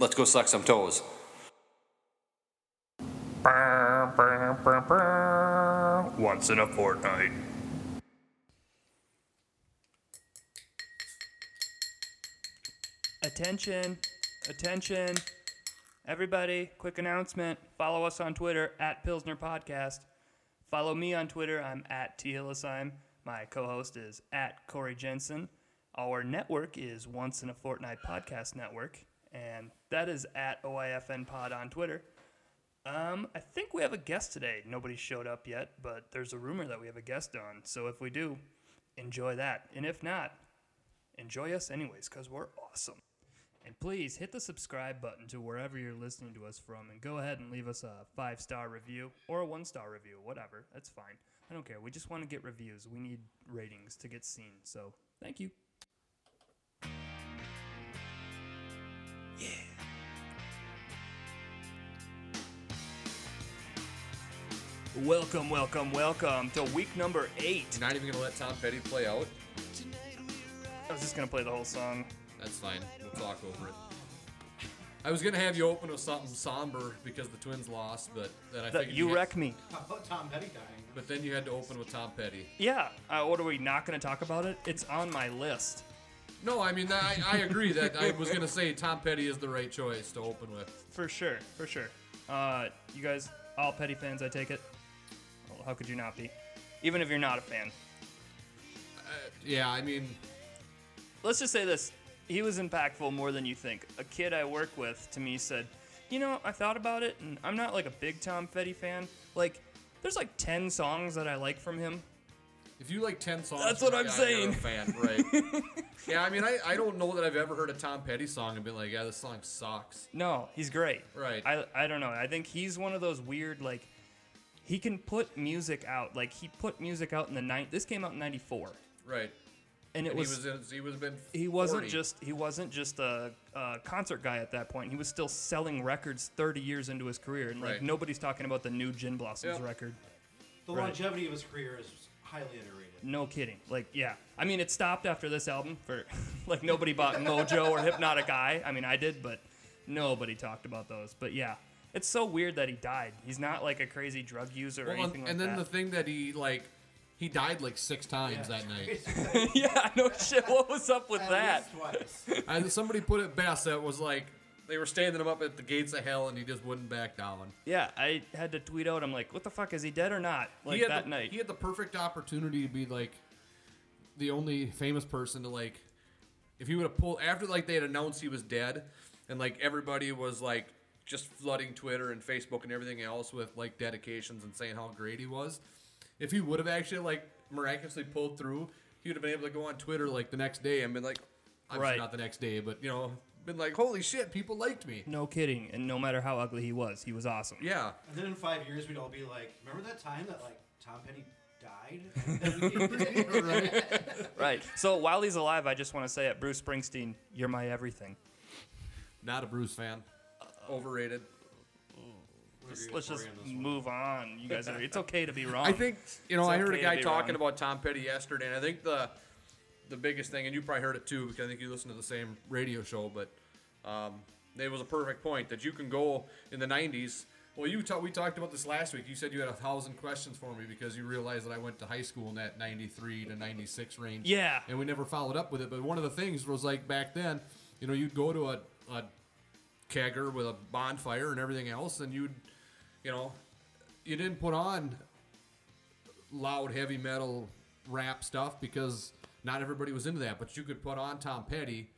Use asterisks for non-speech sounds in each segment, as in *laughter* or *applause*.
Let's go suck some toes. Once in a fortnight. Attention, attention, everybody! Quick announcement: Follow us on Twitter at Pilsner Podcast. Follow me on Twitter. I'm at T Hillisheim. My co-host is at Corey Jensen. Our network is Once in a Fortnight Podcast Network, and that is at OIFN Pod on Twitter. Um, I think we have a guest today. Nobody showed up yet, but there's a rumor that we have a guest on. So if we do, enjoy that. And if not, enjoy us anyways, because we're awesome. And please hit the subscribe button to wherever you're listening to us from and go ahead and leave us a five star review or a one star review, whatever. That's fine. I don't care. We just want to get reviews. We need ratings to get seen. So thank you. Yeah. Welcome, welcome, welcome to week number eight. You're not even gonna let Tom Petty play out. I was just going to play the whole song. That's fine. We'll talk over it. I was gonna have you open with something somber because the Twins lost, but then I That think you wreck me. How about Tom Petty dying? But then you had to open with Tom Petty. Yeah. Uh, what are we not going to talk about it? It's on my list. No, I mean I, I agree that I was gonna say Tom Petty is the right choice to open with. For sure. For sure. Uh, you guys, all Petty fans, I take it. Well, how could you not be? Even if you're not a fan. Yeah, I mean Let's just say this. He was impactful more than you think. A kid I work with to me said, You know, I thought about it, and I'm not like a big Tom Petty fan. Like, there's like 10 songs that I like from him. if you like ten songs, That's what yeah, I'm you're saying. a fan, right? *laughs* yeah, I mean I, I don't know that I've ever heard a Tom Petty song and been like, yeah, this song sucks. No, he's great. Right. I, I don't know. I think he's one of those weird like he can put music out. Like he put music out in the night. This came out in '94, Right. and it And was, he was in, he was been he wasn't 40. just he wasn't just a, a concert guy at that point. He was still selling records 30 years into his career, and like Right. nobody's talking about the new Gin Blossoms Yeah. record. The Right. longevity of his career is highly underrated. No kidding. Like yeah, I mean it stopped after this album for *laughs* like nobody bought Mojo or Hypnotic Eye. I mean I did, but nobody talked about those. But yeah. It's so weird that he died. He's not like a crazy drug user or Well, and, anything like and then that. the thing that he like he died like six times that night. *laughs* yeah, no shit. What was up with At that? least twice. And somebody put it best that was like they were standing him up at the gates of hell and he just wouldn't back down. Yeah, I had to tweet out. I'm like, what the fuck? Is he dead or not? Like he had that the, night. He had the perfect opportunity to be like the only famous person to like if he would have pulled after like they had announced he was dead and like everybody was like just flooding Twitter and Facebook and everything else with like dedications and saying how great he was. If he would have actually like miraculously pulled through, he would have been able to go on Twitter like the next day and been like obviously Right. not the next day, but you know, been like, Holy shit, people liked me. no kidding. And no matter how ugly he was, he was awesome. Yeah. And then in five years, we'd all be like, remember that time that like Tom Petty *laughs* died? right. Right. So while he's alive, I just want to say it, Bruce Springsteen, you're my everything. Not a Bruce fan. Overrated. Just- let's just move on. You guys are. It's okay to be *laughs* wrong. I think you know. It's I heard okay a to guy be talking wrong. about Tom Petty yesterday, and I think the the biggest thing, and you probably heard it too, because I think you listen to the same radio show. But um, it was a perfect point that you can go in the '90s. Well, you ta- we talked about this last week. You said you had a thousand questions for me because you realized that I went to high school in that '93 to '96 range. Yeah. and we never followed up with it. But one of the things was like back then, you know, you'd go to a, a kegger with a bonfire and everything else, and you'd, you know, you didn't put on loud heavy metal rap stuff because not everybody was into that. But you could put on Tom Petty,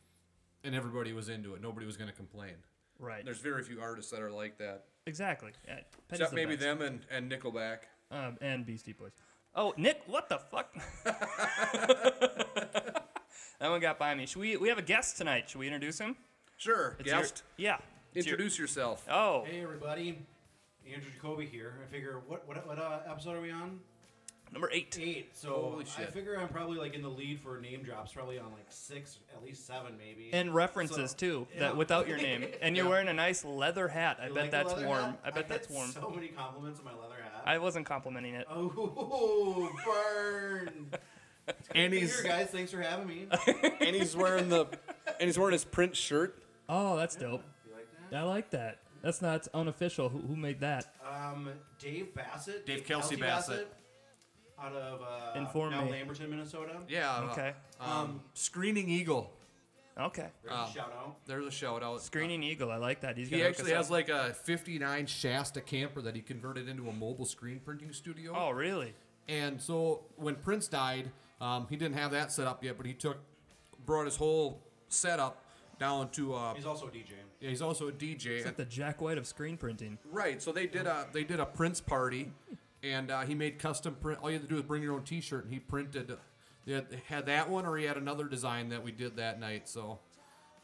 and everybody was into it. Nobody was going to complain. Right. There's very few artists that are like that, exactly. Yeah, Petty's except the maybe best. them and, and Nickelback. Um, and Beastie Boys. Oh, Nick, what the *laughs* fuck? that one got by me. Should we? We have a guest tonight. Should we introduce him? Sure, It's your- guest, yeah. It's your- introduce *laughs* yourself. oh, Hey everybody, Andrew Jacoby here. I figure what what, what uh, episode are we on? number eight. Eight. So Holy I shit. figure I'm probably like in the lead for name drops, probably on like six, at least seven maybe. And references So- too. Yeah. That without your name, *laughs* and you're wearing a nice leather hat. I You bet like the that's leather warm. hat? I bet get that's warm. So many compliments on my leather hat. I wasn't complimenting it. Oh, *laughs* burn! and Hey, here, guys. Thanks for having me. You and he's wearing the and he's wearing his print shirt. Oh, that's dope. like I like that. That's not unofficial. Who, who made that? Um, Dave Bassett. Dave Kelsey Out of uh, Inform now me. Lamberton, Minnesota. Yeah. uh, Okay. Um, Um, Screening Eagle. Okay. There's Uh, a shout out. There's a shout out. Uh, Screening Eagle. I like that. He's He gonna hook actually us has up. like a 59 Shasta camper that he converted into a mobile screen printing studio. Oh, really? And so when Prince died, um, he didn't have that set up yet, but he took, brought his whole setup down to. Uh, He's also a DJ. yeah, he's also a DJ. It's like the Jack White of screen printing. Right. So they did a they did a Prince party, and uh, he made custom print. All you had to do was bring your own T-shirt, and he printed. They had, had that one, or he had another design that we did that night. So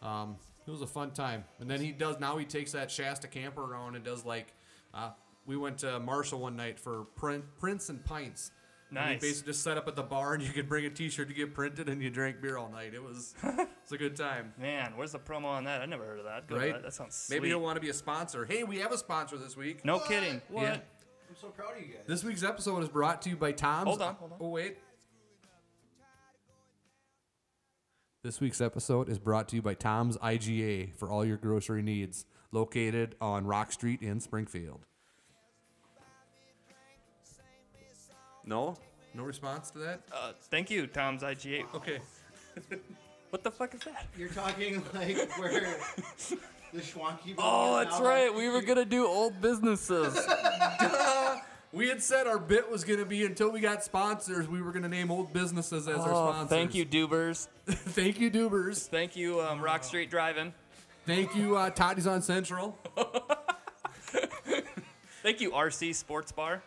um, it was a fun time. And then he does now he takes that Shasta camper around and does like uh, we went to Marshall one night for print, Prince and Pints. And Nice. he basically just set up at the bar, and you could bring a T-shirt to get printed, and you drank beer all night. It *laughs* was it's a good time. Man, where's the promo on that? I never heard of that. Go to Right? That. that sounds sweet. Maybe he'll want to be a sponsor. Hey, we have a sponsor this week. no kidding. What? Yeah. I'm so proud of you guys. *laughs* This week's episode is brought to you by Tom's. Hold on, hold on. Oh, wait. This week's episode is brought to you by Tom's IGA for all your grocery needs, located on Rock Street in Springfield. No? No response to that? Uh, thank you, Tom's IGA. Okay. What the fuck is that? You're talking like where the Schwanky. Oh, that's right. We were gonna do *laughs* old businesses. We had said our bit was going to be until we got sponsors, we were going to name old businesses as our oh, sponsors. thank you, Dubers. *laughs* thank you, Dubers. Thank you, um, Rock Street Driving. Thank you, uh, Toddy's on *laughs* Central. Thank you, RC Sports Bar.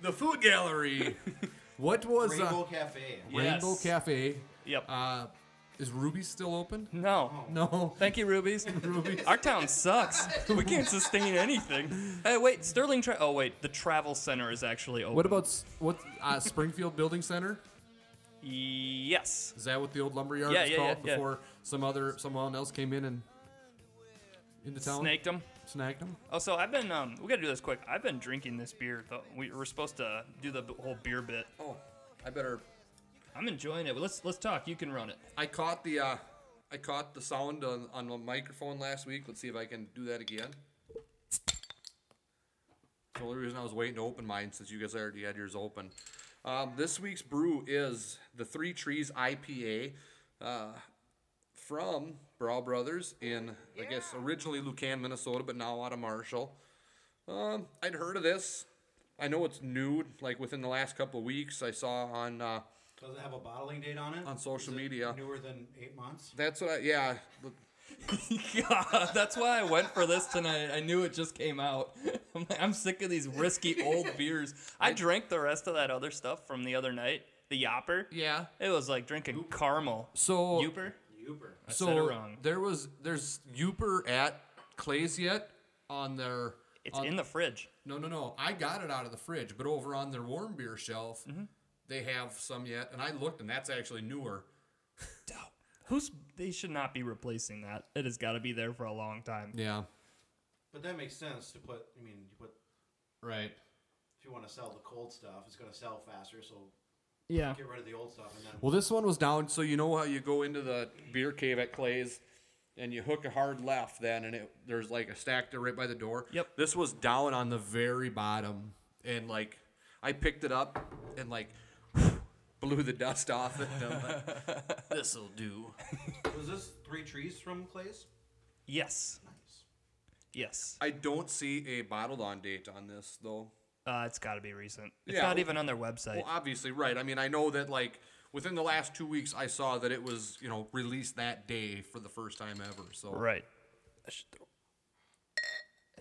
The food *laughs* gallery. what was uh, Rainbow Cafe. Rainbow Yes. Cafe? Yep. Uh, is Ruby still open? no. No. Thank *laughs* you, Rubies. Ruby. Our town sucks. We can't sustain anything. Hey, wait, Sterling. Tra- oh, wait, the travel center is actually open. What about s- what uh, Springfield Building Center? Yes. Is that what the old lumberyard Yeah, was yeah, called yeah, yeah. before some other someone else came in and into town Snaked them. snagged them? Oh, so I've been. Um, we gotta do this quick. I've been drinking this beer. Though. We were supposed to do the b- whole beer bit. Oh, I better. I'm enjoying it. Let's let's talk. You can run *laughs* it. I caught the uh, I caught the sound on on the microphone last week. Let's see if I can do that again. It's the only reason I was waiting to open mine since you guys already had yours open. Um, this week's brew is the Three Trees IPA uh, from Brow Brothers in, I guess, originally Lucan, Minnesota, but now out of Marshall. Um, I'd heard of this. I know it's new, like within the last couple of weeks. I saw on uh, Does it have a bottling date on it? on social Is it media. Newer than eight months. That's what I, yeah. the- God, that's why I went for this tonight. I knew it just came out. *laughs* I'm like, I'm sick of these risky old beers. I *laughs* drank the rest of that other stuff from the other night. The Yopper. Yeah. It was like drinking caramel. So Youper. Uber. I so said it wrong. there was there's Uper at Clay's yet on their It's on- in the fridge. no no no I got it out of the fridge but over on their warm beer shelf Mm-hmm. they have some yet and I looked and that's actually newer Who's they should not be replacing that. It has got to be there for a long time. yeah But that makes sense to put. I mean, you put right if you want to sell the cold stuff, it's going to sell faster. So Yeah. get rid of the old stuff and then. well this one was down so you know how you go into the beer cave at Clay's and you hook a hard left then and it there's like a stack there right by the door Yep. this was down on the very bottom and like I picked it up and like *sighs* blew the dust off *laughs* it and I'm like, This'll do. was this three trees from Clay's? Yes. Nice. Yes. I don't see a bottled on date on this though. Uh, it's got to be recent. It's Yeah, not well- even on their website. Well, obviously, right. I mean, I know that like within the last two weeks, I saw that it was you know released that day for the first time ever. So right. I should throw-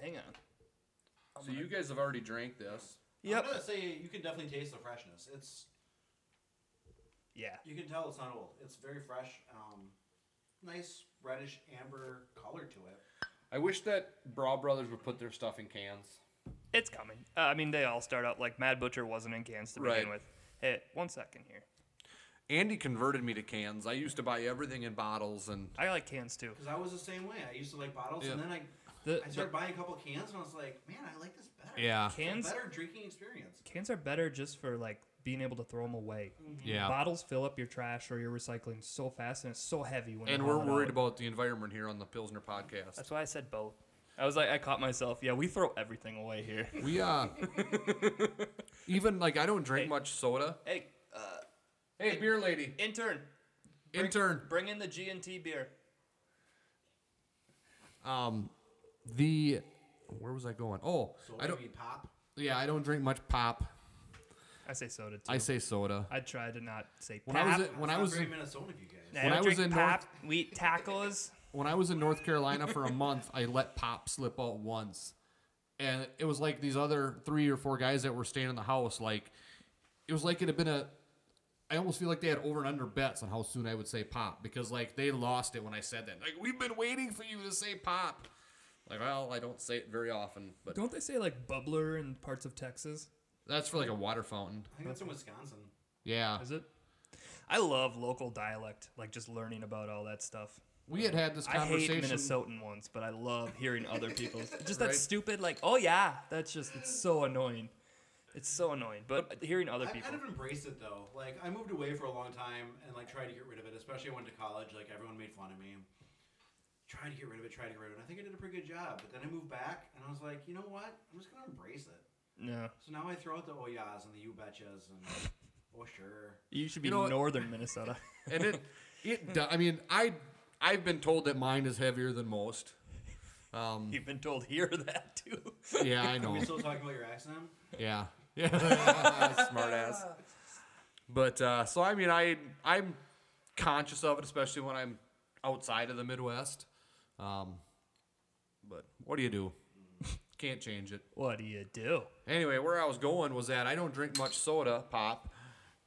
Hang on. so you guys have already drank this. Yep. I'm gonna say you can definitely taste the freshness. It's Yeah. you can tell it's not old. It's very fresh. Um, nice reddish amber color to it. I wish that Braw Brothers would put their stuff in cans. It's coming. Uh, I mean, they all start out like Mad Butcher wasn't in cans to begin Right. with. Hey, one second here. Andy converted me to cans. I used to buy everything in bottles, and I like cans too. Because I was the same way. I used to like bottles, and Yeah. then I The- I started buying a couple cans, and I was like, man, I like this better. Yeah. It's a Cans- better drinking experience. Cans are better just for like being able to throw them away. Yeah. Bottles fill up your trash or your recycling so fast, and it's so heavy when. And you we're haul it worried out. about the environment here on the Pilsner podcast. That's why I said both. I was like, I caught myself. Yeah, we throw everything *laughs* away here. We *laughs* uh even like I don't drink Hey. much soda. hey, uh, Hey, beer lady. intern, bring- Intern. bring in the G and T beer. Um the where was I going? Oh, So I don't maybe pop. yeah, I don't drink much pop. I say soda too. I say soda. I try to not say When I was pap. in- when I was very in, Minnesota of you guys. I when don't I was drink in North- pap. We eat tacos. when I was in North Carolina for a month, I let pop slip out once. And it was like these other three or four guys that were staying in the house, like it was like it had been a I almost feel like they had over and under bets on how soon I would say pop because like they lost it when I said that. Like, we've been waiting for you to say pop. Like, well, I don't say it very often, but Don't they say like bubbler in parts of Texas? that's for like a water fountain. I think that's in Wisconsin. Yeah. Is it? I love local dialect, like just learning about all that stuff. We had had this I hate conversation. Minnesotan ones, but I love hearing other *laughs* people's. Just that Right. stupid, like, oh yeah, that's just it's so annoying. It's so annoying, but hearing other I people. kind of embraced it though. Like I moved away for a long time and like tried to get rid of it, especially when I went to college. Like everyone made fun of me. Tried to get rid of it, tried to get rid of it. I think I did a pretty good job, but then I moved back and I was like, you know what? I'm just gonna embrace it. *laughs* No, So now I throw out the oh yeahs and the you betchas and oh sure. you should be know what? northern Minnesota. *laughs* and it it do- I mean, I I've been told that mine is heavier than most. Um, You've been told here *laughs* that too. yeah, *laughs* I know. Are we still talking about your accent? *laughs* Yeah. Yeah. Smart ass. But uh, so I mean I I'm conscious of it, especially when I'm outside of the Midwest. Um, but what do *laughs* you do? Can't change it. What do you do? Anyway, where I was going was that I don't drink much soda pop,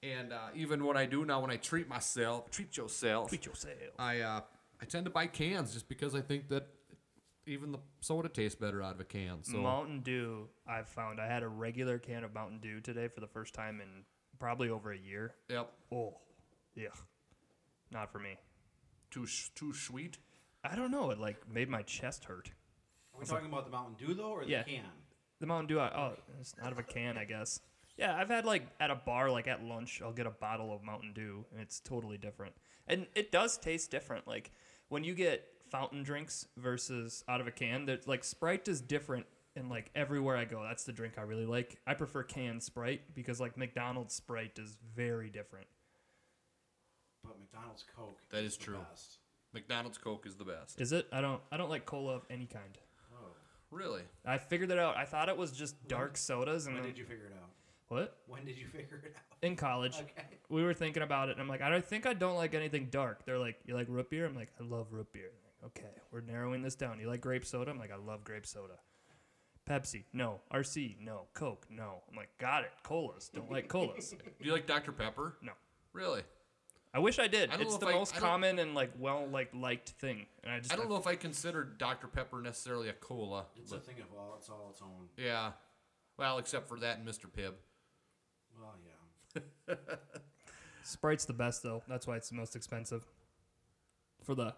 and uh, even when I do now, when I treat myself, treat yourself, Treat yourself. I uh, I tend to buy cans just because I think that even the soda tastes better out of a can. So Mountain Dew, I've found. I had a regular can of Mountain Dew today for the first time in probably over a year. yep, Oh, yeah, not for me. too sh- too sweet. I don't know. It like made my chest hurt. Are we talking about the Mountain Dew though, or the Yeah. can? The Mountain Dew, I, oh, it's out of a can, I guess. Yeah, I've had like at a bar, like at lunch, I'll get a bottle of Mountain Dew, and it's totally different. And it does taste different. Like when you get fountain drinks versus out of a can, that like Sprite is different. And like everywhere I go, that's the drink I really like. I prefer canned Sprite because like McDonald's Sprite is very different. But McDonald's Coke. That is is the true. best. McDonald's Coke is the best. Is it? I don't. I don't like cola of any kind. Oh, Really? I figured that out. I thought it was just dark sodas and when then- did you figure it out? what When did you *laughs* figure it out? in *laughs* college. Okay. we were thinking about it, and I'm like, I don't think I don't like anything dark. They're like, you like root beer? I'm like, I love root beer. They're like, okay, we're narrowing this down. You like grape soda? I'm like, I love grape soda. Pepsi, no. RC, no. Coke, no. I'm like, got it. Colas, don't *laughs* like colas. Do you like Dr Pepper? No. Really? I wish I did. I don't know it's if the I- most I don't- common and like well like liked thing, and I just I don't know if I consider Dr Pepper necessarily a cola. It's a But thing of all. It's all its own. yeah. Well, except for that and Mr Pibb. Well, yeah. Sprite's the best though. That's why it's the most expensive. For the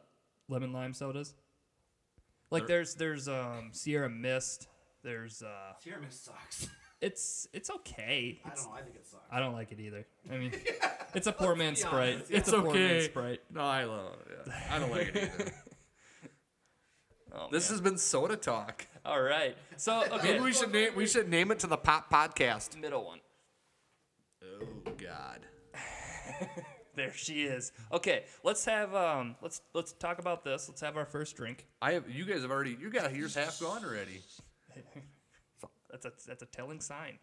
lemon lime sodas, like They're- there's there's um Sierra Mist. There's uh, Sierra Mist sucks. *laughs* it's it's okay. I It's don't know. I think it sucks. I don't like it either. I *laughs* mean, it's a poor man's be sprite. honest, It's, a poor man's sprite. No, I love it. Yeah. I don't like it either. Oh, *laughs* this has been soda talk. all right. *laughs* So okay, Maybe we should name we should name it to the Pop Podcast. middle one. Oh God. There she is. Okay, let's have um, let's let's talk about this. Let's have our first drink. I have. You guys have already. You got here's half gone already. That's a that's a telling sign.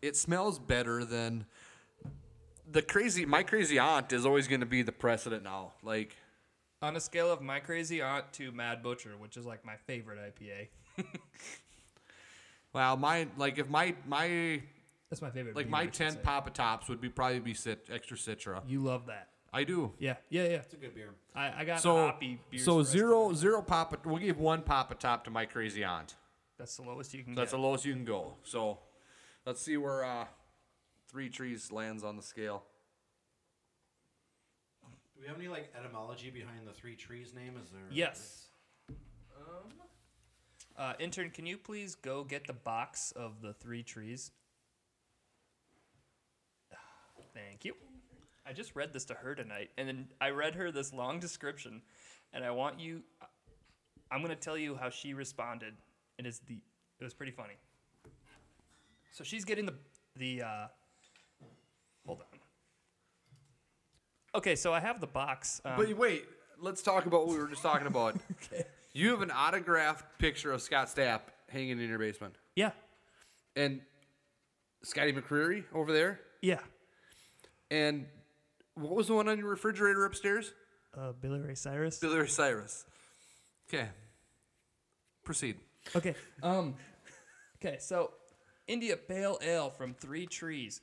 It smells better than the crazy. My crazy aunt is always going to be the precedent now. Like On a scale of my crazy aunt to Mad Butcher, which is like my favorite IPA. wow, my like if my my That's my favorite. like beer, I my should ten say. Papa Tops would be probably be cit, extra Citra. You love that. I do. Yeah, yeah, yeah. It's a good beer. I, I got So hoppy beers. for so us to- zero zero Papa. We'll give one Papa Top to my crazy aunt. That's the lowest you can That's get. the lowest you can go. So let's see where uh, three trees lands on the scale. Do we have any like etymology behind the three trees name? Is there? Yes. Um. Uh, intern, can you please go get the box of the three trees? *sighs* Thank you. I just read this to her tonight, and then I read her this long description, and I want you. I'm gonna tell you how she responded. It is the. It was pretty funny. So she's getting the the. Uh, hold on. Okay, so I have the box. Um, But wait, let's talk about what we were just talking *laughs* about. You have an autographed picture of Scott Stapp hanging in your basement, yeah, and Scotty McCreery over there, yeah. and what was the one on your refrigerator upstairs? Uh, Billy Ray Cyrus. Billy Ray Cyrus. Okay, proceed. Okay. Um. Okay. So, India Pale Ale from Three Trees,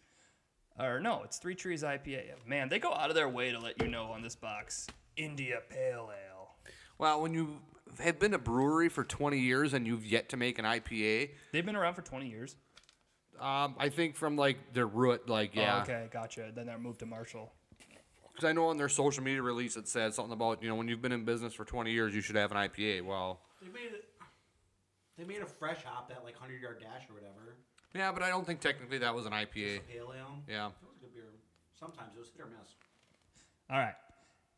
or no, it's Three Trees IPA. Man, they go out of their way to let you know on this box. India Pale Ale. Well, when you have been a brewery for 20 years and you've yet to make an IPA, They've been around for 20 years. um, I think from like their root, like yeah, Oh, okay, gotcha. Then they moved to Marshall. Because I know on their social media release it said something about you know when you've been in business for 20 years you should have an IPA. Well, They made it. They made a fresh hop that like hundred yard dash or whatever. yeah, but I don't think technically that was an IPA. Pale ale. Yeah. That was a good beer. Sometimes it was hit or miss. All right.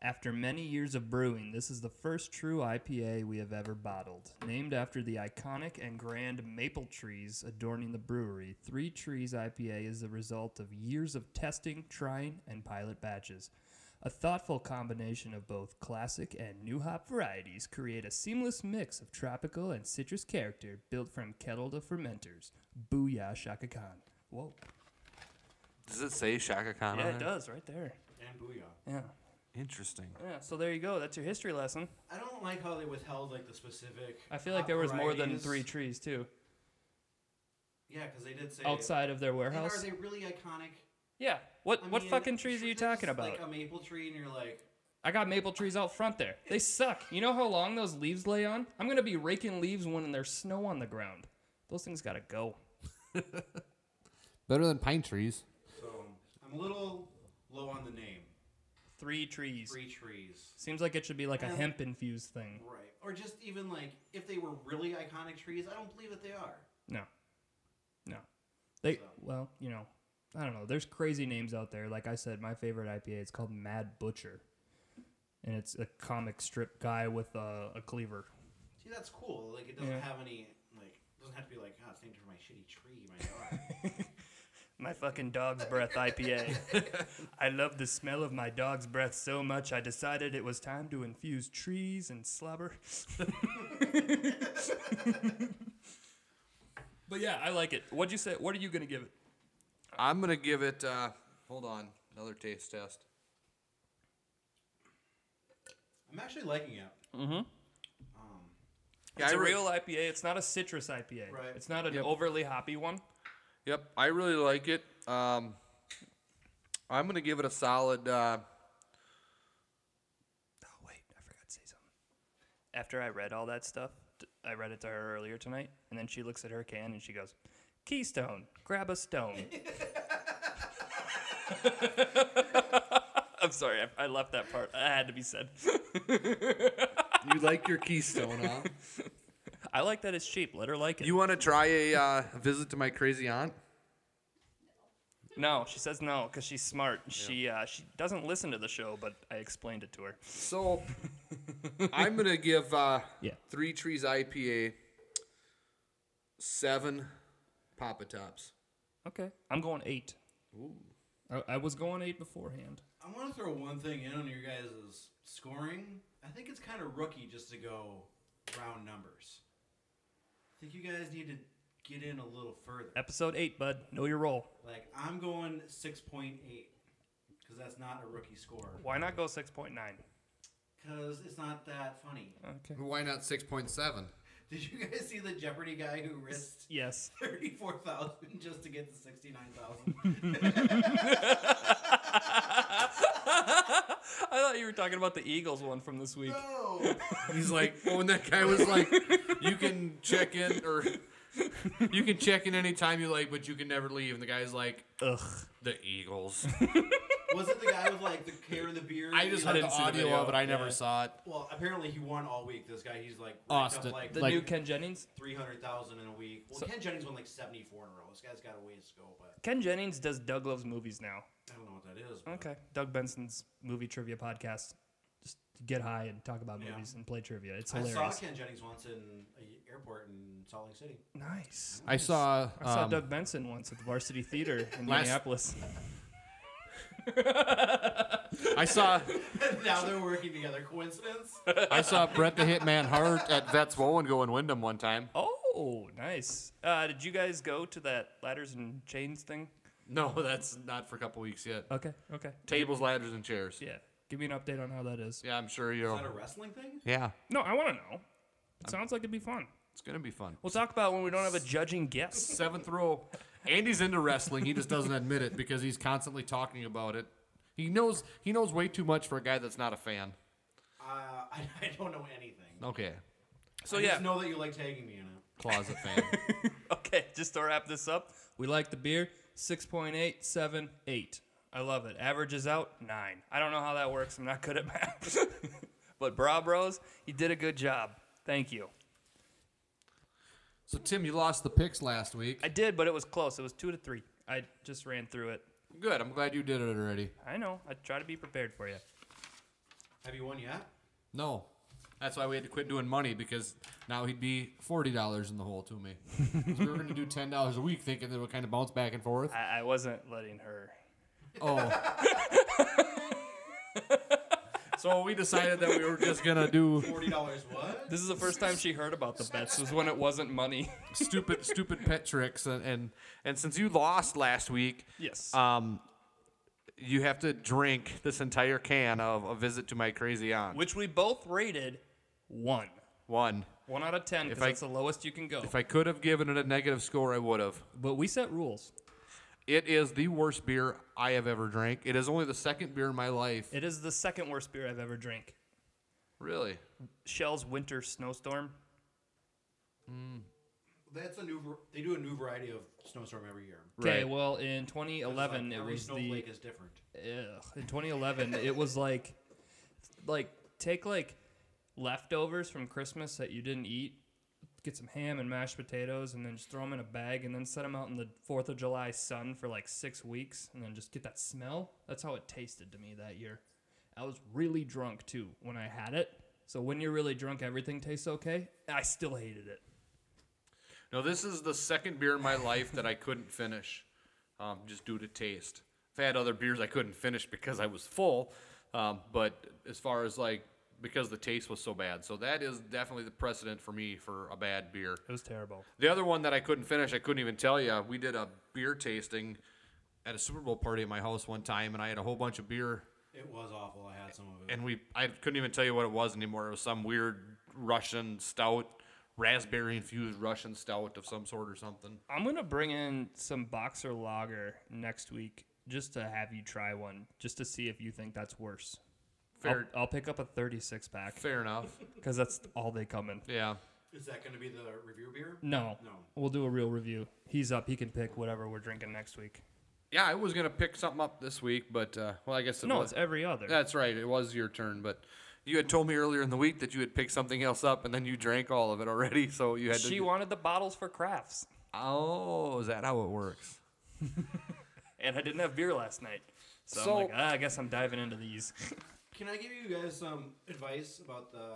After many years of brewing, this is the first true IPA we have ever bottled. Named after the iconic and grand maple trees adorning the brewery, Three Trees IPA is the result of years of testing, trying, and pilot batches. A thoughtful combination of both classic and new hop varieties create a seamless mix of tropical and citrus character built from kettle to fermenters. Booyah Shaka Khan. Whoa. Does it say Shaka Khan? Yeah, on it there? does right there. And booyah. Yeah. Interesting. Yeah, so there you go. That's your history lesson. I don't like how they withheld like the specific. I feel like hop there was more than varieties. three trees too Yeah, because they did say outside of their And are warehouse. they really iconic? Yeah. What I what mean, fucking trees are sure, you they're talking just, about? Like a maple tree, and you're like, I got maple trees out front there. They suck. You know how long those leaves lay on? I'm gonna be raking leaves when there's snow on the ground. Those things gotta go. Better than pine trees. so I'm a little low on the name. Three trees. Three trees, Seems like it should be like a Yeah. hemp infused thing. right? Or just even like if they were really iconic trees, I don't believe that they are. No. No. They So- well, you know, I don't know. There's crazy names out there. Like I said, my favorite IPA it's called Mad Butcher. And it's a comic strip guy with a, a cleaver. See, that's cool. Like it doesn't Yeah. have any like. it Doesn't have to be like, oh, it's named for my shitty tree, my dog. My fucking dog's breath *laughs* IPA. I love the smell of my dog's breath so much I decided it was time to infuse trees and slobber. *laughs* but yeah, I like it. What'd you say? What are you gonna give it? I'm gonna give it. Uh, hold on, another taste test. *laughs* I'm actually liking it. Yeah, it's I a re- real IPA. It's not a citrus IPA. Right. It's not an Yep. overly hoppy one. Yep, I really like it. Um, I'm gonna give it a solid. Uh, Oh wait, I forgot to say something. After I read all that stuff, t- I read it to her earlier tonight, and then she looks at her can and she goes, "Keystone, grab a *laughs* stone." I'm sorry, I, I left that part. That had to be said. you like your Keystone, huh? I like that it's cheap. Let her like *laughs* it. You want to try a uh, visit to my crazy aunt? no, she says no because she's smart. She uh, she doesn't listen to the show, but I explained it to her. So I'm gonna give uh, Yeah. Three Trees IPA seven Papa Tops. Okay, I'm going eight. Ooh. I, I was going eight beforehand. I want to throw one thing in on your guys' scoring. I think it's kind of rookie just to go round numbers. I think you guys need to get in a little further. Episode eight, bud. Know your role. Like I'm going 6.8 because that's not a rookie score. Why not go six point nine? Because it's not that funny. Okay. Why not six point seven? Did you guys see the Jeopardy guy who risked *laughs* Yes. 34,000 just to get the 69,000? *laughs* I thought you were talking about the Eagles one from this week. *laughs* no. He's like, well, when that guy was like, you can check in or you can check in anytime you like, but you can never leave. And the guy's like, Ugh. the Eagles. Was it the guy with like the hair and the beard? I just He, like, heard didn't the see the audio video, of it. I never yeah. saw it. well, apparently he won all week. This guy, he's like racked Austin, up like The Like- new Ken Jennings. three hundred thousand in a week. Well, So- Ken Jennings won like seventy four in a row. This guy's got a ways to go, but Ken Jennings does Doug Loves Movies now. I don't know what that is. but- Okay. Doug Benson's movie trivia podcast. Just get high and talk about Yeah. movies and play trivia. It's I saw hilarious. Ken Jennings once in a airport in Salt Lake City. *laughs* Nice. I saw. I saw um, Doug Benson once at the Varsity Theater *laughs* in Last- Minneapolis. I saw. now they're working together. *laughs* Coincidence? I saw Brett the Hitman Hart at Vets Go in Wyndham one time. Oh, nice. Uh, did you guys go to that ladders and chains thing? No, *laughs* that's not for a couple weeks yet. Okay. Okay. Tables, ladders, and chairs. Yeah. Give me an update on how that is. Yeah, I'm sure Is you'll. that a wrestling thing? Yeah, No, I want to know. It sounds like it'd be fun. it's gonna be fun. We'll talk about when we don't have a judging guest. Seventh row. Andy's into wrestling. He just doesn't admit it because he's constantly talking about it. He knows he knows way too much for a guy that's not a fan. Uh, I, I don't know anything. Okay, So I yeah. just know that you like tagging me in it. closet *laughs* fan. okay, just to wrap this up, we like the beer. 6.878. I love it. Averages out 9. I don't know how that works. I'm not good at math. *laughs* but Bra Bros, you did a good job. Thank you. So Tim, you lost the picks last week. I did, but it was close. It was 2 to 3. I just ran through it. Good. I'm glad you did it already. I know. I try to be prepared for you. Have you won yet? No. That's why we had to quit doing money because now he'd be forty dollars in the hole to me. 'Cause we were going to do ten dollars a week, thinking that it would kind of bounce back and forth. I, I wasn't letting her. Oh. so we decided that we were just gonna do Forty dollars. *laughs* What? This is the first time she heard about the bets, was when it wasn't money. stupid, stupid pet tricks, and and, and since you lost last week, *laughs* Yes. um, you have to drink this entire can of a visit to my crazy aunt. Which we both rated 1. One. 1 out of 10, because I- that's the lowest you can go. If I could have given it a negative score, I would have. But we set rules. It is the worst beer I have ever drank. It is only the second beer in my life. It is the second worst beer I've ever drank. really? Shell's Winter Snowstorm. That's a new. var- They do a new variety of snowstorm every year. Okay, Right. well in 2011 Like, it every was the snowflake is different. ugh, in *laughs* 2011 it was like like take like leftovers from Christmas that you didn't eat, get some ham and mashed potatoes and then just throw them in a bag and then set them out in the 4th of July sun for like 6 weeks and then just get that smell. That's how it tasted to me that year. I was really drunk too when I had it. So when you're really drunk everything tastes okay. I still hated it. No, this is the second beer in my life that I couldn't finish, um, just due to taste. I've had other beers I couldn't finish because I was full, um, but as far as like because the taste was so bad, so that is definitely the precedent for me for a bad beer. It was terrible. The other one that I couldn't finish, I couldn't even tell you. We did a beer tasting at a Super Bowl party at my house one time, and I had a whole bunch of beer, It was awful. I had some of it. and we I couldn't even tell you what it was anymore. It was some weird Russian stout, raspberry infused Russian stout of some sort or something. I'm gonna bring in some boxer lager next week just to have you try one, just to see if you think that's worse. Fair, I'll, I'll pick up a 36 pack fair enough. because that's all they come in. Yeah. Is that going to be the review beer? No, No. we'll do a real review. He's up. He can pick whatever we're drinking next week. Yeah, I was gonna pick something up this week, but uh, well, I guess it No, was. it's every other. That's right. It was your turn, but you had told me earlier in the week that you had picked something else up, and then you drank all of it already. So you had to. she wanted the bottles for crafts, oh, is that how it works? and I didn't have beer last night, so, So- I'm like, ah, I guess I'm diving into these. *laughs* Can I give you guys some advice about the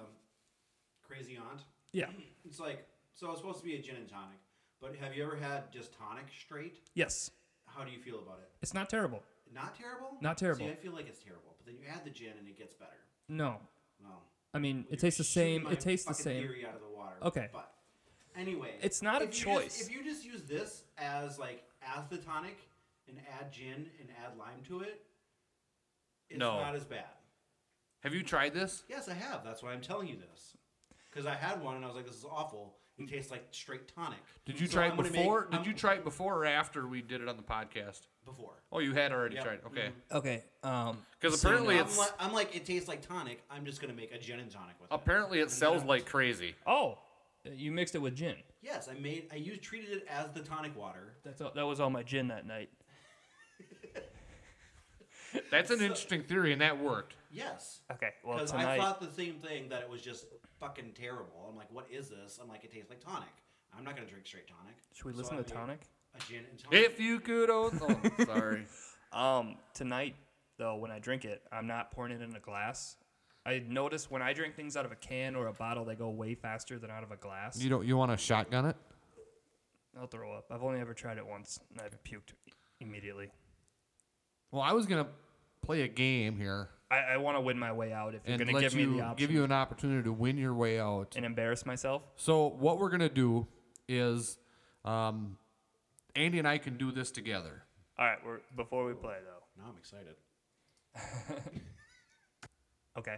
crazy aunt? yeah. It's like so. It's supposed to be a gin and tonic, but have you ever had just tonic straight? Yes. How do you feel about it? It's not terrible. Not terrible. Not terrible. See, I feel like it's terrible, but then you add the gin and it gets better. No. No. I mean, You're it tastes the shooting same. my It tastes the fucking same. Theory out of the water. Okay. But anyway, It's not a if you just- choice. if you just use this as like as the tonic and add gin and add lime to it, it's No. not as bad. Have you tried this? Yes, I have. That's why I'm telling you this. Because I had one and I was like, this is awful. It tastes like straight tonic. Did you So try I'm it gonna make- um, before? Did I'm- you try it before or after we did it on the podcast? before? Oh, you had already Yep. tried. it. Okay, Mm-hmm. Okay. Um. because so- apparently I'm, it's like, I'm like, it tastes like tonic. I'm just going to make a gin and tonic with it. apparently it sells like crazy. Oh, you mixed it with gin. Yes, I made, I used, treated it as the tonic water. That's all, that was all my gin that night. That's an interesting theory, and that worked. Yes. Okay, well Because tonight. I thought the same thing that it was just fucking terrible. I'm like, what is this? I'm like, it tastes like tonic. I'm not gonna drink straight tonic. should we So listen I to made Tonic? A gin and tonic. If you could, oh, sorry. Um, tonight though, when I drink it, I'm not pouring it in a glass. I notice when I drink things out of a can or a bottle, they go way faster than out of a *laughs* glass. You don't. You want to shotgun it? I'll throw up. I've only ever tried it once, and I've puked immediately. Well, I was gonna play a game here I, I want to win my way out. If you're and going let to give you me the option give you an opportunity to win your way out. and embarrass myself, So what we're gonna do is, um, Andy and I can do this together. all right. We're before we play though. Now I'm excited. Okay.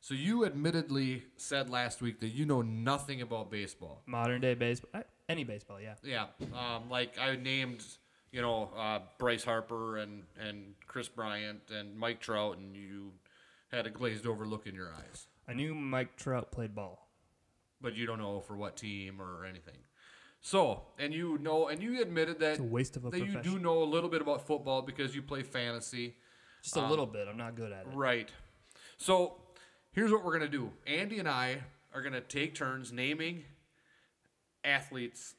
So you admittedly said last week that you know nothing about baseball. Modern day baseball, eh, any baseball, yeah. Yeah, um, like I named, you know, uh, Bryce Harper and and Chris Bryant and Mike Trout, and you had a glazed over look in your eyes, I knew Mike Trout played ball. but you don't know for what team or anything. So, and you know, and you admitted that It's a waste of a that you do profession. know a little bit about football because you play fantasy. Just a Um, little bit. I'm not good at it. Right. So here's what we're gonna do. Andy and I are gonna take turns naming athletes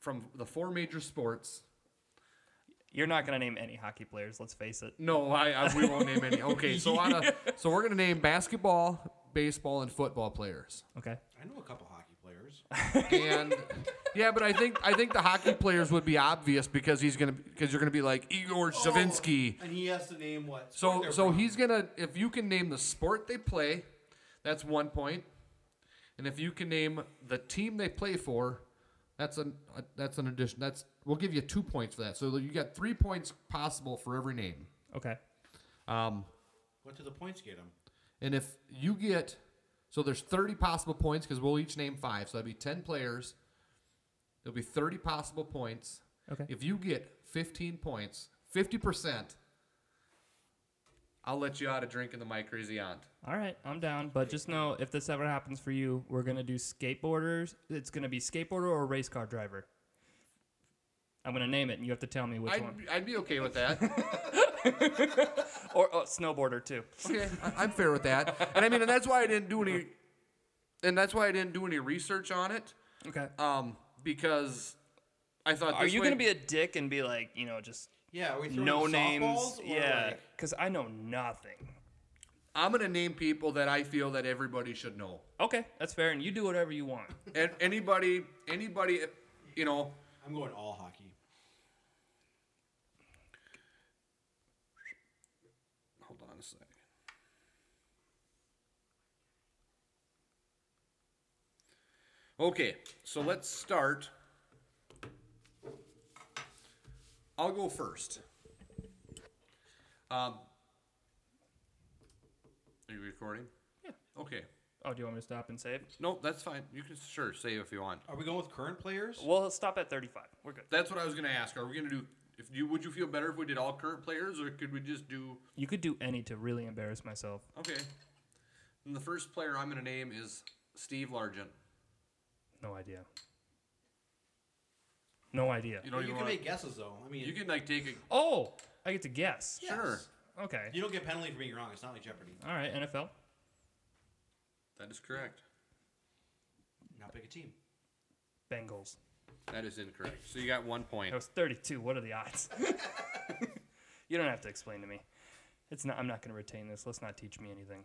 from the four major sports. You're not gonna name any hockey players. Let's face it. No, I, I we won't name any. Okay, *laughs* so on a, so we're gonna name basketball, baseball, and football players. Okay. I know a couple hockey *laughs* players. And yeah, but I think I think the hockey players would be obvious because he's gonna because you're gonna be like Igor Shavinsky. Oh, And he has to name what? sport So they're so from. he's gonna if you can name the sport they play, that's one point, and if you can name the team they play for, that's an uh, that's an addition. That's we'll give you two points for that. So you got three points possible for every name. Okay. Um, What do the points get him? and if you get so there's 30 possible points because we'll each name five, so that'd be 10 players. There'll be 30 possible points. Okay. If you get 15 points, 50 percent. I'll let you out of drinking the Mike Rizzi aunt. All right. I'm down. But just know if this ever happens for you, we're gonna do skateboarders. It's gonna be skateboarder or race car driver. I'm gonna name it, and you have to tell me which I'd, one. I'd be okay with *laughs* that. Or oh, snowboarder too. okay, I, I'm fair with that. And I mean, and that's why I didn't do any, and that's why I didn't do any research on it, Okay. Uh, um, because I thought. Are this you way- gonna be a dick and be like, you know, just Yeah, are we throwing no softballs names? or, Yeah. like- Because I know nothing. I'm gonna name people that I feel that everybody should know, Okay, that's fair, and you do whatever you want. and anybody, anybody, you know, I'm going all hockey. Hold on a second. Okay, so let's start. I'll go first. Um, are you recording? Yeah. Okay. Oh, do you want me to stop and save? No, that's fine. You can sure save if you want. Are we going with current players? We'll stop at 35. We're good. That's what I was gonna ask. Are we gonna do? If you would you feel better if we did all current players, or could we just do? You could do any to really embarrass myself. Okay. And the first player I'm gonna name is Steve Largent. No idea. No idea. You You, don't even can wanna- make guesses though. I mean, You can like take a Oh, I get to guess. yes. sure. Okay. You don't get penalty for being wrong. It's not like Jeopardy. All right, NFL. That is correct. Now pick a team. Bengals. That is incorrect. So you got one point. I was 32. What are the odds? *laughs* you don't have to explain to me. It's not. I'm not going to retain this. Let's not teach me anything.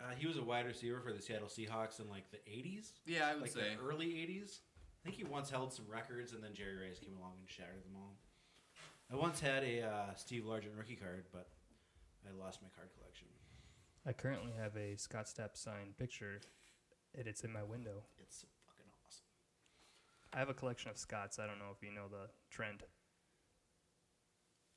Uh, he was a wide receiver for the Seattle Seahawks in like the 80s. Yeah, I would like say. the early 80s. I think he once held some records, and then Jerry Rice came along and shattered them all. I once had a uh, Steve Largent rookie card, but I lost my card collection. I currently have a Scott Stapp signed picture, and it's in my window. It's fucking awesome. I have a collection of Scots. I don't know if you know the trend.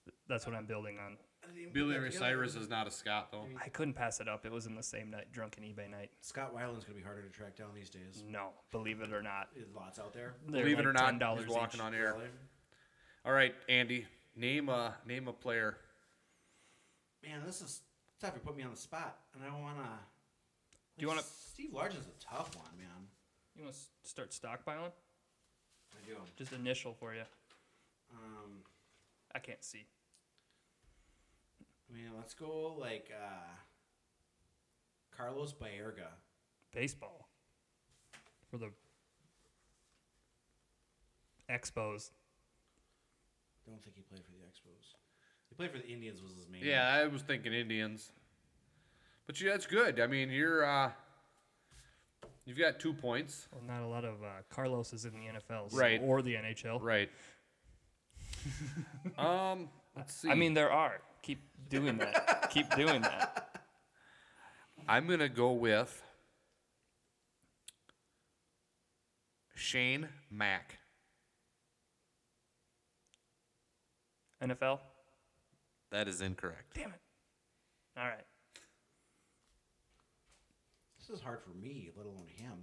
Th- That's what I'm building on. I didn't even put Billy that Ray together. Cyrus is not a Scot though. I couldn't pass it up. It was in the same night, drunken eBay night. Scott Weiland's gonna be harder to track down these days. No, believe it or not. There's lots out there. They're Believe it like or not, $10 he's walking each. on air. Really? All right, Andy, name a name a player. Man, this is tough. You put me on the spot, and I wanna. Do you wanna- Steve Largent's a tough one, man. You want to start stockpiling? I do. Just initial for you. Um, I can't see. I mean, let's go like uh, Carlos Baerga. Baseball. For the Expos. Don't think he played for the Expos. He played for the Indians was his main. Yeah, I was thinking Indians. But yeah, that's good. I mean, you're uh you've got 2 points. Well, not a lot of uh, Carlos is in the NFL, so- Right. or the NHL. Right. um, let's see. I mean, there are. Keep doing that. Keep *laughs* doing that. I'm going to go with Shane Mack. NFL. That is incorrect. Damn it. All right. This is hard for me, let alone him.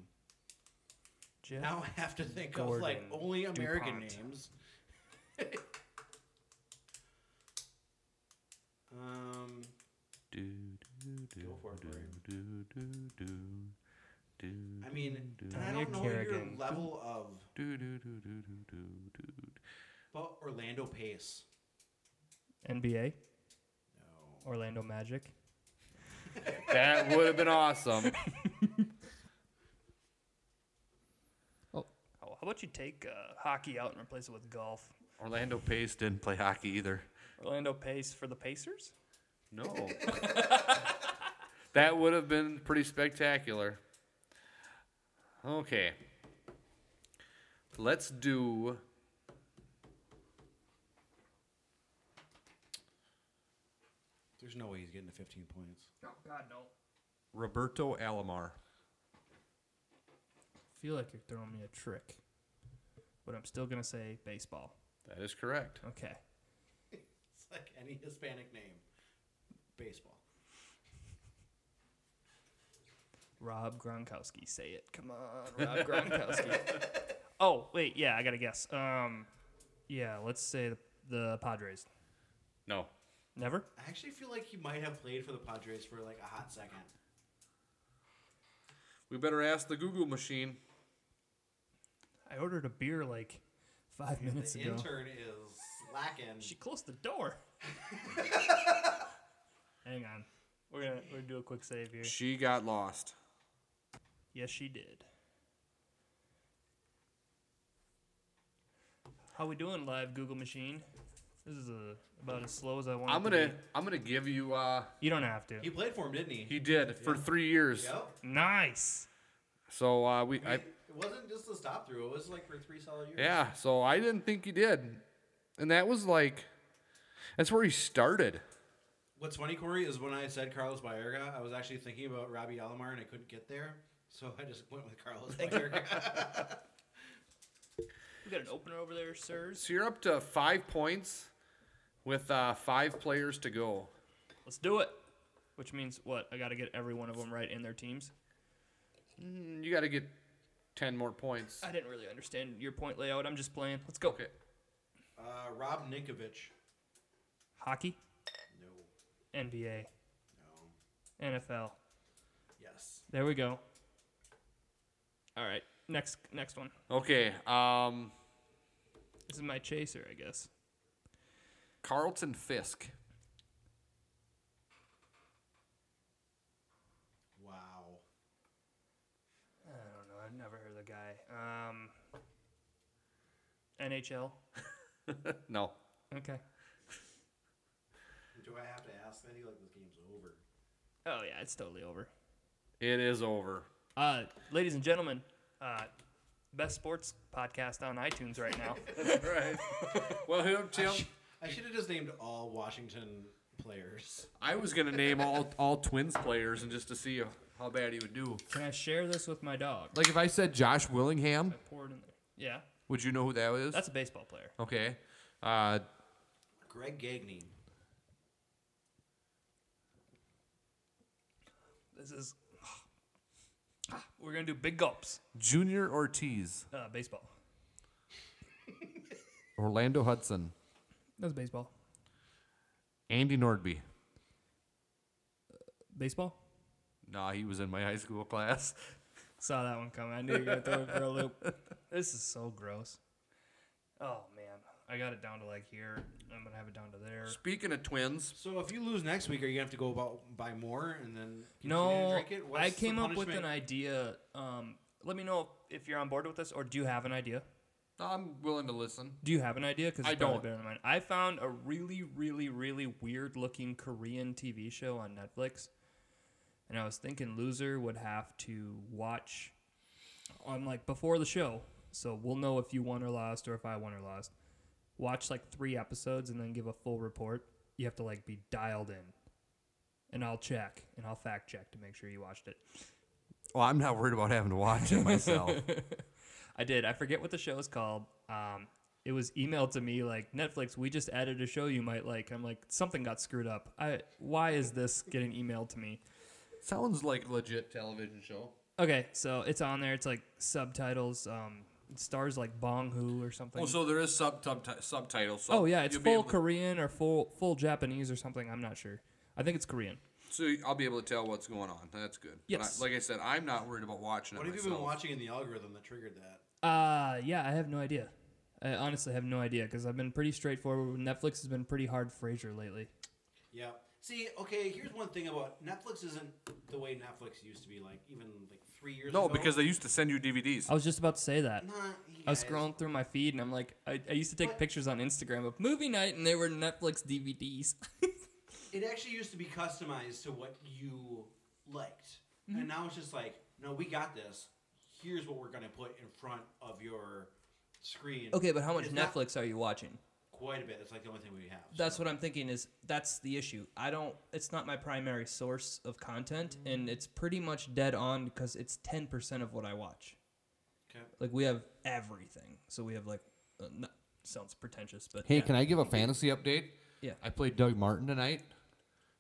Jeff. Now I have to think of Gordon like only American DuPont. names. *laughs* um, go for it, Corey. I mean, and I Tanya don't know Kerrigan. your level of, but Orlando Pace. NBA. No. Orlando Magic. That would have been awesome. Oh, how about you take uh, hockey out and replace it with golf? *laughs* Orlando Pace didn't play hockey either. Orlando Pace for the Pacers. *laughs* No. that would have been pretty spectacular. Okay. Let's do. There's no way he's getting to 15 points. *laughs* Oh God, no. Roberto Alomar. feel like you're throwing me a trick, but I'm still gonna say baseball. That is correct. Okay. It's like any Hispanic name. Baseball. Rob Gronkowski, say it. Come on, Rob Gronkowski. oh wait, yeah, I gotta guess. Um, yeah, let's say the, the Padres. No. Never. I actually feel like he might have played for the Padres for like a hot second. We better ask the Google machine. I ordered a beer like five minutes the ago. intern is slacking. she closed the door. Hang on. We're gonna we're gonna do a quick save here. She got lost. Yes, she did. How we doing, live Google machine? This is uh about as slow as I want. I'm it gonna. To be. I'm gonna give you. Uh, You don't have to. he played for him, didn't he? he did for three years. Yep. Nice. So uh, we. I. it wasn't just a stop through. It was like for three solid years. Yeah. So I didn't think he did, and that was like. That's where he started. What's funny, Corey, is when I said Carlos Baerga, I was actually thinking about Robbie Alomar and I couldn't get there, so I just went with Carlos Baerga. We got an opener over there, sirs. So you're up to five points with uh, five players to go. Let's do it. Which means what? I got to get every one of them right in their teams. Mm, You got to get 10 more points. I didn't really understand your point layout. I'm just playing. Let's go. Okay. uh, Rob Ninkovich. Hockey, No, NBA, no, NFL. yes. There we go. All right. Next next one. Okay. Um, This is my chaser, I guess. Carlton Fisk. Wow. I don't know. I've never heard of the guy. Um, NHL. No. Okay. Do I have to ask that? Like this game's over. Oh yeah, it's totally over. It is over. Uh, ladies and gentlemen, uh, best sports podcast on iTunes right now. right. *laughs* Well, who, Tim? I should have just named all Washington players. I was going to name all, all Twins players and just to see how bad he would do. *laughs* Can I share this with my dog? Like if I said Josh Willingham, I poured in there. Yeah, would you know who that is? that's a baseball player. okay. Uh, Greg Gagne. This is. Ah, We're gonna do big gulps. Junior Ortiz. Uh, baseball. Orlando Hudson. That's baseball. Andy Nordby. Baseball. Nah, he was in my *laughs* high school class. Saw that one coming. I knew you were gonna throw it for a *laughs* loop. This is so gross. Oh man, I got it down to like here. I'm gonna have it down to there. Speaking of Twins, So if you lose next week, are you gonna have to go about buy more and then continue to No, drink it? What's I the came up with punishment? an idea. Um, let me know if you're on board with this, or do you have an idea? I'm willing to listen. Do you have an idea? Because I it's probably don't. better than mine. I found a really, really, really weird looking Korean TV show on Netflix, and I was thinking loser would have to watch on like before the show, so we'll know if you won or lost or if I won or lost. Watch like three episodes and then give a full report. You have to like be dialed in, and I'll check and I'll fact check to make sure you watched it. Well, I'm not worried about having to watch it myself. *laughs* I did. I forget what the show is called. Um, it was emailed to me like Netflix. We just added a show you might like. I'm like something got screwed up. I why is this getting emailed to me? *laughs* Sounds like legit television show. Okay, so it's on there. It's like subtitles. Um, it stars like Bong Hu or something. Oh, so there is sub subtitles. So oh yeah, it's you'll be full able to- Korean or full full Japanese or something. I'm not sure. I think it's Korean. So I'll be able to tell what's going on. That's good. But Yes. I, like I said, I'm not worried about watching it. What have you myself. been watching in the algorithm that triggered that? Uh, yeah, I have no idea. I honestly have no idea because I've been pretty straightforward. Netflix has been pretty hard Frasier lately. Yeah. See, okay, here's one thing about Netflix isn't the way Netflix used to be, like even like three years No, ago. because they used to send you DVDs. I was just about to say that. Nah, you I was guys- scrolling through my feed and I'm like, I, I used to take What? pictures on Instagram of movie night and they were Netflix *laughs* DVDs. It actually used to be customized to what you liked. And now it's just like, no, we got this. Here's what we're gonna put in front of your screen. okay, but how much It's not Netflix are you watching? Quite a bit. It's like the only thing we have. That's what I'm thinking is that's the issue. I don't, it's not my primary source of content and it's pretty much dead on because it's 10% of what I watch. Okay. Like we have everything. So we have like, uh, no, sounds pretentious, but hey, yeah. can I give a fantasy update? Yeah. I played Doug Martin tonight,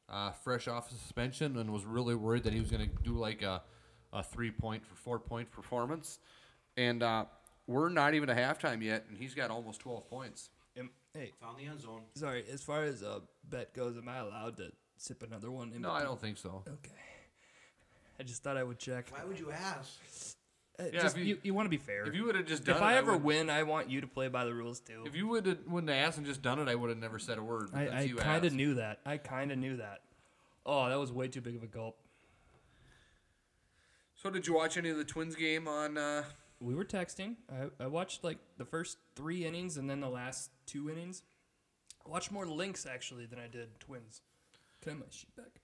uh, fresh off suspension, and was really worried that he was going to do like a, a three point for four point performance. and uh, we're not even a halftime yet, and he's got almost 12 points. Am- hey, Found the end zone. sorry, as far as uh, bet goes, am I allowed to sip another one? In No, I don't think so. Okay. I just thought I would check. Why would you ask? Uh, Yeah, just, if you, you- you, want to be fair. If you would have just done if it, I ever would, win, I want you to play by the rules too. If you would have wouldn't have asked and just done it, I would have never said a word. but I, since I you kind of asked- knew that. I kind of knew that. Oh, that was way too big of a gulp. So did you watch any of the Twins game on? Uh, We were texting. I, I watched like the first three innings and then the last two innings. I watched more Lynx actually than I did Twins. Can I have my sheet back?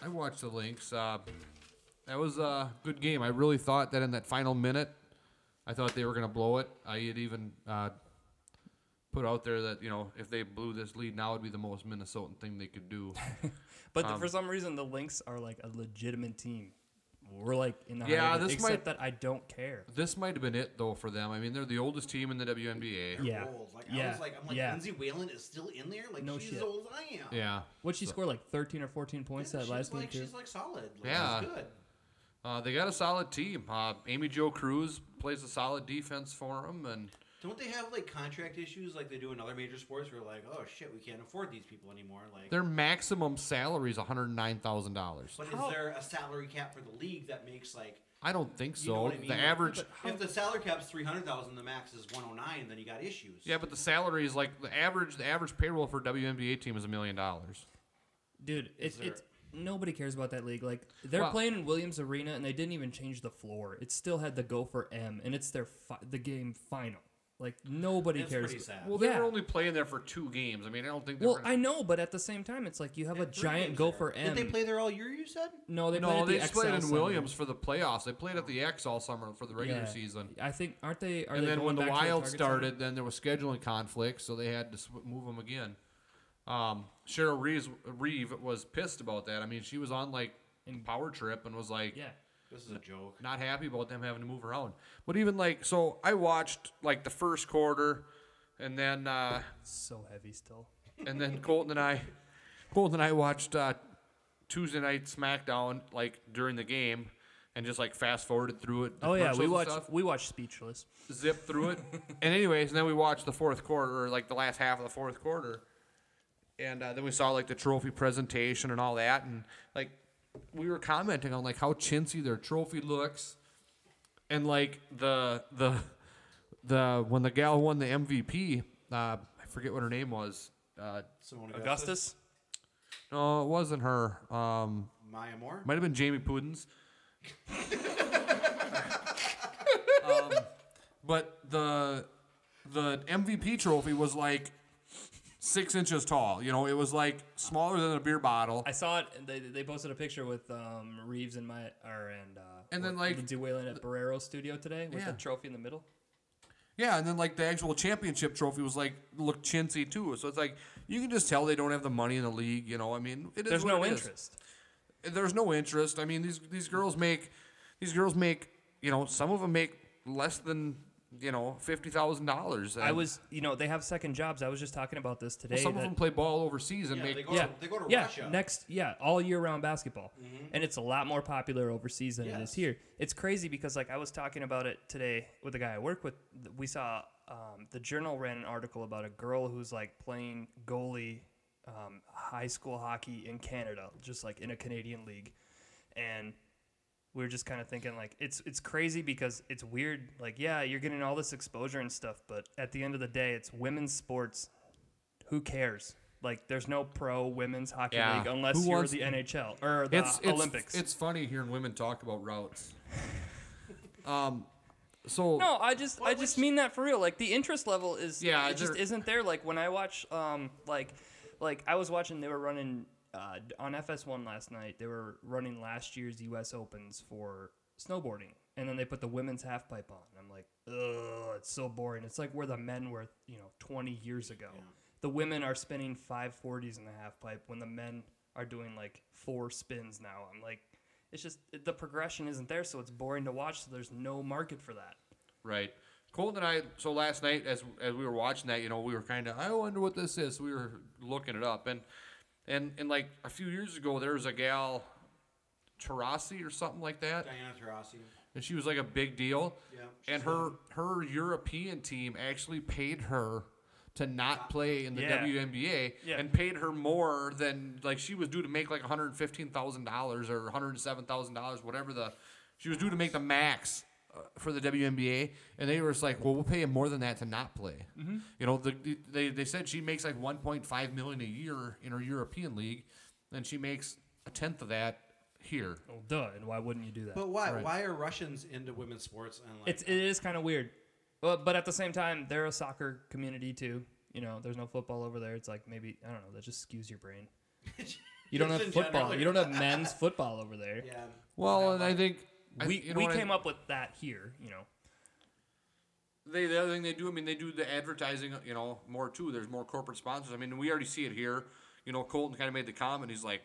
I watched the links. Uh, that was a good game. I really thought that in that final minute, I thought they were going to blow it. I had even uh, put out there that you know if they blew this lead now, it'd be the most Minnesotan thing they could *laughs* do. But the- for some reason, the Lynx are like a legitimate team. We're like in the high Yeah, level, this except might- that I don't care. this might have been it though for them. I mean, they're the oldest team in the WNBA. Yeah, Old. Like yeah, I was like, I'm like, yeah. Lindsay Whalen is still in there. Like No she's shit. as old as I am. Yeah. What she score like thirteen or fourteen points that she's last game like, too? she's like solid. Like, Yeah. She's good. Uh, they got a solid team. Uh, Amy Jo Cruz plays a solid defense for them, and Don't they have like contract issues like they do in other major sports where like, oh shit, we can't afford these people anymore? Like, their maximum salary is one hundred nine thousand dollars. but How- is there a salary cap for the league that makes like I don't think you know so. what I mean? The Like, average. if the salary cap's three hundred thousand, the max is one hundred nine, then you got issues. Yeah, but the salary is like the average. The average payroll for a WNBA team is a million dollars. Dude, it's there- it's nobody cares about that league. Like they're Well- playing in Williams Arena and they didn't even change the floor. It still had the Gopher M and it's their fi- the game final. Like nobody That's cares. pretty sad. Well, they Yeah. were only playing there for two games. I mean, I don't think they Well, were. Gonna, I know, but at the same time, it's like you have a Three giant games there. Gopher M. Did they play there all year? You said. No, they no, played they at the just played XL in Center. Williams for the playoffs. They played at the X all summer for the regular Yeah. season. I think aren't they? Are And they then when going the back to Wild Target Center? started, then there was scheduling conflicts, so they had to sw- move them again. Um, Cheryl Reeves, Reeve was pissed about that. I mean, she was on like power trip and was like, yeah, This is a joke. not happy about them having to move around. but even like, so I watched like the first quarter, and then uh, so heavy still. and then Colton and I, Colton and I watched uh, Tuesday night SmackDown like during the game, and just like fast forwarded through it. the Oh yeah, commercials we and watched stuff. we watched Speechless. zip through it. and anyways, and then we watched the fourth quarter, or like the last half of the fourth quarter, and uh, then we saw like the trophy presentation and all that, and like we were commenting on like how chintzy their trophy looks, and like the the the when the gal won the MVP, uh, I forget what her name was. Uh, Someone Augustus. no, it wasn't her. Um, Maya Moore. might have been Jamie Pudens. Um, but the the MVP trophy was like six inches tall. You know, it was like smaller than a beer bottle. I saw it. and They, they posted a picture with um, Reeves and my or and uh, And then, Lin- like, Lindsay Whalen at Barrero Studio today with Yeah. a trophy in the middle. Yeah, and then like the actual championship trophy was like looked chintzy too. So it's like you can just tell they don't have the money in the league. You know, I mean, it is There's what no it is. interest. There's no interest. I mean, these these girls make these girls make you know some of them make less than you know fifty thousand dollars. I was, you know, they have second jobs. I was just talking about this today. some of that- them play ball overseas and Yeah, make they go, yeah, to, they go to yeah, Russia. Mm-hmm. next, yeah, all year round basketball, and it's a lot more popular overseas than it is Yes. here. It's crazy because like I was talking about it today with a guy I work with. Th- We saw um, the Journal ran an article about a girl who's like playing goalie um, high school hockey in Canada, just like in a Canadian league, and we were just kind of thinking like it's it's crazy because it's weird like yeah you're getting all this exposure and stuff but at the end of the day it's women's sports who cares like there's no pro women's hockey Yeah. league unless Who you're wants- the NHL or the it's, it's Olympics It's funny hearing women talk about *laughs* routes. um, so no I just I Well, just which- mean that for real like the interest level is Yeah, it just they're- isn't there like when I watch um like like I was watching they were running uh, d- on FS1 last night they were running last year's US Opens for snowboarding and then they put the women's half pipe on I'm like ugh it's so boring it's like where the men were you know 20 years ago the women are spinning 540s in the half pipe when the men are doing like four spins now I'm like it's just the progression isn't there so it's boring to watch so there's no market for that Right. Colton and I. So last night, as as we were watching that, you know, we were kind of, I wonder what this is. We were looking it up, and and and like a few years ago, there was a gal, Tarasi or something like that, Diana Taurasi. and she was like a big deal. Yeah, she's And her her European team actually paid her to not play in the Yeah. WNBA Yeah. and paid her more than like she was due to make like one hundred fifteen thousand dollars or one hundred seven thousand dollars, whatever the she was due to make the max uh, for the WNBA, and they were just like, well, we'll pay him more than that to not play. You know, the, the- they they said she makes like one point five million a year in her European league, and she makes a tenth of that here. Well, duh. And why wouldn't you do that? But why? Why are Russians into women's sports? And like, it's it is kind of weird, but but at the same time, they're a soccer community too. You know, there's no football over there. It's like maybe I don't know. That just skews your *laughs* brain. You don't Just have in football. general. You don't have men's football over there. yeah, Well, and I think We we came up with that here. You know, they the other thing they do, I mean, they do the advertising, you know, more too. There's more corporate sponsors. I mean, we already see it here. You know, Colton kind of made the comment. He's like,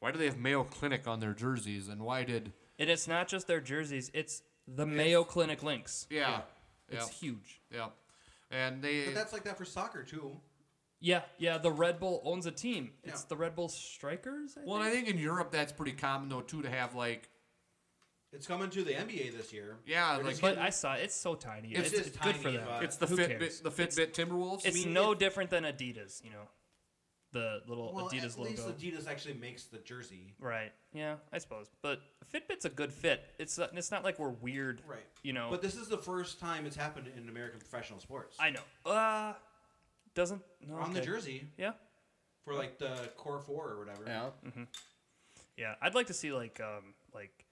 "Why do they have Mayo Clinic on their jerseys? And why did and it's not just their jerseys. It's the Mayo Clinic links. yeah, yeah, It's huge. yeah. And they but that's like that for soccer too. Yeah, yeah. The Red Bull owns a team. It's Yeah. the Red Bull Strikers. I well, and I think? think in Europe that's pretty common though too to have like It's coming to the NBA this year. yeah, They're like just but I saw it. it's so tiny. It's, just it's good tiny, for them. but- it's the Who Fitbit, cares? the Fitbit Timberwolves. It's mean, no it- different than Adidas, you know, the little well, Adidas at least logo. Adidas actually makes the jersey. right. Yeah, I suppose. But Fitbit's a good fit. It's not, it's not like we're weird. Right. You know. But this is the first time it's happened in American professional sports. I know. Uh, doesn't no, on the okay. jersey Yeah. for like the core four or whatever. yeah, Yeah, I'd like to see like um like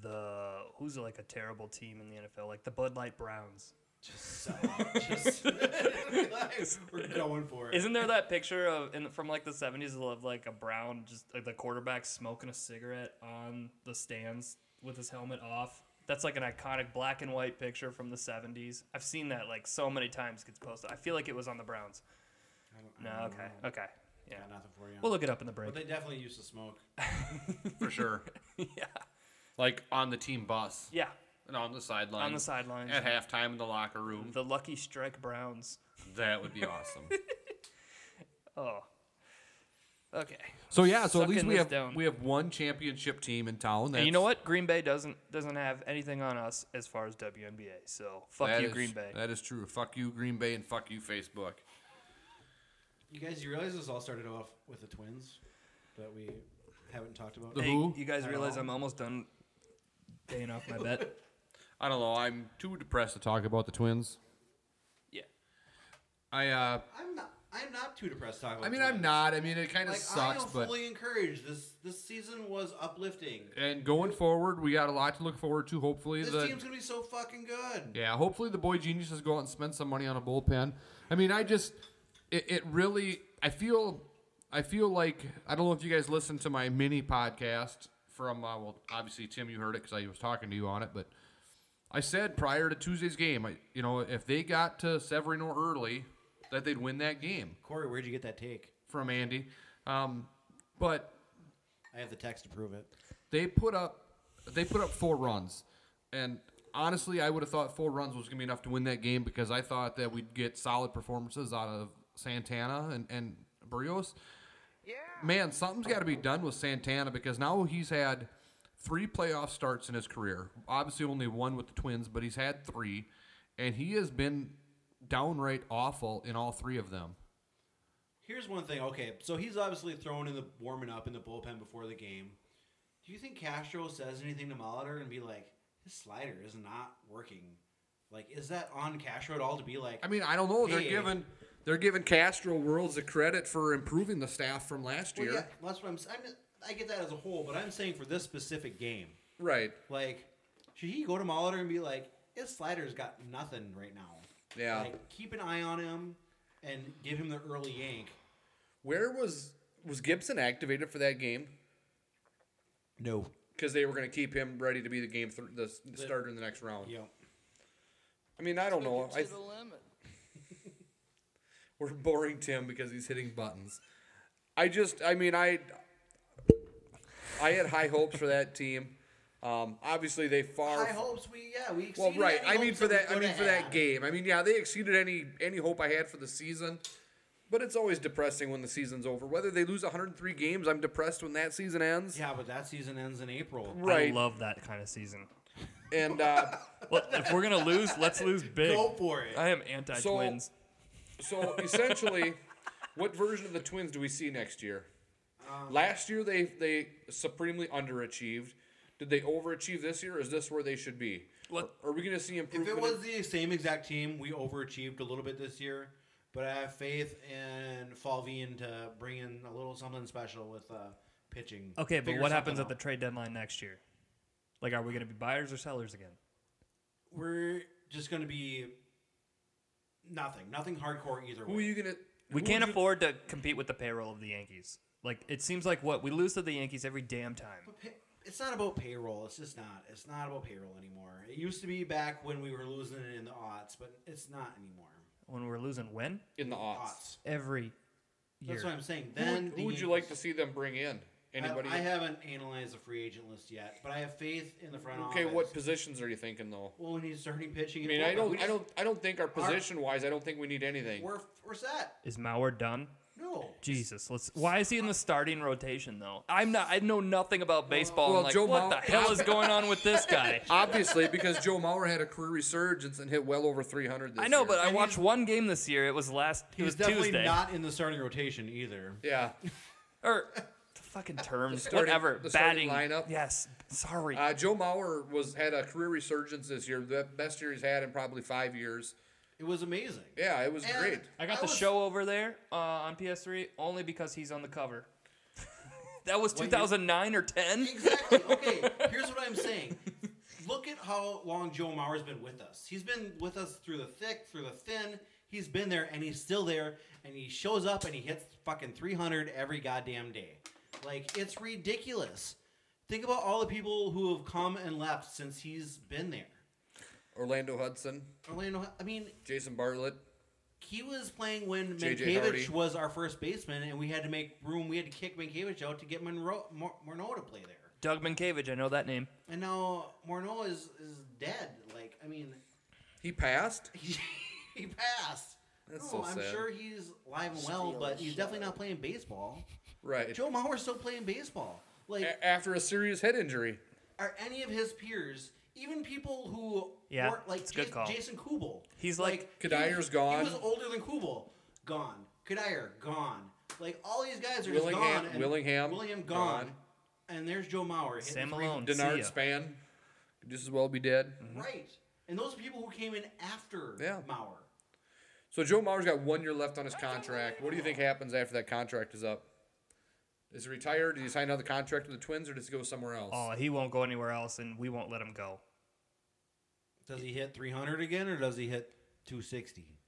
the who's like a terrible team in the NFL like the Bud Light Browns. So, *laughs* *laughs* just, like, *laughs* we're going for it. Isn't there that picture of in, from like the seventies of like a brown, just like the quarterback smoking a cigarette on the stands with his helmet off? That's like an iconic black and white picture from the seventies. I've seen that like so many times gets posted. I feel like it was on the Browns. I don't- I No, don't okay, know. okay, yeah. Got nothing for you. We'll look it up in the but break. they definitely used to smoke. *laughs* for sure. *laughs* yeah, Like on the team bus *laughs* yeah. and on the sideline, On the sidelines, at halftime in the locker room. the Lucky Strike Browns. That would be *laughs* awesome. Oh, okay. So yeah, so at least Sucking we this have down. we have one championship team in town. That's, And you know what? Green Bay doesn't doesn't have anything on us as far as WNBA. So fuck That you, is- Green Bay. That is true. Fuck you, Green Bay, and fuck you, Facebook. You guys, you realize this all started off with the twins that we haven't talked about. The- Hey, Who? you guys At realize all? I'm almost done paying off my *laughs* bet? I don't know. I'm too depressed to talk about the Twins. Yeah. I uh, I'm not. I'm not too depressed to talk about I mean, Twilight. I'm not. I mean, it kind of Like, I sucks, am but fully encouraged. This this season was uplifting. and going forward, we got a lot to look forward to. Hopefully, This the team's gonna be so fucking good. yeah, hopefully the boy geniuses go out and spend some money on a bullpen. I mean, I just it, it really I feel I feel like I don't know if you guys listened to my mini podcast from uh, well, obviously Tim, you heard it because I was talking to you on it, but I said prior to Tuesday's game, I, you know, if they got to Severino early, that they'd win that game Corey, where'd you get that take? from Andy, um, but I have the text to prove it. they put up they put up four runs and honestly i would have thought four runs was going to be enough to win that game because i thought that we'd get solid performances out of santana and, and brios man something's got to be done with santana because now he's had three playoff starts in his career obviously only one with the twins but he's had three and he has been downright awful in all three of them Here's one thing. Okay, so he's obviously thrown in the warming up in the bullpen before the game. Do you think Castro says anything to Molitor and be like, his slider is not working? Like, is that on Castro at all to be like? i mean i don't know Hey. they're giving they're giving castro worlds the credit for improving the staff from last well, year yeah, that's what I'm. s- I mean, I get that as a whole, but I'm saying for this specific game, Right. like, should he go to Molitor and be like, his slider's got nothing right now? Yeah. Like, keep an eye on him and give him the early yank. Where was was Gibson activated for that game? No. Because they were going to keep him ready to be the game th- the, s- starter in the next round. Yep. I mean, I don't know. I, to the limit. *laughs* we're boring Tim because he's hitting buttons. I just, I mean, I I had high hopes for that team. Um, obviously, they far High hopes. We yeah we. well, exceeded right. any I mean hopes for we that. I coulda mean for that had. game. I mean, yeah, they exceeded any any hope I had for the season. But it's always depressing when the season's over. Whether they lose 103 games, I'm depressed when that season ends. Yeah, but that season ends in April. Right. I love that kind of season. and uh, Well, if we're gonna lose, let's *laughs* lose big. Go for it. I am anti twins. So essentially, what version of the Twins do we see next year? Um, Last year they they supremely underachieved. Did they overachieve this year? Is this where they should be? Let- Are we going to see If improvement? it was the same exact team, we overachieved a little bit this year. But I have faith in Falveen to bring in a little something special with uh, pitching. Okay, but Figure what something happens at out. the trade deadline next year? Like, are we gonna be buyers or sellers again? We're just going to be nothing. Nothing hardcore either who are way. you going to? We can't afford to compete with the payroll of the Yankees. Like, it seems like what we lose to the Yankees every damn time. But pay- it's not about payroll. It's just not. It's not about payroll anymore. It used to be back when we were losing it in the aughts, but it's not anymore. When we're losing, when in the odds? Aughts. every year. That's what I'm saying. Who, Then would- the who would you like to Yankees- see them bring in? I- Anybody? I, haven't analyzed the free agent list yet, but I have faith in the front office. okay, what positions are you thinking though? Well, when he's starting pitching, I mean, I don't, I don't, I don't think our position wise, I don't think we need anything. We're, we're set. Is Mauer done? No. Jesus, let's. Why is he in the starting rotation though? I'm not. I know nothing about baseball. Well, I'm like, Joe what Mauer- the hell is going on with this guy? Obviously, because Joe Mauer had a career resurgence and hit well over 300 this I know, year. but I And watched he's- one game this year. It was last. It was He's definitely Tuesday. not in the starting rotation either. yeah. or the fucking terms, starting- whatever. the starting batting lineup. Yes. Sorry. Uh, Joe Mauer was had a career resurgence this year, the best year he's had in probably five years. It was amazing. Yeah, it was And- great. I got I the was- show over there uh, on PS3 only because he's on the cover. *laughs* that was year? 2009 or 10. Exactly. Okay, here's what I'm saying. Look at how long Joe Mauer's been with us. He's been with us through the thick, through the thin. He's been there, and he's still there, and he shows up and he hits fucking 300 every goddamn day. Like it's ridiculous. Think about all the people who have come and left since he's been there. Orlando Hudson, Orlando. I mean, Jason Bartlett. he was playing when J.J. Mankiewicz Hardy. was our first baseman, and we had to make room. We had to kick Mankiewicz out to get Monroe, Mor- Morneau to play there. Doug Minkiewicz, I know that name. And now Morneau is is dead. Like I mean, *laughs* He passed. he, passed. That's no, so I'm sad. sure he's alive and well, but he's definitely not playing baseball. Right. Joe Mauer's still playing baseball. Like, A- after a serious head injury. are any of his peers, even people who Yeah, weren't like it's a good Ja- call. Jason Kubel, He's like- Kadyr's he, gone. He was older than Kubel, gone. Kadir gone. Like all these guys are Willingham- just gone. and- Willingham, Willingham gone. gone. And there's Joe Mauer. hitting Sam three- Malone. See ya. Denard Span. Could just as well be dead. Right. And those are people who came in after Yeah. Mauer. So Joe Mauer's got one year left on his contract. What do you think happens after that contract is up? Is he retired? Does he sign another contract with the Twins, or does he go somewhere else? Oh, he won't go anywhere else, and we won't let him go. Does he hit 300 again or does he hit 260?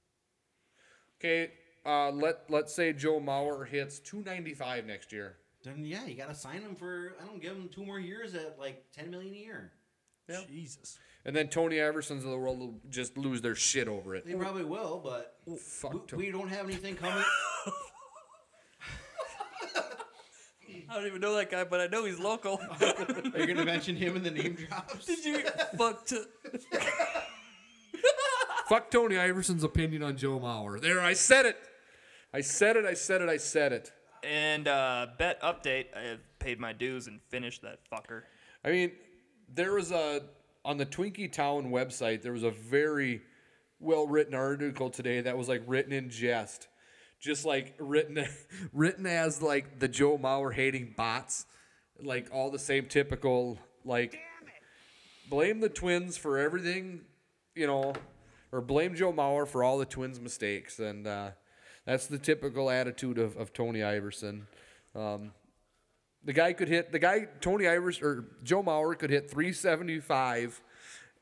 Okay, uh, let let's say Joe Mauer hits 295 next year. Then yeah, you got to sign him for I don't give him two more years at like 10 million a year. Jesus. And then Tony Iversons of the world will just lose their shit over it. They probably will, but we, Fuck we Tony. don't have anything coming. I don't even know that guy, but I know he's *laughs* local. *laughs* Are you gonna mention him in the *laughs* name drops? Did you fuck to Fuck Tony Iverson's opinion on Joe Mauer. There, I said it. I said it. I said it. I said it. And uh, bet update. I have paid my dues and finished that fucker. I mean, there was a on the Twinkie Town website. There was a very well written article today that was like written in jest, just like written *laughs* written as like the Joe Mauer hating bots, like all the same typical like blame the Twins for everything, you know, or blame Joe Mauer for all the Twins' mistakes and. uh that's the typical attitude of, of Tony Iverson. Um, the guy could hit the guy Tony Ivers or Joe Mauer could hit 375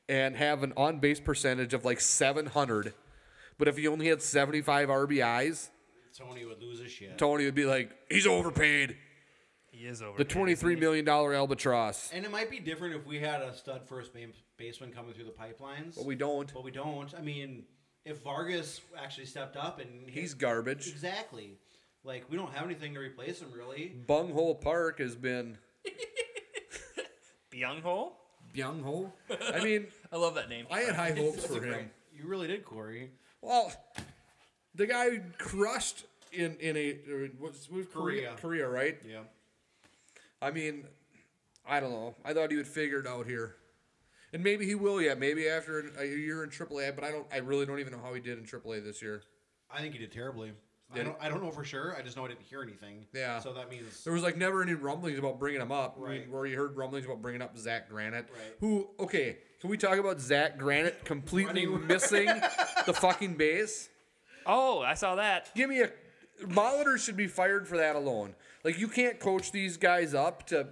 and have an on base percentage of like 700. But if he only had 75 RBIs, Tony would lose his shit. Tony would be like, he's overpaid. He is over. The 23 million dollar albatross. And it might be different if we had a stud first base, baseman coming through the pipelines. But we don't. But we don't. I mean, if Vargas actually stepped up and hit- He's garbage. exactly like we don't have anything to replace him really. Bunghole Park has been. Byung-ho? Bunghole. I mean, I love that name. I had high hopes for him. You really did, Corey. Well, the guy who crushed in in a or in- what's, what's Korea Korea. Korea right? Yeah. I mean, I don't know. I thought he would figure it out here, and maybe he will yet. Maybe after an- a year in AAA, but I don't. I really don't even know how he did in AAA this year. I think he did terribly. I Did don't, I don't know for sure. I just know I didn't hear anything. Yeah. So that means There was like never any rumblings about bringing him up. I Right. mean, where you heard rumblings about bringing up Zach Granite, Right. who okay, can we talk about Zach Granite completely *laughs* missing the fucking base? Oh, I saw that. Give me a Molitor should be fired for that alone. Like you can't coach these guys up to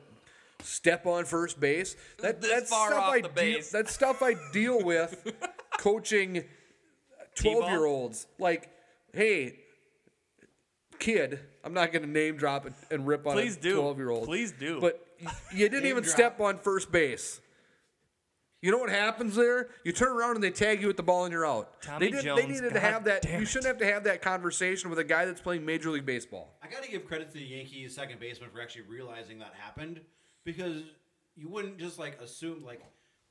step on first base. That This that's far stuff off I the deal- base. that's stuff I *laughs* deal with coaching T-ball? 12 year olds. Like, hey, kid, I'm not going to name drop and, and rip on Please a do. 12 year old. Please do. But y- you didn't even step on first base. You know what happens there? You turn around and they tag you with the ball and you're out. Tommy they, didn't- Jones, they needed God to have that. damn You it. shouldn't have to have that conversation with a guy that's playing Major League Baseball. I got to give credit to the Yankees second baseman for actually realizing that happened because you wouldn't just like assume like,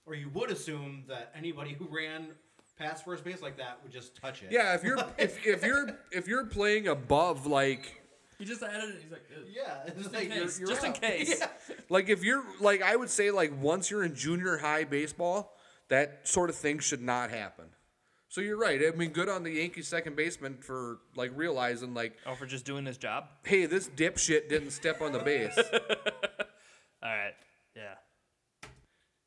or you would assume that anybody who ran past first base like that would just touch it. Yeah, if you're if, if you're if you're playing above like He just added it. He's like, "Ew." *laughs* Yeah. It's like in case, you're, you're Just in out. *laughs* case. like if you're like I would say like once you're in junior high baseball, that sort of thing should not happen. So you're right. I mean, good on the Yankees second baseman for like realizing like, Oh, for just doing his job? hey, this dipshit didn't step on the *laughs* base. All right. Yeah.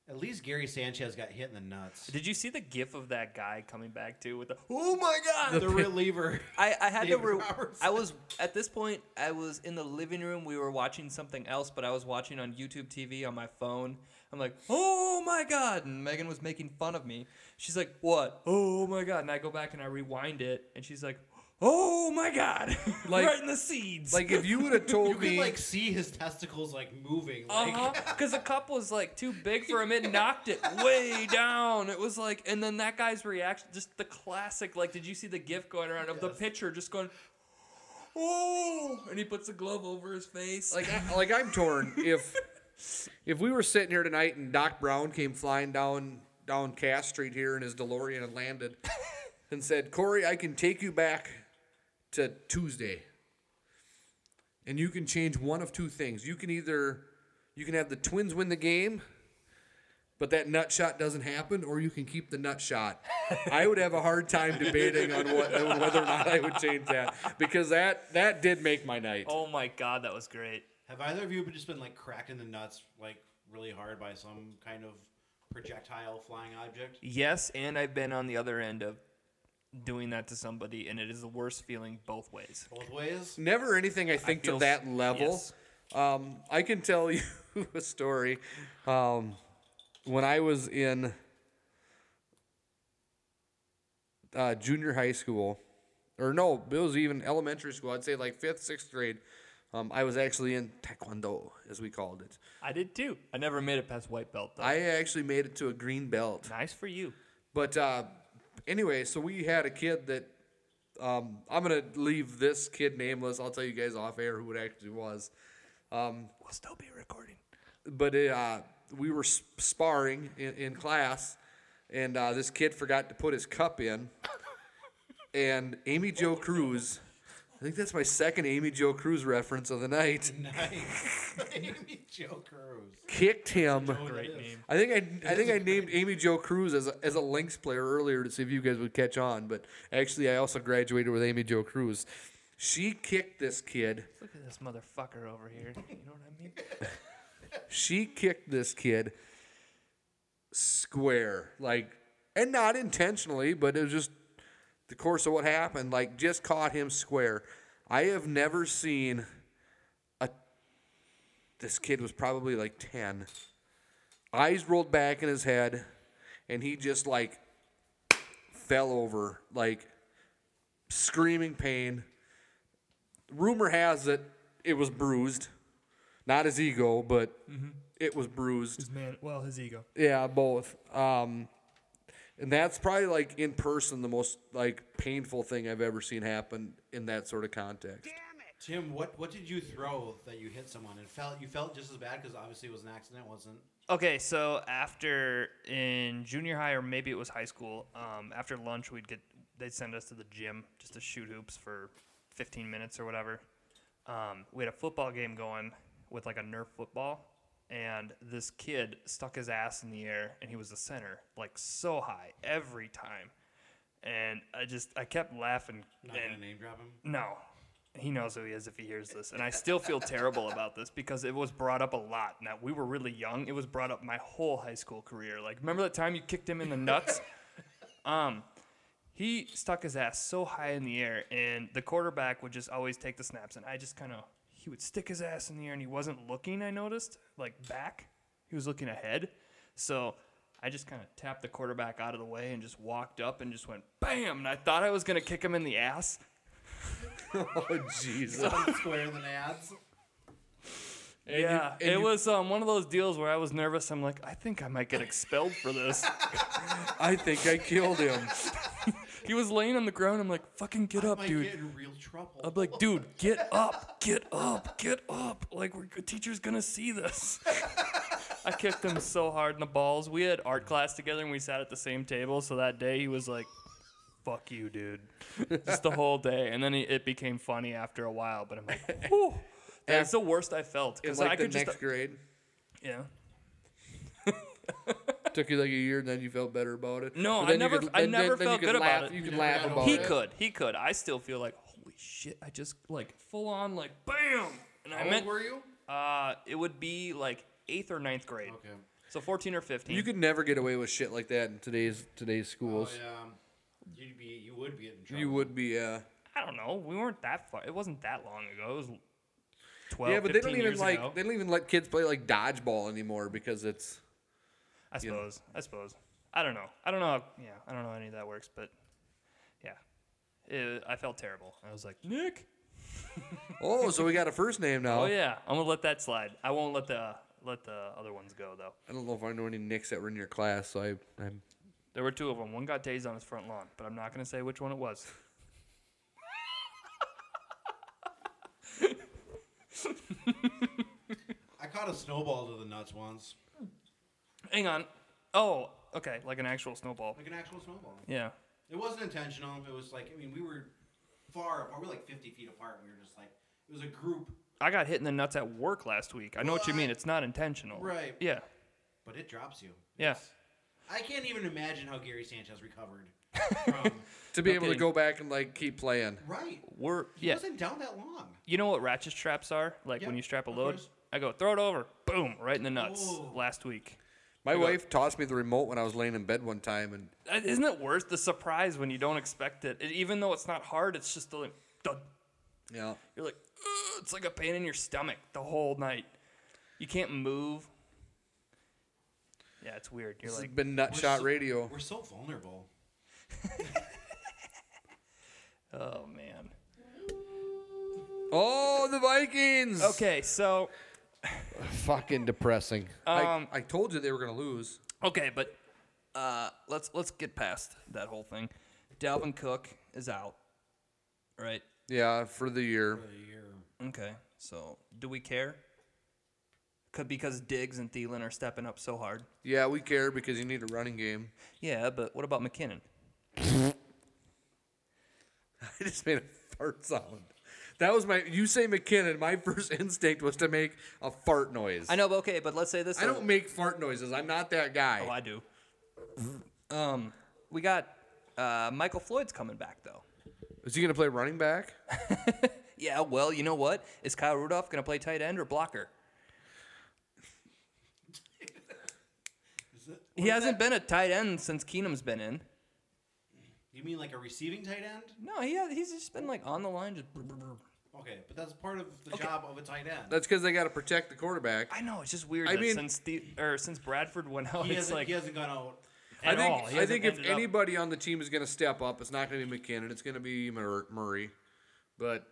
At least Gary Sanchez got hit in the nuts. Did you see the gif of that guy coming back too with the Oh my god! The reliever. I, I *laughs* had David to. Re- Robertson. I was at this point. I was in the living room. We were watching something else, but I was watching on YouTube TV on my phone. I'm like, oh my god! And Megan was making fun of me. She's like, what? Oh my god! And I go back and I rewind it, and she's like, oh my god! *laughs* Like- right in the seeds. like if you would have told You me, could like see his testicles like moving. Uh Uh-huh. Like, huh. *laughs* Because the cup was like too big for him. It knocked it way down. It was like, and then that guy's reaction, just the classic. Like, did you see the gif going around of the pitcher just going, oh, and he puts a glove over his face. like I, like I'm torn if if we were sitting here tonight and Doc Brown came flying down down Cass Street here in his DeLorean and landed and said, "Corey, I can take you back to Tuesday, and you can change one of two things. You can either you can have the Twins win the game." But that nut shot doesn't happen, or you can keep the nut shot. I would have a hard time debating on what, on whether or not I would change that because that that did make my night. Oh my god, that was great. have either of you just been like cracked in the nuts like really hard by some kind of projectile flying object? Yes, and I've been on the other end of doing that to somebody, and it is the worst feeling both ways. both ways. *laughs* Never anything I think to feel that s- level. yes. Um, I can tell *laughs* you a story. Um, when I was in uh, junior high school, or no, it was even elementary school. I'd say like fifth, sixth grade. Um, I was actually in taekwondo, as we called it. I did too. I never made it past white belt though. I actually made it to a green belt. nice for you. But uh, anyway, so we had a kid that um, I'm gonna leave this kid nameless. I'll tell you guys off air who it actually was. We'll still be recording. But it, uh, we were s- sparring in, in class, and uh, this kid forgot to put his cup in. And Amy Jo Cruz, I think that's my second Amy Jo Cruz reference of the night, Nice. *laughs* Amy Jo Cruz. kicked him. Great name. I think I, I think I named Amy Jo Cruz as a, as a Lynx player earlier to see if you guys would catch on, but actually I also graduated with Amy Jo Cruz. She kicked this kid. Look at this motherfucker over here. *laughs* You know what I mean? She kicked this kid square, like, and not intentionally, but it was just the course of what happened. Like, just caught him square. I have never seen a. This kid was probably like ten. Eyes rolled back in his head, and he just like fell over, like screaming pain. Rumor has it it was bruised, not his ego, but it was bruised. Man, well, his ego. Yeah, both. Um, and that's probably like in person the most like painful thing I've ever seen happen in that sort of *laughs* context. Tim, what what did you throw that you hit someone? It felt you felt just as bad because obviously it was an accident, wasn't? Okay, so after in junior high or maybe it was high school, um, after lunch we'd get they'd send us to the gym just to shoot hoops for 15 minutes or whatever. Um, we had a football game going with like a Nerf football, and this kid stuck his ass in the air, and he was the center, like so high every time. And I just I kept laughing Not and gonna name drop *laughs* him. no. He knows who he is if he hears this. And I still feel terrible about this because it was brought up a lot. Now, we were really young. It was brought up my whole high school career. Like, remember that time you kicked him in the nuts? um, he stuck his ass so high in the air, and the quarterback would just always take the snaps. And I just kind of, he would stick his ass in the air, and he wasn't looking, I noticed, like back. He was looking ahead. So I just kind of tapped the quarterback out of the way and just walked up and just went bam. And I thought I was going to kick him in the ass. Oh Jesus! Square in the nads. And you- yeah, and it you- was um, one of those deals where I was nervous. I'm like, I think I might get expelled *laughs* for this. I think I killed him. he was laying on the ground. I'm like, fucking get up, Might dude. get in real trouble. I'm like, dude, get up, get up, get up. Like, we're, the teacher's gonna *laughs* see this. I kicked him so hard in the balls. We had art class together and we sat at the same table. So that day he was like, fuck you, dude. Just the whole day. And then he, it became funny after a while. But I'm *laughs* like, whew. That's the worst I felt. In Because like I the could next just, uh, grade, yeah. took you like a year, and then you felt better about it. No, But I then you never- I never you felt could good about laugh, it. You could laugh got about over He it. could. He could. I still feel like, holy shit, I just like full on like bam. And I How old meant were you? uh it would be like eighth or ninth grade. Okay. So fourteen or fifteen. You could never get away with shit like that in today's today's Oh schools. yeah. You'd be you would be in trouble. You would be. Uh, I don't know. We weren't that far. It wasn't that long ago. It was twelve. yeah, but they don't 15 even years like ago, they don't even let kids play like dodgeball anymore because *laughs* it's I know. suppose. I suppose. I don't know. I don't know. How, yeah, I don't know how any of that works, but yeah, it, I felt terrible. I was like, Nick. oh, so we got a first name now. Oh yeah, I'm gonna let that slide. I won't let the let the other ones go though. I don't know if I know any Knicks that were in your class, so I, I'm There were two of them. One got tased on his front lawn, but I'm not going to say which one it was. I caught a snowball to the nuts once. Hang on. Oh, okay, like an actual snowball. Like an actual snowball. Yeah. It wasn't intentional. It was like I mean we were far apart. We were like fifty feet apart. We were just like it was a group, I got hit in the nuts at work last week. I know what you mean. It's not intentional. Right. Yeah. but it drops you. Yeah. I can't even imagine how Gary Sanchez recovered from *laughs* to be able to kidding. go back and like keep playing. right. We're He yeah. wasn't down that long. You know what ratchet straps are? Like Yeah, when you strap a of load. course. I go throw it over. Boom, right in the nuts Oh. last week. My wife tossed me the remote when I was laying in bed one time, and Uh, Isn't it worse the surprise when you don't expect it? it even though it's not hard, it's just the like, dun. you know, You're like, "Ugh," it's like a pain in your stomach the whole night. You can't move. Yeah, it's weird. You're this like, has been nut shot radio. We're so vulnerable. oh man. Oh, the Vikings! Okay, so Fucking depressing. Um, I, I told you they were gonna lose. okay, but Uh, let's let's get past that whole thing. Dalvin Cook is out, right? Yeah, for the year. Okay, so do we care? Could because Diggs and Thielen are stepping up so hard. Yeah, we care because you need a running game. *laughs* Yeah, but what about McKinnon? I just made a fart sound. That was my. You say McKinnon. My *laughs* first instinct was to make a fart noise. I know, but okay, but let's say this. I don't make fart noises. I'm not that guy. Oh, I do. Um, we got uh, Michael Floyd's coming back though. Is he gonna play running back? Yeah, well, you know what? Is Kyle Rudolph gonna play tight end or blocker? he hasn't been a tight end since Keenum's been in. You mean like a receiving tight end? No, he has, he's just been like on the line. Just brr, brr, brr. Okay, but that's part of the job of a tight end. That's because they gotta protect the quarterback. I know it's just weird. I that mean- since the or since Bradford went out, he it's hasn't, like he hasn't gone out. at I think, all. He I hasn't think if ended up- anybody on the team is going to step up, it's not going to be McKinnon. It's going to be Mur- Murray. But,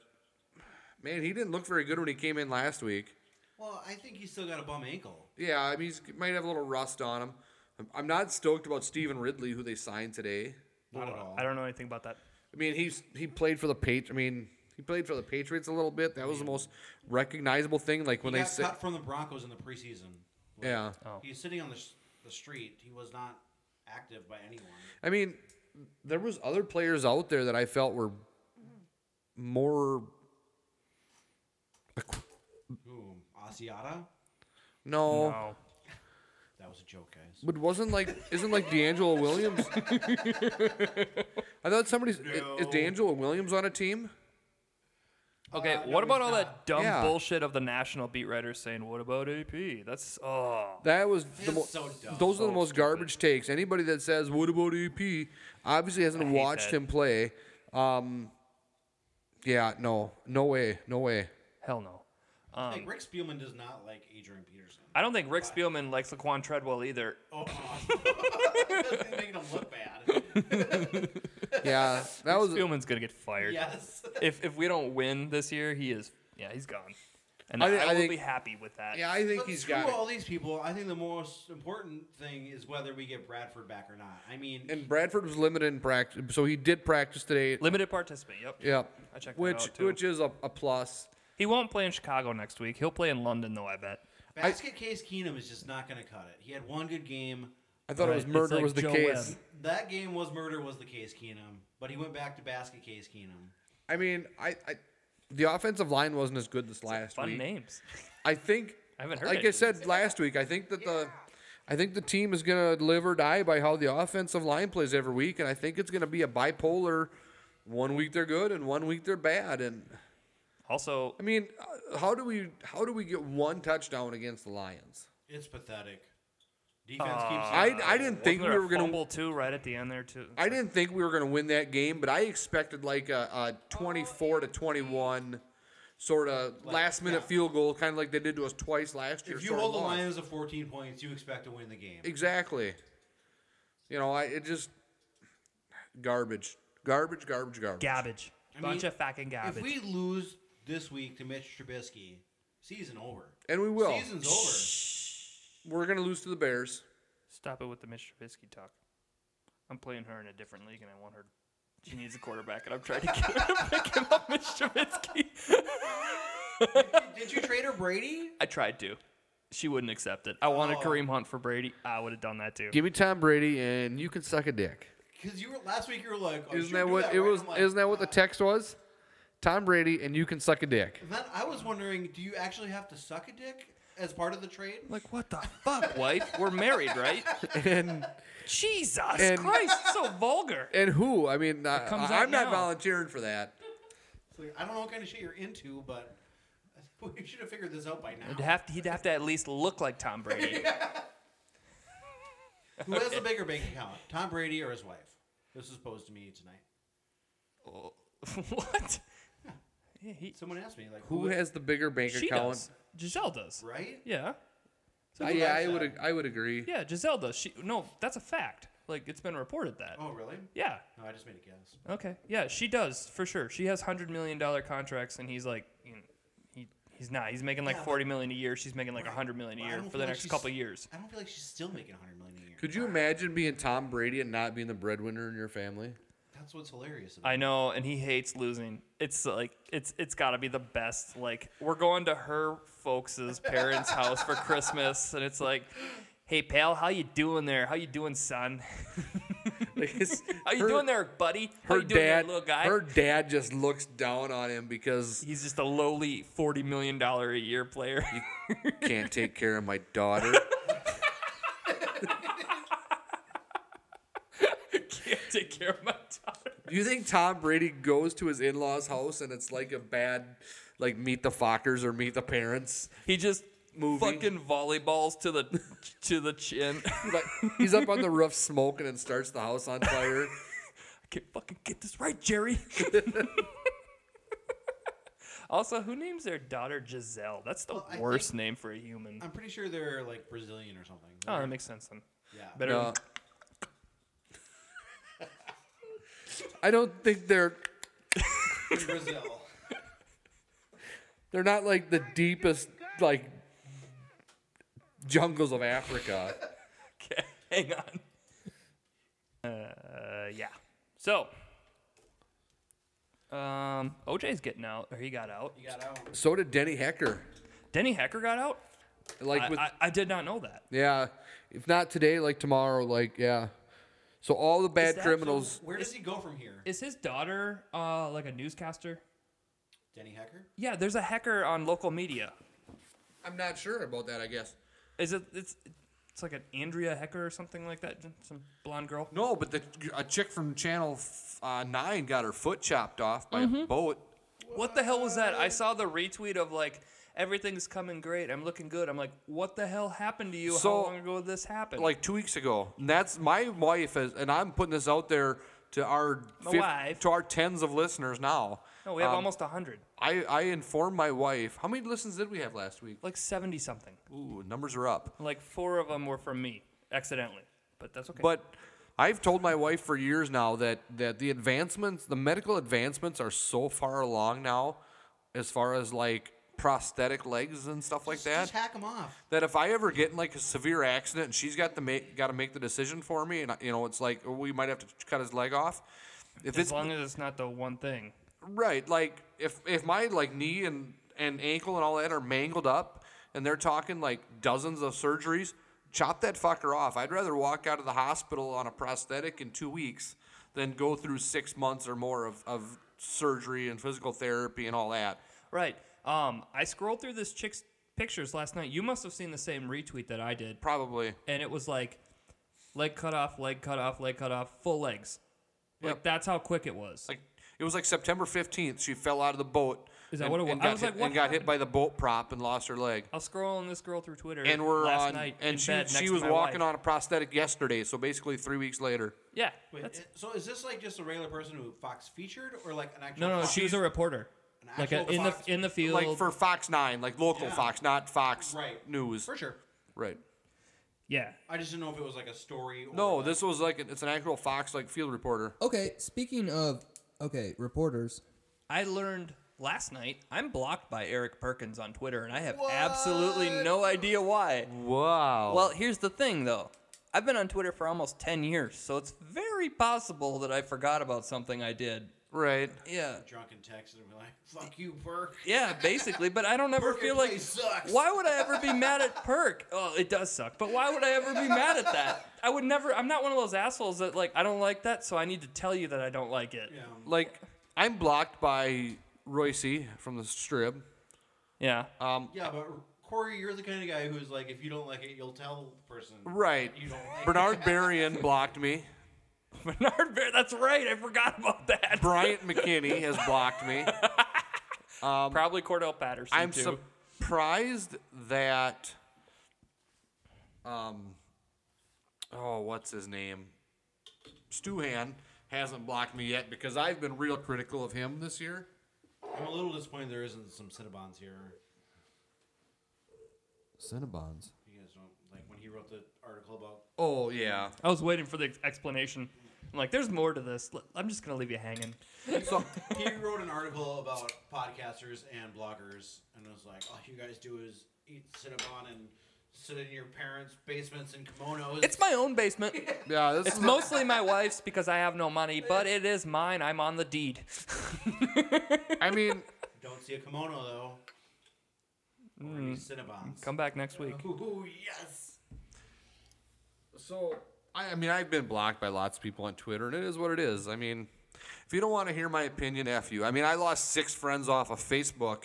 man, he didn't look very good when he came in last week. Well, I think he's still got a bum ankle. Yeah, I mean, he might have a little rust on him. I'm- I'm not stoked about Steven Ridley, who they signed today. Not at all. I don't know anything about that. I mean, he's he played for the Patri I mean, he played for the Patriots a little bit. That was the most recognizable thing. Like when he they got said, cut from the Broncos in the preseason. Like, yeah. He's sitting on the, s- the street. He was not active by anyone. I mean, there was other players out there that I felt were more Ooh, Asiata? no. Oh, That was a joke, guys. But wasn't like isn't like D'Angelo Williams? I thought somebody's i- is D'Angelo Williams on a team? okay. what about all that dumb Yeah. bullshit of the national beat writers saying, "What about AP?" That's oh, That was the It's mo- so dumb. those are the most garbage takes. Anybody that says what about EP obviously hasn't hate watched that. him play. Um, yeah, no, no way, no way. hell no. like, Rick Spielman does not like Adrian Peterson. I don't think Rick Spielman likes Laquan Treadwell either. *laughs* Oh, that's making him look bad. *laughs* Yeah, that was Spielman's gonna get fired. Yes. If if we don't win this year, he is yeah, he's gone. And I I, thi- I will think- be happy with that. yeah. I think But he's screw got all it. these people. I think the most important thing is whether we get Bradford back or not. I mean, And Bradford was limited in practice, so he did practice today. Limited participant, yep. Yep. I checked that which out, too. which is a, a plus. He won't play in Chicago next week. He'll play in London though, I bet. basket case Keenum is just not going to cut it. He had one good game. I thought it was Right, it's murder like was the Joe case. Webb. That game was murder was the case Keenum, but he went back to basket case Keenum. I mean, I, I the offensive line wasn't as good this last Fun week. names. I think I haven't heard Like any I of said last week, I think that the I think the team is going to live or die by how the offensive line plays every week, and I think it's going to be a bipolar. One week they're good, and one week they're bad. And Also, I mean, uh, how do we how do we get one touchdown against the Lions? It's pathetic. Defense keeps. I, I didn't think we Uh, wasn't there were a going to fumble too right at the end there too. I didn't think we were going to win that game, but I expected like a, a 24 to 21 sort of last minute yeah. field goal, kind of like they did to us twice last year. If you sorta hold the lost. Lions to 14 points, you expect to win the game. exactly. You know, I it just garbage, garbage, garbage, garbage. Gabbage. Bunch mean, of fucking If garbage. we lose this week to Mitch Trubisky, season over. And we will. Season's over. We're going to lose to the Bears. Stop it with the Mitch Trubisky talk. I'm playing her in a different league and I want her she needs a quarterback and I'm trying to get her to pick him up Mitch Trubisky. Did you trade her Brady? *laughs* I tried to. She wouldn't accept it. I wanted Oh. Kareem Hunt for Brady. I would have done *laughs* that too. Give me Tom Brady, and you can suck a dick. Because you were last week. You were like, oh, Isn't you that do what it right? was? I'm like, uh. isn't that what the text was? Tom Brady, and you can suck a dick. And then I was wondering, do you actually have to suck a dick as part of the trade? Like, what the fuck, *laughs* wife? We're married, right? And Jesus And- Christ, so vulgar. and who? I mean, I, comes out I'm not now. volunteering for that. It's like, I don't know what kind of shit you're into, but *laughs* *laughs* we should have figured this out by now. *laughs* He'd have to, he'd have to at least look like Tom Brady. Who has the bigger bank account, Tom Brady or his wife? This was posed to me tonight. what? Yeah, he, Someone asked me, like, Who has the bigger bank she account? does. Giselle does. right? Yeah. I, yeah, I likes would. that? I would agree. Yeah, Giselle does. She no, that's a fact. Like it's been reported that. Oh, really? Yeah. No, I just made a guess. Okay. Yeah, she does for sure. She has hundred million dollar contracts, and he's like, you know, he he's not. He's making like Yeah, but- forty million a year. She's making like a hundred million a Well, I year don't for feel the like next she's- couple years. I don't feel like she's still making 100 million a year. Could you imagine being Tom Brady and not being the breadwinner in your family? *laughs* That's what's hilarious about I know, and he hates losing. It's like it's it's got to be the best. Like we're going to her folks' *laughs* parents' house for Christmas, and it's like, hey pal, how you doing there? How you doing, son? *laughs* Like it's, How you her- doing there, buddy? How Her you doing there, dad. little guy? Her dad just looks down on him because He's just a lowly forty million dollar a year player. can't take care of my daughter. *laughs* Can't take care of my daughter. Do you think Tom Brady goes to his in-laws' house and it's like a bad, like Meet the Fockers or Meet the Parents? He just Movie. fucking volleyballs to the *laughs* to the chin. *laughs* Like he's up on the roof smoking and starts the house on fire. I can't fucking get this right, Jerry. *laughs* also, who names their daughter Giselle? That's the Well, I think- worst name for a human. I'm pretty sure they're like Brazilian or something. oh, that makes sense then. yeah. Better. No. I don't think they're In Brazil. *laughs* they're not like the deepest like jungles of Africa. *laughs* Okay, hang on. Uh, yeah. So, um, OJ's getting out, or he got out. You got out. So did Denny Hecker. Denny Hecker got out. Like I, with I, I did not know that. yeah, if not today, like tomorrow, like yeah. So all the bad that criminals. Where does he go from here? Is his daughter uh like a newscaster? Denny Hecker? Yeah, there's a Hecker on local media. I'm not sure about that. I guess. Is it? It's it's like an Andrea Hecker or something like that. Some blonde girl. No, but the a chick from Channel f- uh, Nine got her foot chopped off by Mm-hmm. a boat. What the hell was that? I saw the retweet of like everything's coming great. I'm looking good. I'm like, what the hell happened to you? So, How long ago did this happen? like two weeks ago. And that's my wife is, and I'm putting this out there to our My wife. to our tens of listeners now. no, we have um, almost a hundred, I I informed my wife. How many listens did we have last week? like seventy something. Ooh, numbers are up. Like four of them were from me accidentally, but that's okay. But I've told my wife for years now that that the advancements, the medical advancements, are so far along now, as far as like prosthetic legs and stuff like that. *laughs* Just hack him off. that if I ever get in like a severe accident and she's got the make got to make the decision for me, and I- you know it's like we might have to cut his leg off. If as it's long as it's not the one thing. right, like if if my like knee and and ankle and all that are mangled up, and they're talking like dozens of surgeries, chop that fucker off. I'd rather walk out of the hospital on a prosthetic in two weeks than go through six months or more of, of surgery and physical therapy and all that. Right. Um, I scrolled through this chick's pictures last night. You must have seen the same retweet that I did, Probably. and it was like leg cut off, leg cut off, leg cut off, full legs. Like Yep. that's how quick it was. like it was like September 15th. She fell out of the boat. Is that and- what it was? And I got, was hit, like, what and got hit by the boat prop and lost her leg. I was scrolling this girl through Twitter, And we're last on, night in and she, bed next she to was my walking wife. on a prosthetic yesterday. So basically, three weeks later, Yeah, Wait, that's- i- so is this like just a regular person who Fox featured or like an actual no, no, Fox? she was a reporter, An like a, actual in the Fox- in the field. like for Fox Nine, like local Yeah. Fox, not Fox *laughs* Right. News, For sure. right? yeah, I just didn't know if it was like a story or No, like- this was like it's an actual Fox like field reporter. Okay, speaking of okay reporters, I learned last night I'm blocked by Eric Perkins on Twitter, and I have absolutely no idea why. Wow. Well, here's the thing, though. I've been on Twitter for almost 10 years, so it's very possible that I forgot about something I did. right. Yeah. drunk in Texas and be like, fuck you, Perk. Yeah, basically, but I don't ever Perk, feel your like. place sucks. Why would I ever be mad at Perk? *laughs* Oh, it does suck, but why would I ever be mad at that? I would never. I'm not one of those assholes that, like, I don't like that, so I need to tell you that I don't like it. Yeah. Like I'm blocked by Royce from the strip. Yeah. Um, Yeah, but Corey, you're the kind of guy who's like, if you don't like it, you'll tell the person. right. You don't like Bernard *laughs* Berrien blocked me. *laughs* Bernard Bear, that's right. I forgot about that. Bryant McKinney has blocked *laughs* me. Probably Cordell Patterson. I'm too. surprised that um oh, what's his name? Stuhan hasn't blocked me yet because I've been real critical of him this year. I'm a little disappointed there isn't some Cinnabons here. Cinnabons. You guys don't like when he wrote the article about Oh yeah. I was waiting for the ex- explanation. I'm like, there's more to this. L- I'm just gonna leave you hanging. So he wrote an article about podcasters and bloggers and was like, all you guys do is eat Cinnabon and sit in your parents' basements in kimonos. It's my own basement. yeah, this It's is mostly my wife's because I have no money, but it is mine. I'm on the deed. *laughs* I mean, Don't see a kimono, though. Or any Cinnabons. Hmm. Come back next week. Ooh, yes! so I, I mean, I've been blocked by lots of people on Twitter, and it is what it is. I mean, if you don't want to hear my opinion, f you. I mean, I lost six friends off of Facebook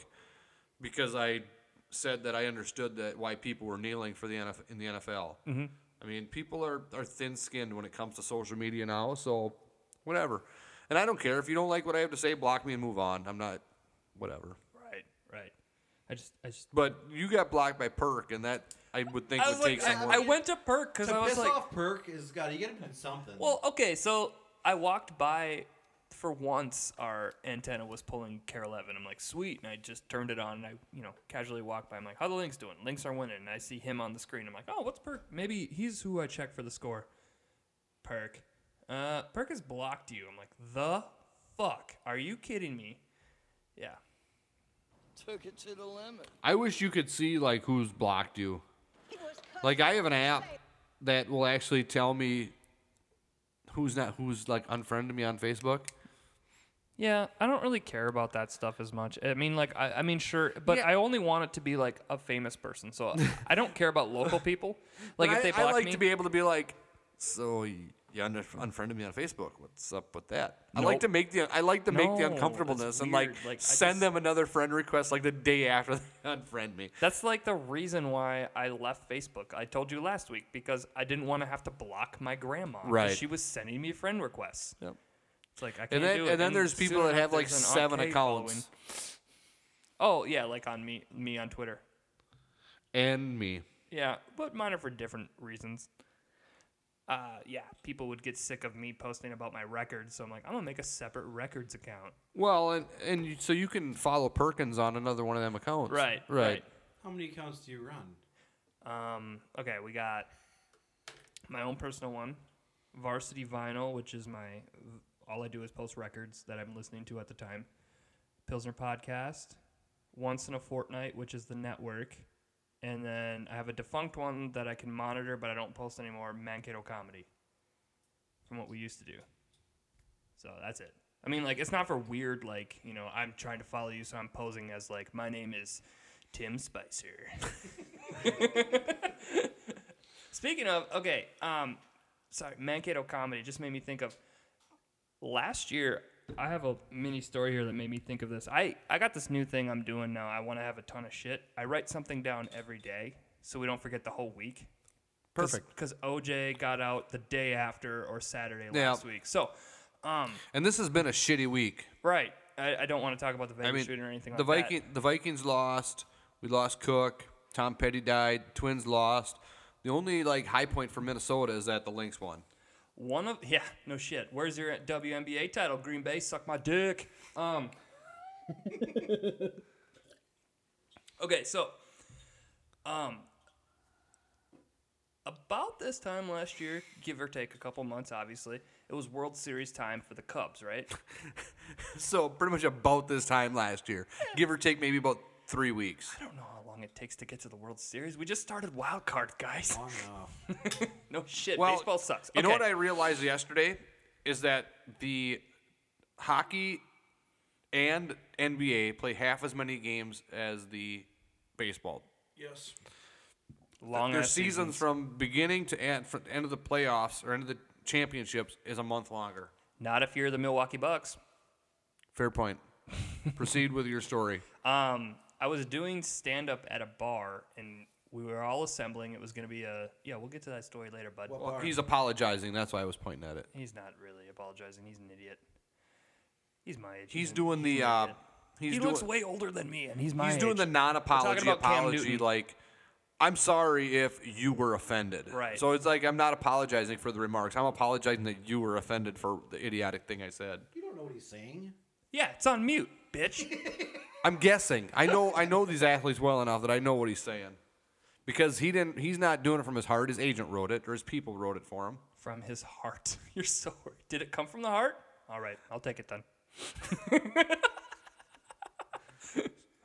because I said that I understood that why people were kneeling for the NF, in the NFL. Mm-hmm. I mean, people are are thin skinned when it comes to social media now, so whatever. And I don't care if you don't like what I have to say. Block me and move on. I'm not, whatever. Right, right. I just, I just. But you got blocked by Perk, and that I would think I would was take like, some work. I, I went to Perk because I To was piss like, off Perk is, got you gotta do something. well, okay. So I walked by. For once, our antenna was pulling Care 11. I'm like, sweet. And I just turned it on and I, you know, casually walked by. I'm like, how the links doing? Links are winning. And I see him on the screen. I'm like, oh, what's Perk? Maybe he's who I check for the score. Perk. Uh, Perk has blocked you. I'm like, the fuck? Are you kidding me? Yeah. Took it to the limit. I wish you could see like who's blocked you. Like I have an app that will actually tell me who's not who's like unfriended me on Facebook. Yeah, I don't really care about that stuff as much. I mean, like, I, I mean, sure, but I only want it to be like a famous person, *laughs* so I don't care about local people. Like, But if I, they I block like me, to be able to be like, so you un- unfriended me on Facebook. What's up with that? I like Nope. to make the I like to make No, the that's uncomfortableness and weird. like, Like, I send just- them another friend request like the day after *laughs* they unfriend me. that's like the reason why I left Facebook. I told you last week because I didn't want to have to block my grandma. 'cause Right. She was sending me friend requests. Yep. It's like I can't And then do it. and then there's people soon that enough, have like there's an Aunt seven Kay accounts following. Oh yeah, like on me, me on Twitter. and me. Yeah, but mine are for different reasons. Uh, yeah, people would get sick of me posting about my records, so I'm like, I'm gonna make a separate records account. Well, and and you, so you can follow Perkins on another one of them accounts. Right, Right. How many accounts do you run? Um, okay, we got my own personal one, Varsity Vinyl, which is my all I do is post records that I'm listening to at the time. Pilsner Podcast, Once in a Fortnight, which is the network, and then I have a defunct one that I can monitor, but I don't post anymore. Mankato Comedy, from what we used to do. So that's it. I mean, like, it's not for weird, like, you know, I'm trying to follow you, so I'm posing as, like, my name is Tim Spicer. Speaking of, okay, um, sorry, Mankato comedy just made me think of last year. I have a mini story here that made me think of this. I, I got this new thing I'm doing now. I want to have a ton of shit. I write something down every day so we don't forget the whole week. Perfect. Because OJ got out the day after or Saturday Yeah. last week. So, um, And this has been a shitty week. right. I, I don't want to talk about the Vegas I mean, shooting or anything the like Viking, the Vikings lost. We lost Cook. Tom Petty died. Twins lost. The only like high point for Minnesota is that the Lynx won. that. One of, yeah, no shit. Where's your WNBA title? Green Bay, suck my dick. *laughs* Um, Okay, so um about this time last year, give or take a couple months obviously, it was World Series time for the Cubs, *laughs* right? So pretty much about this time last year, give or take maybe about three weeks. I don't know how long it takes to get to the World Series. We just started wild card, guys. Long enough. *laughs* No shit, Well, baseball sucks. You know Okay. what I realized yesterday is that the hockey and NBA play half as many games as the baseball. yes. long Their ass seasons, from beginning to end, from the end of the playoffs or end of the championships is a month longer. Not if you're the Milwaukee Bucks. Fair point. Proceed with your story. Um, I was doing stand up at a bar and we were all assembling. It was going to be a yeah. We'll get to that story later, bud. Well, he's apologizing. That's why I was pointing at it. He's not really apologizing. He's an idiot. He's my age. He's an- doing the. an Uh, idiot. he's he doing, looks way older than me, and he's my He's doing age. the non-apology about Cam apology. Newton. Like I'm sorry if you were offended. Right. So it's like I'm not apologizing for the remarks. I'm apologizing that you were offended for the idiotic thing I said. You don't know what he's saying. Yeah, it's on mute, bitch. *laughs* I'm guessing. I know I know these athletes well enough that I know what he's saying. Because he didn't he's not doing it from his heart. His agent wrote it or his people wrote it for him. from his heart. *laughs* You're so. Did it come from the heart? All right, I'll take it then.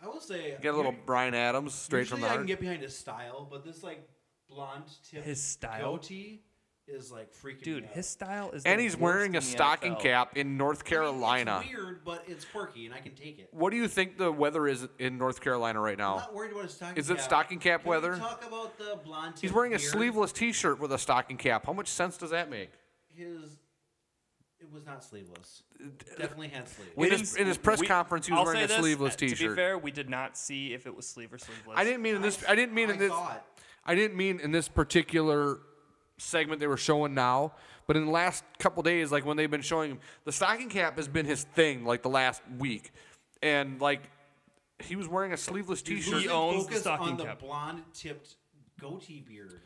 I will say, Get a little Brian Adams straight from usually the I heart. can get behind his style, but this like blonde tip His style? goatee is like freaking Dude, me out. his style is. and the he's worst wearing a in the stocking NFL. cap in North I mean, Carolina. It's weird, but it's quirky, and I can take it. What do you think the weather is in North Carolina right I'm now? not worried about his stocking. Is it cap. stocking cap Can we weather? Talk about the blonde. He's tip wearing a beard? sleeveless T-shirt with a stocking cap. How much sense does that make? His it was not sleeveless. Definitely had sleeves. in his, didn't- in his press we- conference, he was I'll wearing say a this, sleeveless uh, To be T-shirt. fair, we did not see if it was sleeve or sleeveless. I didn't mean in this. I didn't mean I in this. saw it. I didn't mean in this particular segment they were showing now, but in the last couple days, like when they've been showing him, the stocking cap has been his thing like the last week, and like he was wearing a sleeveless T-shirt. He owns the focused stocking on the cap. blonde tipped goatee beard.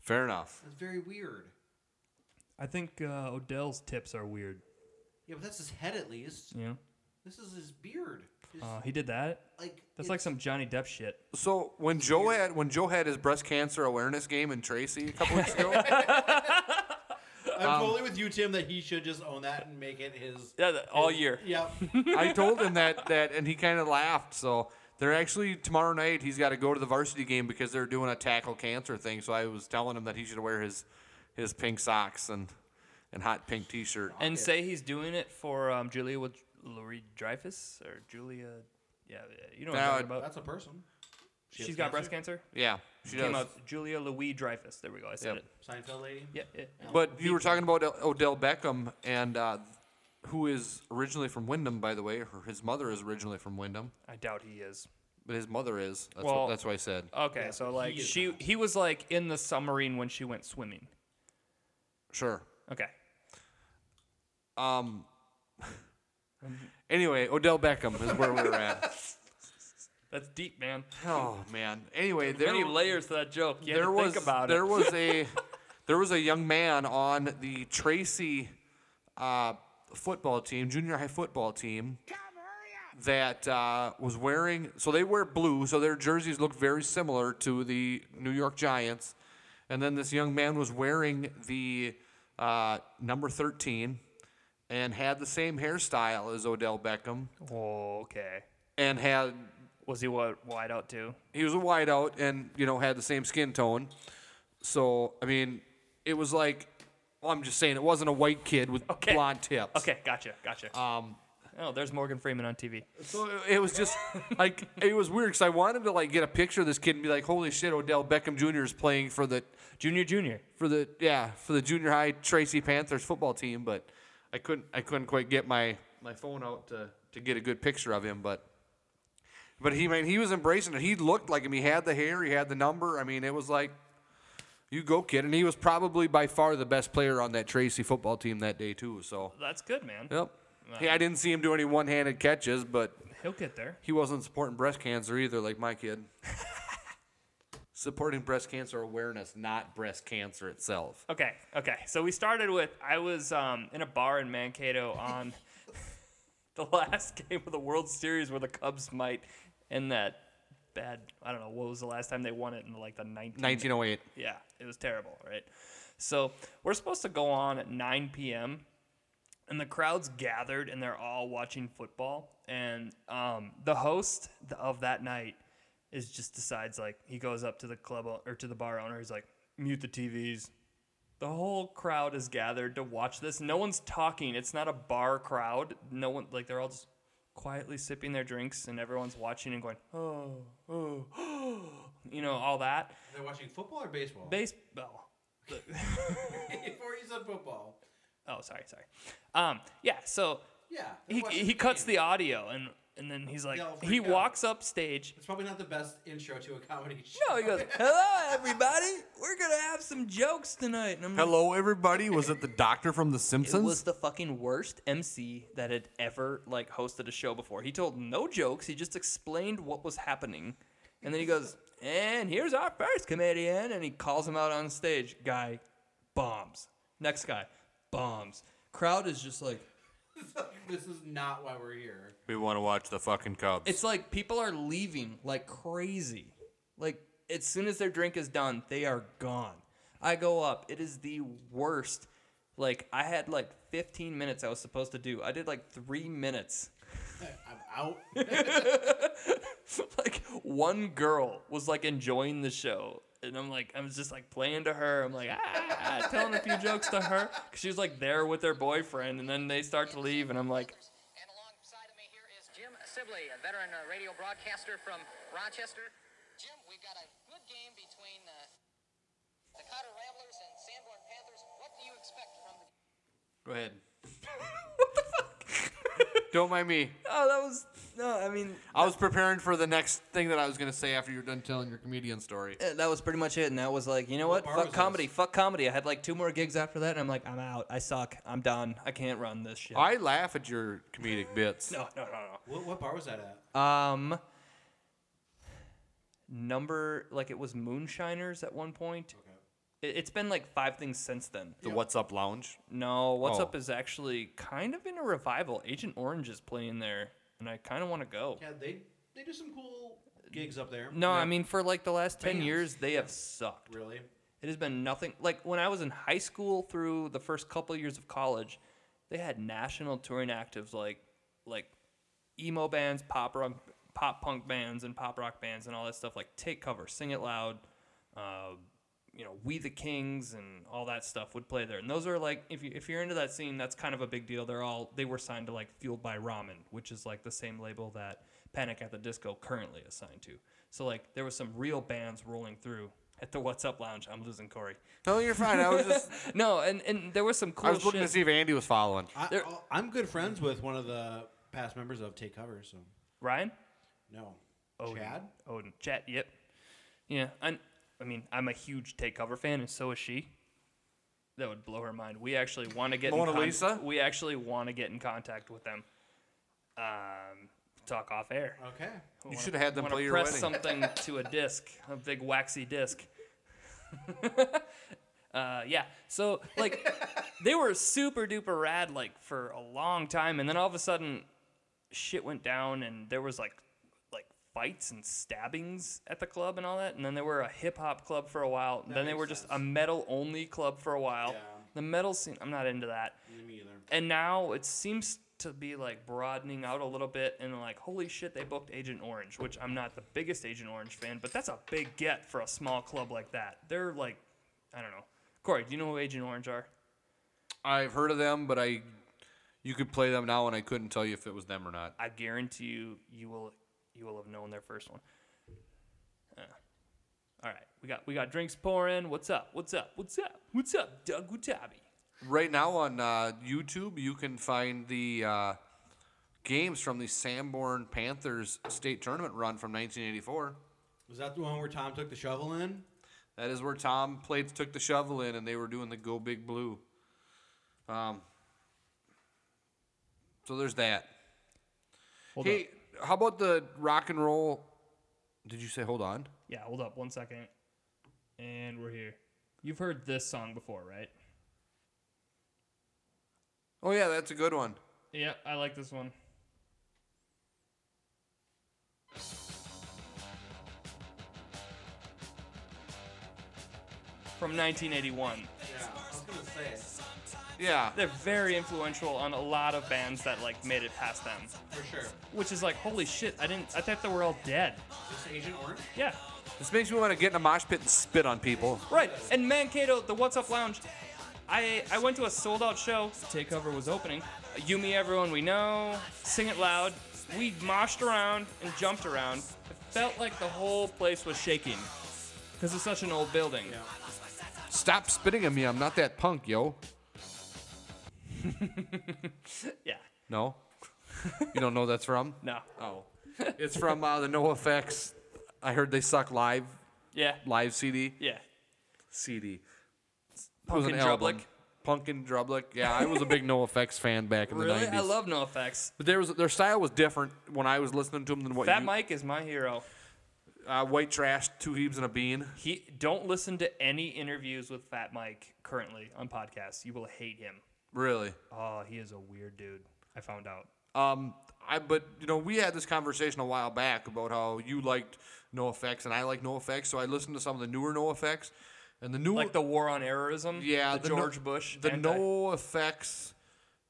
fair enough. That's very weird. I think uh, Odell's tips are weird. Yeah, but that's his head at least. Yeah. This is his beard. His, Uh, he did that. like That's it's- like some Johnny Depp shit. So when Joe had when Joe had his breast cancer awareness game in Tracy a couple weeks *laughs* ago, I'm Um, totally with you, Tim, that he should just own that and make it his. Yeah, the- all year. Yep. *laughs* I told him that that, and he kind of laughed. So they're actually tomorrow night. He's got to go to the varsity game because they're doing a tackle cancer thing. So I was telling him that he should wear his his pink socks and and hot pink T-shirt. And Yeah. say he's Doing it for um, Julia with Lori Dreyfus or Julia. Yeah, you know what Now, I'm talking about. That's a person. She She's has got breast cancer. Yeah, she Came does. out Julia Louis Dreyfus. There we go. I said Yep. Seinfeld lady. it. Yeah, yeah. But you were talking about Od- Odell Beckham and. Uh, who is originally from Wyndham, by the way? Her, his mother is originally from Wyndham, I doubt he is. but his mother is. That's, Well- uh, what, that's what I said. Okay, so like he is she he was like in the submarine when she went swimming. Sure. Okay. Um. Anyway, Odell Beckham is where we were *laughs* at. That's deep, man. Oh man. Anyway, there many layers to that joke. You there had to was think about there it. was *laughs* a there was a young man on the Tracy uh, football team, junior high football team, that uh, was wearing. So they wear blue, so their jerseys look very similar to the New York Giants. And then this young man was wearing the uh, number thirteen, and had the same hairstyle as Odell Beckham, Okay. and had Was he what wide out too? he was a wideout and you know had the same skin tone. So I mean, it was like well, I'm just saying it wasn't a white kid with Okay. blonde tips. Okay, gotcha, gotcha. Um, oh, there's Morgan Freeman on TV. so it- it was just like it was weird because I wanted to like get a picture of this kid and be like, "Holy shit, Odell Beckham Jr. is playing for the Junior, junior. for the yeah for the junior high Tracy Panthers football team," but I couldn't I couldn't quite get my my phone out to to get a good picture of him, but. But he, man, he was embracing it. He looked like him. He had the hair. He had the number. I mean, it was like, you go, kid. And he was probably by far the best player on that Tracy football team that day too. So, That's good, man. yep. Hey, I didn't see him do any one-handed catches, but He'll get there. he wasn't supporting breast cancer either, like my kid. supporting breast cancer awareness, not breast cancer itself. Okay, okay. So we started with I was um, in a bar in Mankato on *laughs* the last game of the World Series where the Cubs might end that bad. I don't know what was the last time they won it in like the 19 1908. Yeah, it was terrible, right? So we're supposed to go on at 9 p.m. and the crowd's gathered and they're all watching football. And um, the host th- of that night is just decides like he goes up to the club o- or to the bar owner. He's like, mute the TVs. The whole crowd is gathered to watch this. No one's talking. It's not a bar crowd. No one like they're all just quietly sipping their drinks and everyone's watching and going, oh, oh, *gasps* you know, all that. They're watching football or baseball. Baseball. *laughs* Before you said football. Oh, sorry, sorry. Um, yeah. So Yeah. they're he, watching he cuts game. the audio and and then he's like They'll he freak out. walks up stage. It's probably not the best intro to a comedy show. No, he goes, *laughs* "Hello, everybody. We're gonna have some jokes tonight." And I'm like, Hello, everybody. Was it the doctor from The It Simpsons? was the fucking worst MC that had ever like hosted a show before. He told no jokes. He just explained what was happening, and then he goes, and here's our first comedian. And he calls him out on stage. Guy bombs. Next guy bombs. Crowd is just like, this is not why we're here. We want to watch the fucking Cubs. it's like people are leaving like crazy. Like, as soon as their drink is done, they are gone. I go up. It is the worst. Like, I had like 15 minutes I was supposed to do. I did like three minutes. *laughs* I'm out. like one girl was like enjoying the show and i'm like i was just like playing to her i'm like *laughs* ah, telling a few jokes to her because she was like there with her boyfriend and then they start to leave and i'm like And alongside of me here is Jim Sibley, a veteran uh, radio broadcaster from Rochester. Jim, we've got a good game between uh, the Cotter Ramblers and Sanborn Panthers. What do you expect from the Go ahead. what the fuck Don't mind me. oh that was no i mean I was preparing for the next thing that I was gonna say after you're done telling your comedian story. eh, that was pretty much it and that was like you know what, bar fuck was comedy fuck comedy i had like two more gigs after that and i'm like i'm out i suck i'm done i can't run this shit I laugh at your comedic bits. no no no What, what bar was that at? no um number like it was moonshiners at one point It- It's been like five things since then. The What's Up Lounge. No, What's Oh. Up is actually kind of in a revival. Agent Orange is playing there, and I kind of want to go. Yeah, they they do some cool gigs up there. No, I mean, for like the last 10 Bands. years, they have sucked. Really? It has been nothing. Like when I was in high school through the first couple years of college, they had national touring actives like like emo bands, pop rock, pop punk bands, and pop rock bands, and all that stuff. Like Take Cover, Sing It Loud, uh, you know, We the Kings, and all that stuff would play there. And those are like if you if you're into that scene, that's kind of a big deal. They're all they were signed to like Fueled by Ramen, which is like the same label that Panic at the Disco currently is signed to. So like there was some real bands rolling through at the What's Up Lounge. I'm losing Corey. No, you're fine. I was *laughs* just No, and, and there was some cool I was looking Oh, shit. to see if Andy was following. I, They're- I'm good friends with one of the past members of Take Cover, so Ryan? no. Odin. Chad? Odin. Chad, yep. Yeah, I I mean, I'm a huge Takeover fan, and so is she. That would blow her mind. We actually want to get Mona in con- Lisa? We actually want to get in contact with them. Um, talk off air. Okay. You should have had them want play to your press wedding. something *laughs* to a disc, a big waxy disc. *laughs* uh, yeah. So like, they were super duper rad like for a long time, and then all of a sudden, shit went down, and there was like, like fights and stabbings at the club and all that, and then they were a hip hop club for a while, and then they makes were just a metal only club for a while. Yeah. The metal scene, I'm not into that Me either. and now it seems to be like broadening out a little bit and like holy shit they booked agent orange which i'm not the biggest agent orange fan but that's a big get for a small club like that they're like i don't know corey do you know who agent orange are I've heard of them, but I you could play them now, and I couldn't tell you if it was them or not. i guarantee you you will you will have known their first one Uh, all right we got we got drinks pouring what's up what's up what's up what's up doug wutabi Right now on uh, YouTube, you can find the uh, games from the Sanborn Panthers state tournament run from 1984. Was that the one where Tom took the shovel in? That is where Tom Plates took the shovel in, and they were doing the Go Big Blue. Um, so there's that. hey, how about the rock and roll? Did you say hold on? yeah hold up one second and we're here you've heard this song before right Oh yeah, that's a good one. Yeah, I like this one. From 1981. Yeah. I was gonna say. Yeah, They're very influential on a lot of bands that like made it past them, For sure. which is like holy shit, I didn't I thought they were all dead. This Agent Orange? Yeah. this makes me want to get in a mosh pit and spit on people. Right. And Mankato, the What's Up Lounge, I I went to a sold out show. Takeover was opening. You, me, everyone we know. Sing it loud. We moshed around and jumped around. It felt like the whole place was shaking because it's such an old building. Stop spitting at me. I'm not that punk, yo. *laughs* Yeah. No, you don't know that's from. *laughs* No. Oh, it's from uh, the No Effects. I heard they suck live Yeah. live CD. Yeah. CD. Punk and Drublick. Punkin Drublick. Yeah, I was a big No Effects fan back in Really? the 90s. I love No Effects. but there was their style was different when I was listening to them than what Fat you Mike is my hero. uh, white trash, two heaves and a bean. He don't listen to any interviews with Fat Mike currently on podcasts. You will hate him. Really. Oh, he is a weird dude. I found out. Um, I but you know we had this conversation a while back about how you liked No Effects and I like No Effects, so I listened to some of the newer No Effects, and the new Like the war on errorism. yeah the, No- George Bush. the anti- No Effects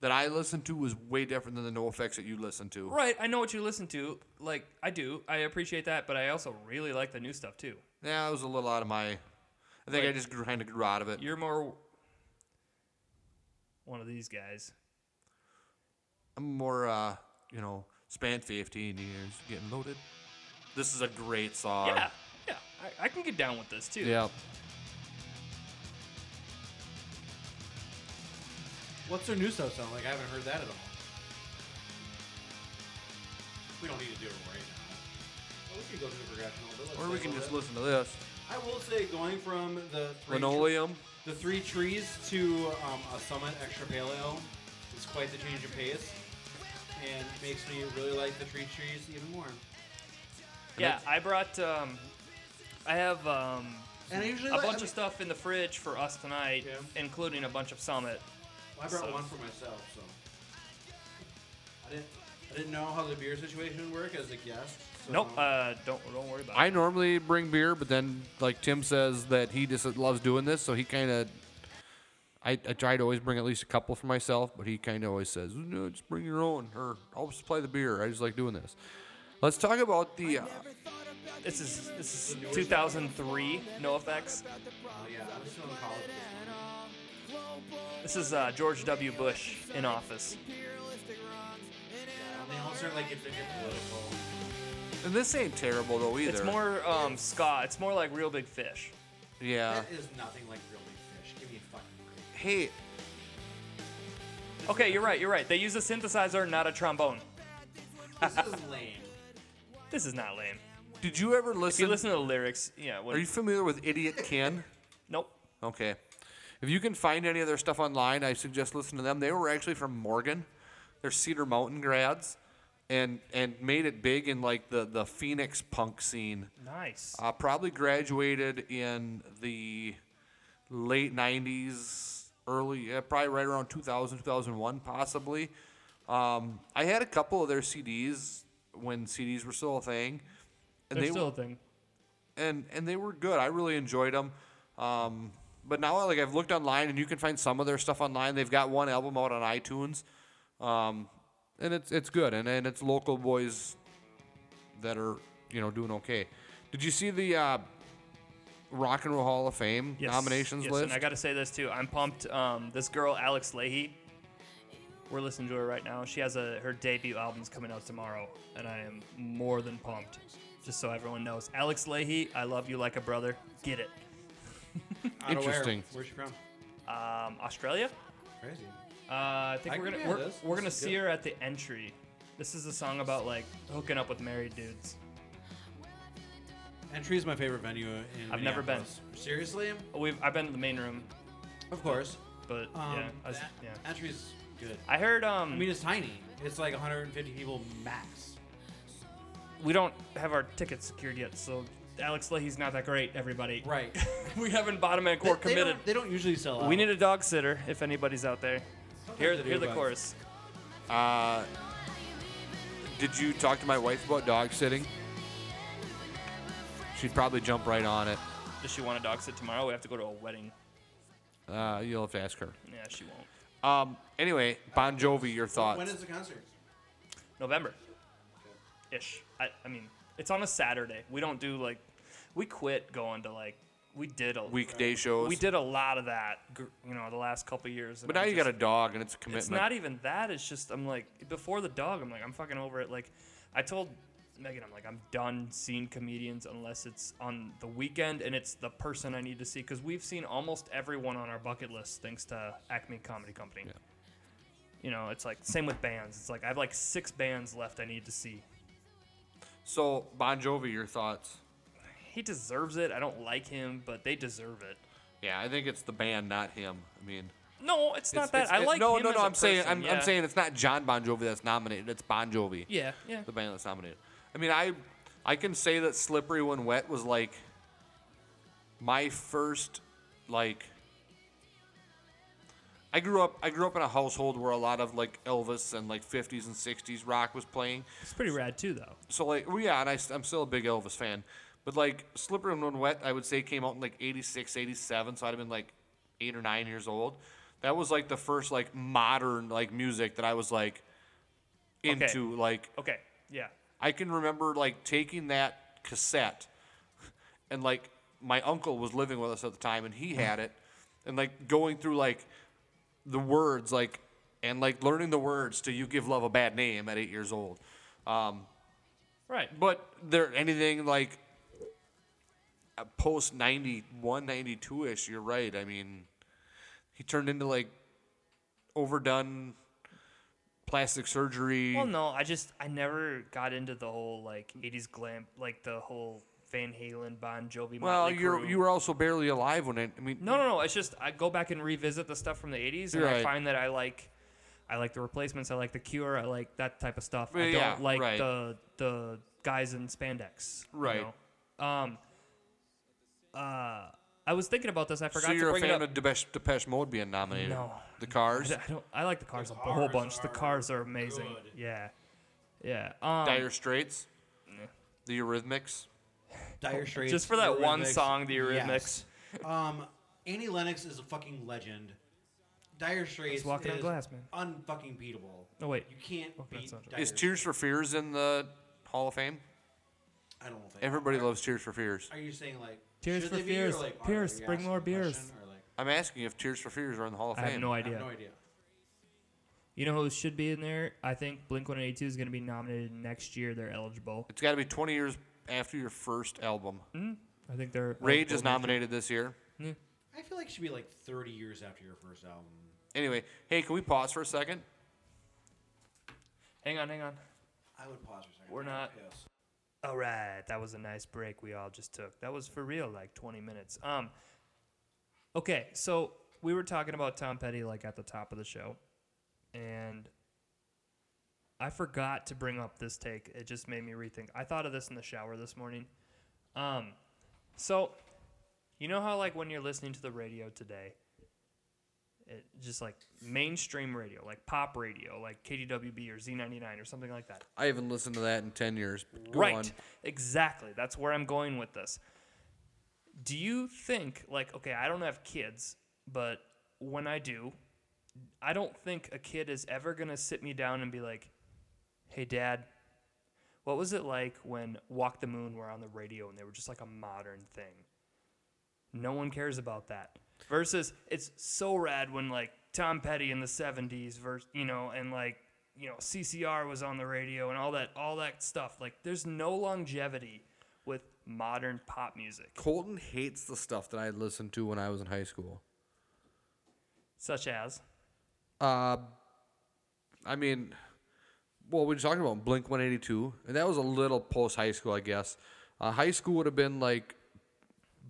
that I listened to was way different than the No Effects that you listened to. Right, I know what you listen to. Like I do, I appreciate that, but I also really like the new stuff too. Yeah, it was a little out of my. I think I Like- just kind of grew out of it. You're more one of these guys. I'm more, uh, you know, span 15 years getting loaded. This is a great song. yeah, yeah, I, I can get down with this too. Yeah. What's their new stuff sound like? I haven't heard that at all. We don't need to do it right now. Well, we could go through the progression a little bit. Let's Or we take a can little just bit. listen to this. I will say, going from the three Linoleum. the three trees to um, a summit extra paleo is quite the change of pace, and makes me really like the three trees even more. yeah. I brought. Um, I have um, And I usually a like, bunch I of stuff in the fridge for us tonight, Yeah. including a bunch of Summit. mean, I brought so- one for myself, so I didn't. I didn't know how the beer situation would work as a guest. So Nope. Uh, don't don't worry about I it. normally bring beer, but then, like Tim says, that he just loves doing this, so he kind of. I, I try to always bring at least a couple for myself, but he kind of always says, no, just bring your own, or I'll supply the beer. I just like doing this. Let's talk about the. Uh, This is this is 2003. No effects. Oh, yeah, I'm still in college. at this point. This is uh, George W. Bush in office. Yeah, and they all start like get, they get political. and this ain't terrible, though, either. It's more um, ska. It's more like Real Big Fish. Uh. Yeah. That is nothing like real big fish. Give me a fucking break. Hey, Okay, you're right. You're right. They use a synthesizer, not a trombone. This is lame. *laughs* This is not lame. did you ever If you listen? listen to the lyrics, yeah. What, Are you familiar with Idiot Ken? Nope. Okay. If you can find any of their stuff online, I suggest listening to them. They were actually from Morgan. They're Cedar Mountain grads and and made it big in like the, the Phoenix punk scene. Nice. Uh, probably graduated in the late 90s, early, yeah, probably right around 2000, 2001, possibly. Um, I had a couple of their CDs when CDs were still a thing. And There's they still a thing. and and they were good. I really enjoyed them. Um, but now like I've looked online and you can find some of their stuff online. They've got one album out on iTunes, um, and it's it's good and, and it's local boys that are you know doing okay. Did you see the uh, Rock and Roll Hall of Fame Yes. nominations yes, list? And I got to say this too. I'm pumped. Um, this girl, Alex Leahy, we're listening to her right now. She has a her debut album's coming out tomorrow, and I am more than pumped. Just so everyone knows, Alex Leahy, I love you like a brother. Get it. Out of where? Interesting. Where's she from? Um, Australia. Crazy. Uh, I think I we're can gonna do we're, this. we're This gonna is see good. her at the entry. This is a song about like hooking up with married dudes. Entry is my favorite venue in. I've never been. Minneapolis. Seriously? We've I've been to the main room, Of course. but Um, yeah, I was, that- yeah. Entry's good. I heard um I mean, it's tiny. It's like 150 people max. we don't have our tickets secured yet, so Alex Leahy's not that great. Everybody, *laughs* *laughs* Right. we haven't bottom end We're core committed. They don't, usually sell out. We need a dog sitter if anybody's out there. Hear, they do, hear the but- chorus. Uh, did you talk to my wife about dog sitting? She'd probably jump right on it. Does she want a dog sit tomorrow? We have to go to a wedding. Uh, you'll have to ask her. Yeah, she won't. Um, anyway, Bon Jovi, your thoughts? When is the concert? November, ish. I, I mean, it's on a Saturday. We don't do like, we quit going to like, we did a weekday shows. We did a lot of that, gr- you know, the last couple years. and But now I'm you just- got a dog, and it's a commitment. It's not e- even that. It's just I'm like before the dog. I'm like I'm fucking over it. Like I told Megan, I'm like I'm done seeing comedians unless it's on the weekend and it's the person I need to see because we've seen almost everyone on our bucket list thanks to Acme Comedy Company. You know, it's like same with bands. It's like I have like six bands left I need to see. so Bon Jovi, your thoughts? He deserves it. I don't like him, but they deserve it. Yeah, I think it's the band, not him. I mean, No, it's, not it's- that. it's- I it's- like no, him no, as no. a I'm saying, person, I'm, yeah. I'm saying it's not John Bon Jovi that's nominated. It's Bon Jovi, Yeah, yeah. the band that's nominated. I mean, I I can say that Slippery When Wet was like my first like I grew up I grew up in a household where a lot of like Elvis and like 50s and 60s rock was playing. It's pretty rad too, though. So like well, yeah, and I, am still a big Elvis fan. But like Slippery When Wet, I would say came out in like 86, 87, so I'd have been like 8 or 9 years old. That was like the first like modern like music that I was like into like Okay, yeah. I can remember like taking that cassette and like my uncle was living with us at the time and he had it and like going through like the words like and like learning the words to you give love a bad name at 8 years old. Um Right. but there anything like uh, post 91 92ish, you're right. I mean he turned into like overdone plastic surgery Well, no, I just I never got into the whole like '80s glam, like the whole Van Halen, Bon Jovi. Well, Motley you're Crue. you were also barely alive when it. I mean, No, no, no. It's just I go back and revisit the stuff from the '80s, and I Right. find that I like, I like the replacements, I like the Cure, I like that type of stuff. I Well, don't yeah, like right. the the guys in spandex. you Right. know? Um. Uh, I was thinking about this. I forgot so to you're a bring it fan up. of Depeche, Depeche Mode being nominated. *laughs* No. The Cars, *laughs* I don't. I like the cars, a whole cars bunch. The are cars are amazing. good. Yeah. Yeah. Um, Dire Straits, the Eurythmics. Dire Straits. Oh, Just for that one Eurythmics. song, the Eurythmics. Yes. *laughs* Um, Annie Lennox is a fucking legend. Dire Straits It's Walking on is Glass, man. unfucking beatable. Oh, wait. you can't Walking on beat. Sunshine. Dire Is Tears for Fears in the Hall of Fame? Straits. I don't think. Everybody loves Tears for Fears. Are you saying like Tears should for they be, or, Fears. Like, are Pierce, they bring asking more a question, beers. or, like- I'm asking if Tears for Fears are in the Hall of I Fame. have no I idea. have no idea. You know who should be in there? I think Blink 182 is going to be nominated next year. They're eligible. It's got to be 20 years after your first album. I think they're. Rage eligible is next year. nominated this year. I feel like it should be like 30 years after your first album. Anyway, hey, can we pause for a second? Hang on, hang on. I would pause for a second. We're I'm not- pissed. All right, that was a nice break we all just took. That was for real, like 20 minutes. Um. Okay, so we were talking about Tom Petty like at the top of the show, and I forgot to bring up this take. It just made me rethink. I thought of this in the shower this morning. Um, so you know how like when you're listening to the radio today, it just like mainstream radio, like pop radio, like KDWB or Z99 or something like that. I haven't listened to that in 10 years. but Go Right. on. Exactly. That's where I'm going with this. Do you think, like, okay, I don't have kids, but when I do, I don't think a kid is ever going to sit me down and be like, hey, dad, what was it like when Walk the Moon were on the radio and they were just like a modern thing? No one cares about that. Versus, it's so rad when like Tom Petty in the '70s, verse, you know, and like you know CCR was on the radio and all that, all that stuff. Like, there's no longevity with modern pop music, Colton hates the stuff that I listened to when I was in high school. such as Uh, I mean, well, we were talking about Blink 182, and that was a little post high school, I guess. Uh, high school would have been like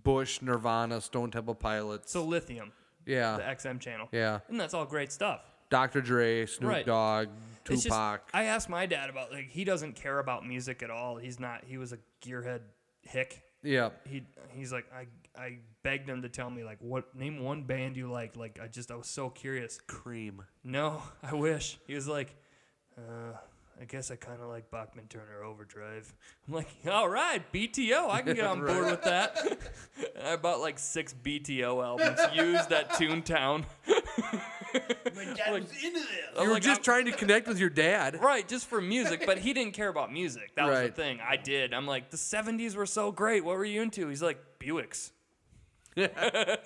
Bush, Nirvana, Stone Temple Pilots. so Lithium, the yeah, XM channel, Ah. yeah. and that's all great stuff. Dr. Dre, Snoop Right. Dogg, It's just- Tupac. I asked my dad about like he doesn't care about music at all. He's not. He was a gearhead hick. yeah, he he's like I I begged him to tell me like what name one band you like like I just I was so curious. Cream. No, *laughs* I wish he was like, uh, I guess I kind of like Bachman Turner Overdrive. I'm like, all right, BTO, I can get *laughs* on board with that. and I bought like six BTO albums, used at Toontown. My dad was into this. You were like, just I'm- trying to connect with your dad. *laughs* Right, just for music, but he didn't care about music. That was Right. the thing. I did. I'm like, the 70s were so great. What were you into? He's like, Buicks. *laughs* *laughs*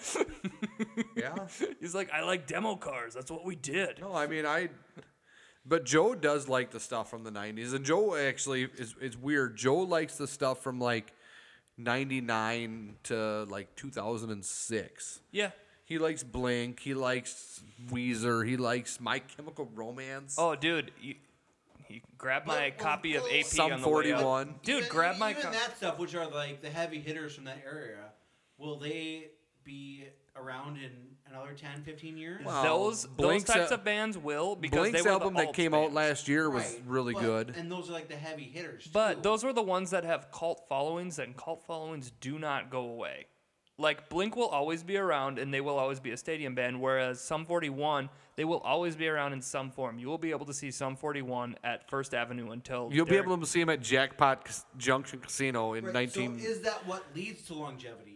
Yeah. He's like, I like demo cars. That's what we did. No, I mean I. But Joe does like the stuff from the '90s, and Joe actually is it's weird. Joe likes the stuff from like '99 to like 2006. Yeah. He likes Blink. He likes Weezer. He likes My Chemical Romance. Oh, dude, you, you grab my copy of AP Sum on the way out. 41. Dude, Even- grab my even copy. that stuff, which are like the heavy hitters from that area. Will they be around in another 10, 15 years. Wow. those Blink's those types a- of bands will because Blink's they were album the that alt came out bands. last year was Right, really but- good. And those are like the heavy hitters. But too. those were the ones that have cult followings, and cult followings do not go away. Like Blink will always be around, and they will always be a stadium band. Whereas Sum 41, they will always be around in some form. You will be able to see Sum 41 at First Avenue until You'll Derek- be able to see him at Jackpot Cas- Junction Casino in Right, 19. So is that what leads to longevity?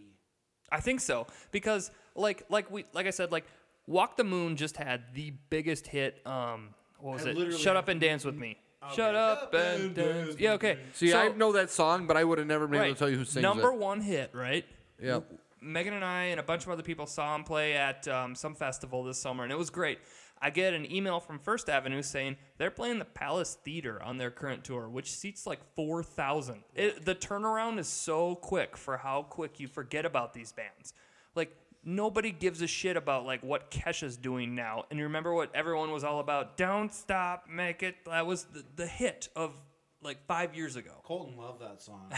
I think so because like like we like I said like Walk the Moon just had the biggest hit. Um, what was I it? literally Shut have- up and dance with me. Shut up and dance. Yeah, okay. see, So- I know that song, but I would have never been able right. to tell you who sings Number it. one hit, right? Yeah. Megan and I and a bunch of other people saw him play at um, some festival this summer, and it was great. I get an email from First Avenue saying they're playing the Palace Theater on their current tour, which seats like 4,000. It- The turnaround is so quick for how quick you forget about these bands. Like, nobody gives a shit about like what Kesha's doing now. And you remember what everyone was all about? Don't stop, make it. That was the, the hit of like five years ago. *laughs* Colton loved that *laughs* song.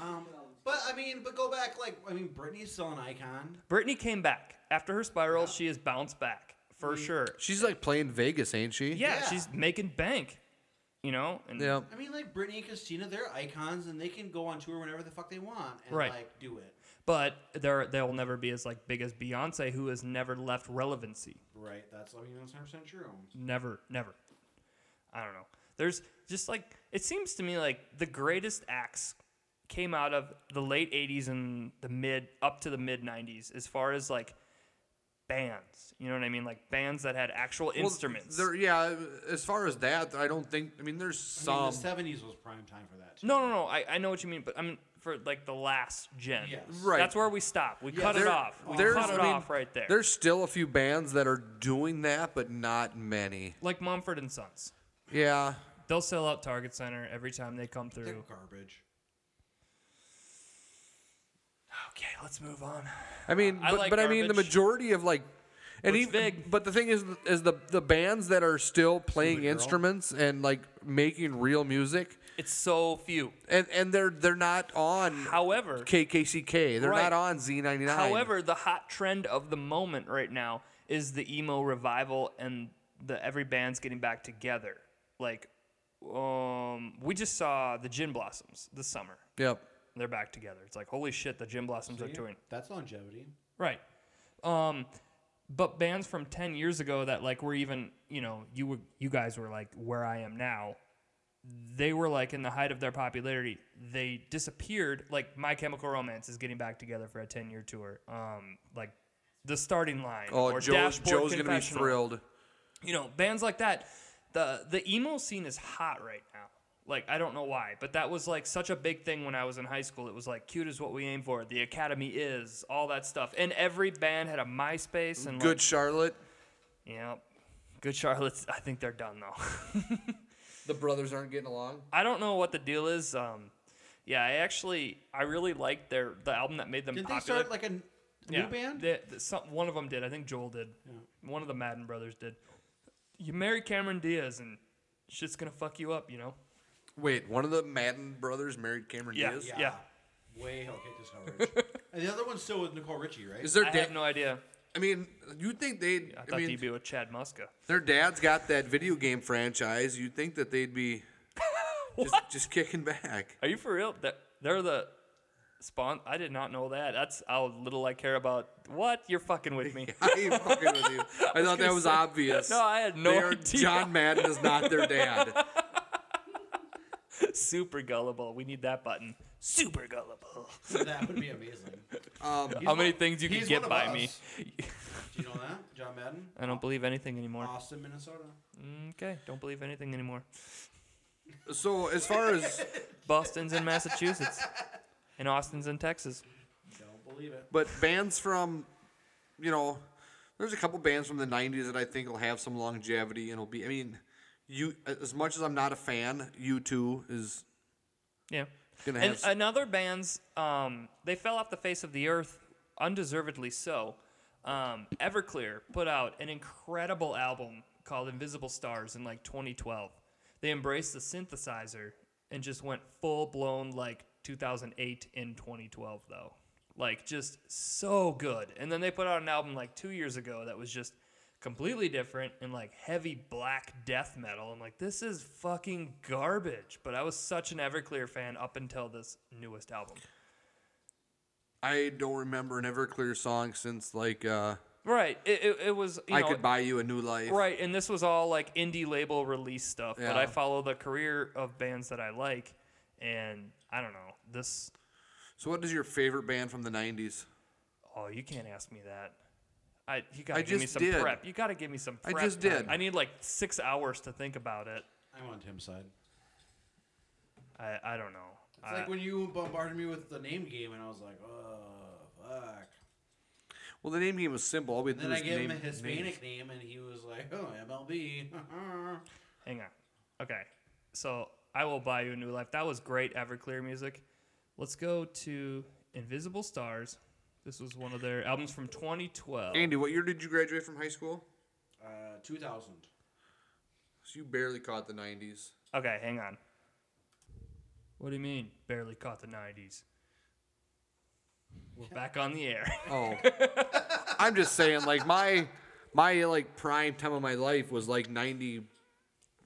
um, but I mean, but go back like I mean, Britney's still an icon. Brittany came back. After her spiral, she has bounced back for sure. She's like playing Vegas, ain't she? Yeah, Yeah. she's making bank, you know? And Yeah. I mean, like Britney and Christina, they're icons, and they can go on tour whenever the fuck they want and Right. like do it. But they're, they'll never be as like big as Beyonce, who has never left relevancy. Right. That's I mean, that's hundred percent true. Never, never. I don't know. There's just like, it seems to me like the greatest acts came out of the late 80s and the mid, up to the mid 90s, as far as like bands. You know what I mean? Like bands that had actual Well, instruments. there- yeah, as far as that, I don't think. I mean, there's I some. mean, the seventies was prime time for that. Too. No, no, no. I, I know what you mean, but I mean for like the last gen. Yes. Right. That's where we stop. We cut it There- off. We there's- cut it I mean, off right there. There's still a few bands that are doing that, but not many. like Mumford and Sons. Yeah. They'll sell out Target Center every time they come They're through. garbage. Okay, let's move on. I mean, I but, like but I mean, the garbage. majority of like, and Which even, Vig- but the thing is, is the the bands that are still playing instruments and like making real music, It's so few. and and they're they're not on However, KKCK, they're Right. not on Z99. however, the hot trend of the moment right now is the emo revival and the every band's getting back together. Like, um, we just saw the Gin Blossoms this summer. yep, They're back together. It's like holy shit, the Gin Blossoms are touring. That's longevity. Right. Um, but bands from ten years ago that like were even you know you were you guys were like where I am now, they were like in the height of their popularity. They disappeared. Like My Chemical Romance is getting back together for a ten year tour. Um, like the starting line. oh or Joe, Dashboard Joe's gonna be Confessional. thrilled. You know bands like that. The the emo scene is hot right now. Like I don't know why, but that was like such a big thing when I was in high school. It was like cute is what we aim for. The academy is all that stuff, and every band had a MySpace and Good Charlotte, Like, yeah, good Charlotte's. I think they're done though. *laughs* the brothers aren't getting along. I don't know what the deal is. Um, yeah, I actually I really liked their the album that made them Did they popular. start like a n- yeah, new band? they- th- some, one of them did. I think Joel did. One of the Madden brothers did. You marry Cameron Diaz and shit's gonna fuck you up, you know. Wait, one of the Madden brothers married Cameron Yeah, Diaz. yeah. Way Hellcat *laughs* coverage. and the other one's still with Nicole Richie, right? Is their I dad? have no idea. I mean, you think they? I I, thought mean, he'd be with Chad Muska. their dad's got that video game franchise. You'd think that they'd *laughs* be just, just kicking back. *laughs* Are you for real? That they're the spawn. I did not know that. That's how little I care about. What? You're fucking with *laughs* me. I ain't fucking with *laughs* you. I, thought that was obvious. No, I had no They are- idea. John Madden is not *laughs* their dad. Super gullible. We need that button. Super gullible. that would be amazing. *laughs* Um, He's How many one- things you can he's get one of by us. me? *laughs* Do you know that? John Madden? I don't believe anything anymore. Austin, Minnesota. Okay, don't believe anything anymore. so as far as, Boston's in Massachusetts, and Austin's in Texas. Don't believe it. but bands from, you know, there's a couple bands from the '90s that I think will have some longevity and will be. I mean, you as much as I'm not a fan, U2 is Yeah. gonna have. And s- another band's, um, they fell off the face of the earth, undeservedly so. Um, Everclear put out an incredible album called Invisible Stars in like 2012. They embraced the synthesizer and just went full blown like 2008 in 2012 though. Like just so good. And then they put out an album like 2 years ago that was just completely different and like heavy black death metal. I'm like this is fucking garbage, but I was such an Everclear fan up until this newest album. I don't remember an Everclear song since like uh, Right. It, it, it was you I know, could buy you a new life. Right, and this was all like indie label release stuff, but I Yeah. follow the career of bands that I like, and I don't know this. So what is your favorite band from the '90s? Oh, you can't ask me that. I you gotta I give me just some did. prep. You gotta give me some. I Prep just time. did. I need like six hours to think about it. I'm on Tim's side. I I don't know. It's I- like when you bombarded me with the name game, and I was like, oh, fuck. Well, the name game was simple. All we And did then I was gave name him a Hispanic names. name, and he was like, oh, MLB. Hang on. Okay. So I will buy you a new life. That was great Everclear music. Let's go to Invisible Stars. This was one of their albums from 2012. Andy, what year did you graduate from high school? *laughs* uh, 2000. So you barely caught the '90s. Okay, hang on. What do you mean? Barely caught the 90s. We're back on the air. *laughs* Oh, *laughs* I'm just saying, like my my like prime time of my life was like 90,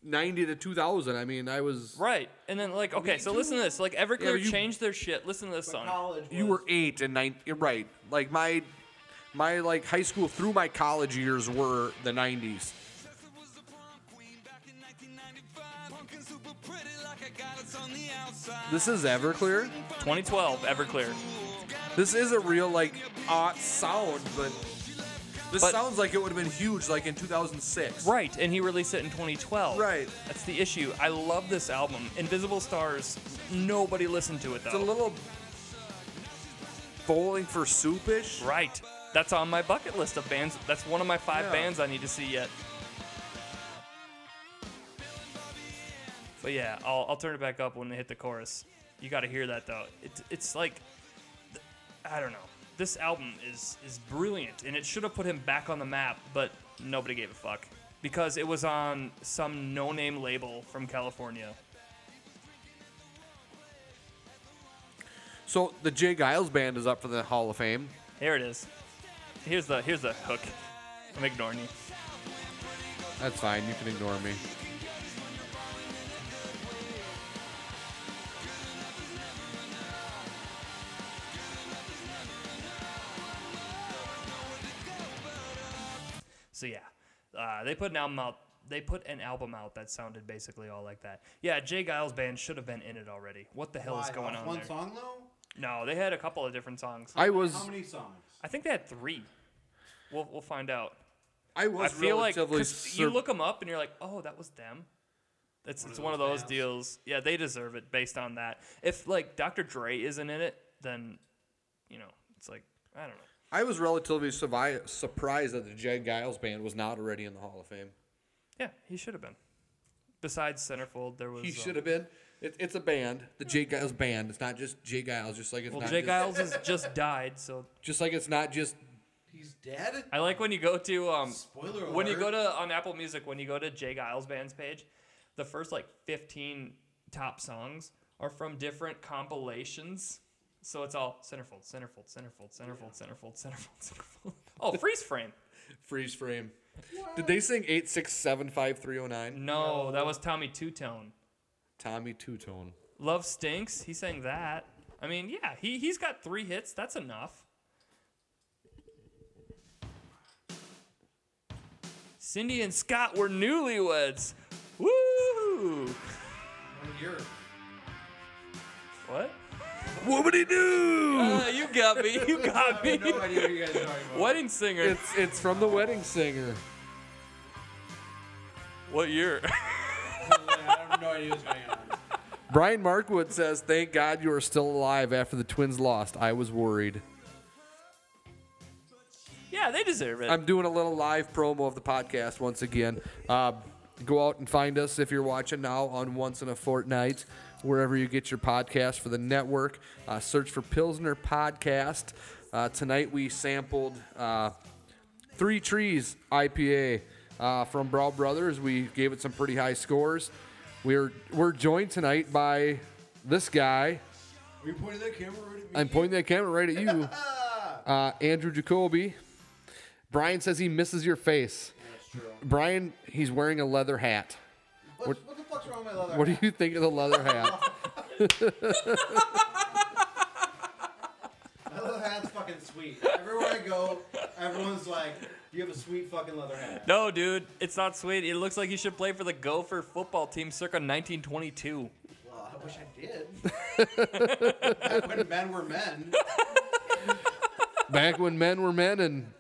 90 to 2000. I mean, I was right. And then, like, okay, so listen to this. Like, Everclear but you- changed their shit. Listen to this But song. college you was- were eight and nine. You're right. Like my my like high school through my college years were the 90s. This is Everclear. 2012, Everclear. This is a real like odd sound, but this But- sounds like it would have been huge like in 2006. Right, and he released it in 2012. Right. That's the issue. I love this album. Invisible Stars, nobody listened to it, though. It's a little bowling for soupish. right. That's on my bucket list of bands. That's one of my five Yeah. bands I need to see yet. But yeah, I'll, I'll turn it back up when they hit the chorus. You got to hear that, though. It's it's like, th- I don't know. This album is, is brilliant, and it should have put him back on the map, but nobody gave a fuck. Because it was on some no name label from California. So the Jay Giles band is up for the Hall of Fame. Here it is. Here's the here's the hook. I'm ignoring you. That's fine. You can ignore me. So yeah, uh, they put an album out. They put an album out that sounded basically all like that. Yeah, Jay Giles band should have been in it already. What the hell is Why, going off on One there? song, though? No, they had a couple of different songs. I was How many songs? I think they had three. We'll we'll find out. I I was feel like relatively 'cause you sur- look them up and you're like, oh, that was them. It's it's one of those bands. deals. Yeah, they deserve it based on that. If like Dr. Dre isn't in it, then you know it's like I don't know. I was relatively survi- surprised that the Jay Giles band was not already in the Hall of Fame. Yeah, he should have been. Besides centerfold, there was He uh, should have been. It, it's a band, the Jay Giles band. It's not just Jay Giles. Just like it's Well, not Jay just, Giles has just died, so Just like it's not just He's dead? I like when you go to um Spoiler when you alert. go to on Apple Music when you go to Jay Giles band's page, the first like 15 top songs are from different compilations. So it's all centerfold, centerfold, centerfold, centerfold, centerfold, centerfold, centerfold. Oh, freeze frame. freeze frame. Did they sing eight six seven five three zero nine? No, that was Tommy Two Tone. Tommy Two Tone. Love stinks. He sang that. I mean, yeah, he he's got three hits. That's enough. Cindy and Scott were newlyweds. Woo! What year? What? Woody do? Ah, Uh, you got me. You got I me. have *laughs* no idea what you guys are talking about. Wedding singer. It's it's from the Wedding Singer. what year? I have no idea what's going on. Brian Markwood says, "Thank God you are still alive after the Twins lost. I was worried." yeah, they deserve it. I'm doing a little live promo of the podcast once again. Uh, go out and find us if you're watching now on Once in a Fortnight, wherever you get your podcast for the network. Uh, search for Pilsner Podcast. Uh, tonight we sampled uh, Three Trees IPA uh, from Brawl Brothers. We gave it some pretty high scores. We're we're joined tonight by this guy, Are you pointing that camera right at me? I'm pointing that camera right at *laughs* you. Uh, Andrew Jacoby. Brian says he misses your face. That's true. Brian, he's wearing a leather hat. What's, what, the fuck's wrong with my leather? What do you think of the leather *laughs* hat? My leather hat's fucking sweet. Everywhere I go, everyone's like, "You have a sweet fucking leather hat." No, dude, it's not sweet. It looks like you should play for the Gopher football team circa 1922. Well, I wish I did. Back when men were men. Back when men were men and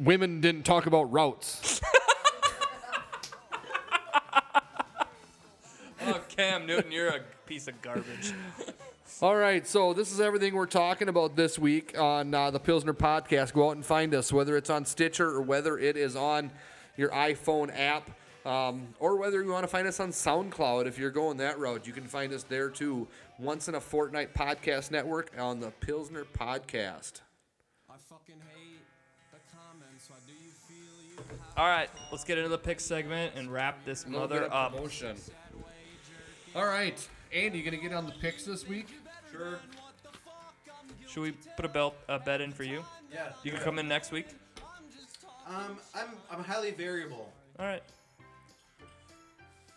women didn't talk about routes. Oh, Cam Newton, you're a piece of garbage. All right, so this is everything we're talking about this week on uh, the Pilsner Podcast. Go out and find us, whether it's on Stitcher or whether it is on your iPhone app, um, or whether you want to find us on SoundCloud. If you're going that route, you can find us there too. Once in a Fortnight Podcast Network on the Pilsner Podcast. I fucking hate the comments. Why do you feel you have All right, let's get into the pick segment and wrap this A little mother bit of up. Promotion. All right, Andy, you gonna get on the picks this week? Sure. Should we put a belt a bet in for you? Yeah. You can come in next week. Um, I'm I'm highly variable. All right.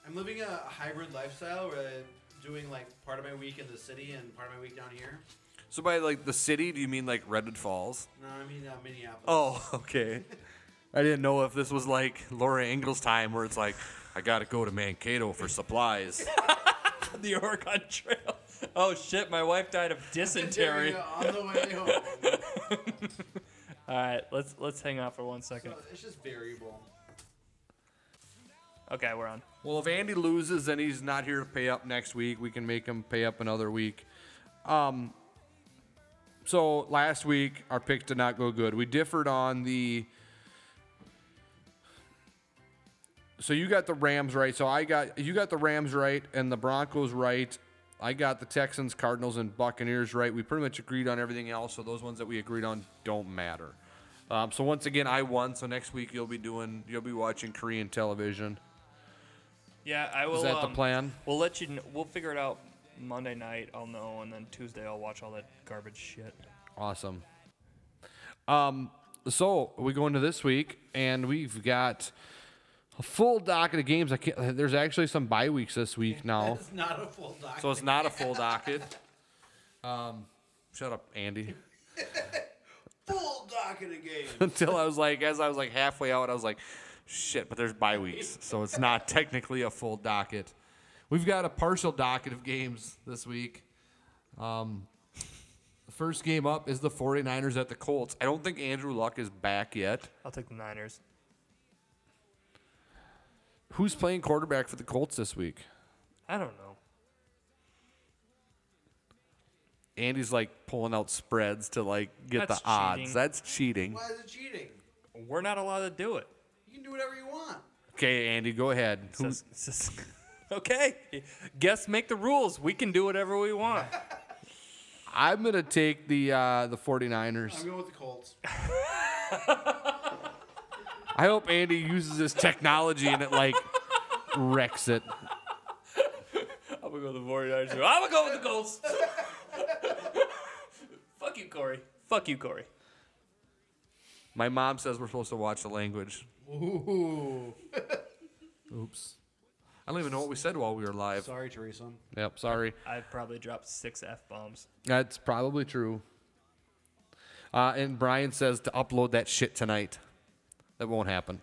I'm living a hybrid lifestyle where I'm doing like part of my week in the city and part of my week down here. So by like the city, do you mean like Redwood Falls? No, I mean uh, Minneapolis. Oh, *laughs* okay. I didn't know if this was like Laura Ingalls' time where it's like, I gotta go to Mankato for supplies. *laughs* The Oregon Trail. *laughs* Oh shit, my wife died of *laughs* dysentery. Yeah, on the way home. All right, let's let's hang out for one second. So it's just variable. Okay, we're on. well, if Andy loses and he's not here to pay up next week, we can make him pay up another week. Um, so last week, our picks did not go good. We differed on the. So you got the Rams right. So I got you got the Rams right and the Broncos right. I got the Texans, Cardinals, and Buccaneers right. We pretty much agreed on everything else. So those ones that we agreed on don't matter. Um, so once again, I won. So next week you'll be doing you'll be watching Korean television. Yeah, I will. Is that the um, plan? We'll let you. Know, we'll figure it out Monday night. I'll know, and then Tuesday I'll watch all that garbage shit. Awesome. Um, so we go into this week, and we've got a full docket of games. I can't. There's actually some bye weeks this week now, It's not a full doc. Oh. so it's not a full docket. Um, shut up, Andy. full doc in a game. *laughs* Until I was like, as I was like halfway out, I was like, shit. But there's bye weeks, so it's not *laughs* technically a full docket. We've got a partial docket of games this week. Um, the first game up is the 49ers at the Colts. I don't think Andrew Luck is back yet. I'll take the Niners. Who's playing quarterback for the Colts this week? I don't know. Andy's like pulling out spreads to like get That's the odds. cheating. That's cheating. Why is it cheating? We're not allowed to do it. *laughs* You can do whatever you want. Okay, Andy, go ahead. Who- Says- says- *laughs* okay, guess make the rules. We can do whatever we want. I'm gonna take the uh, the I'm 49ers. going with the Colts. I hope Andy uses his technology and it like wrecks it. I'm gonna go with the 49ers. I'm gonna go with the Colts. *laughs* Fuck you, Corey. Fuck you, Corey. My mom says we're supposed to watch the language. Ooh. Oops. I don't even know what we said while we were live. Sorry, Teresa. Yep, sorry. I've probably dropped six f bombs. That's probably true. Uh, and Brian says to upload that shit tonight. That won't happen.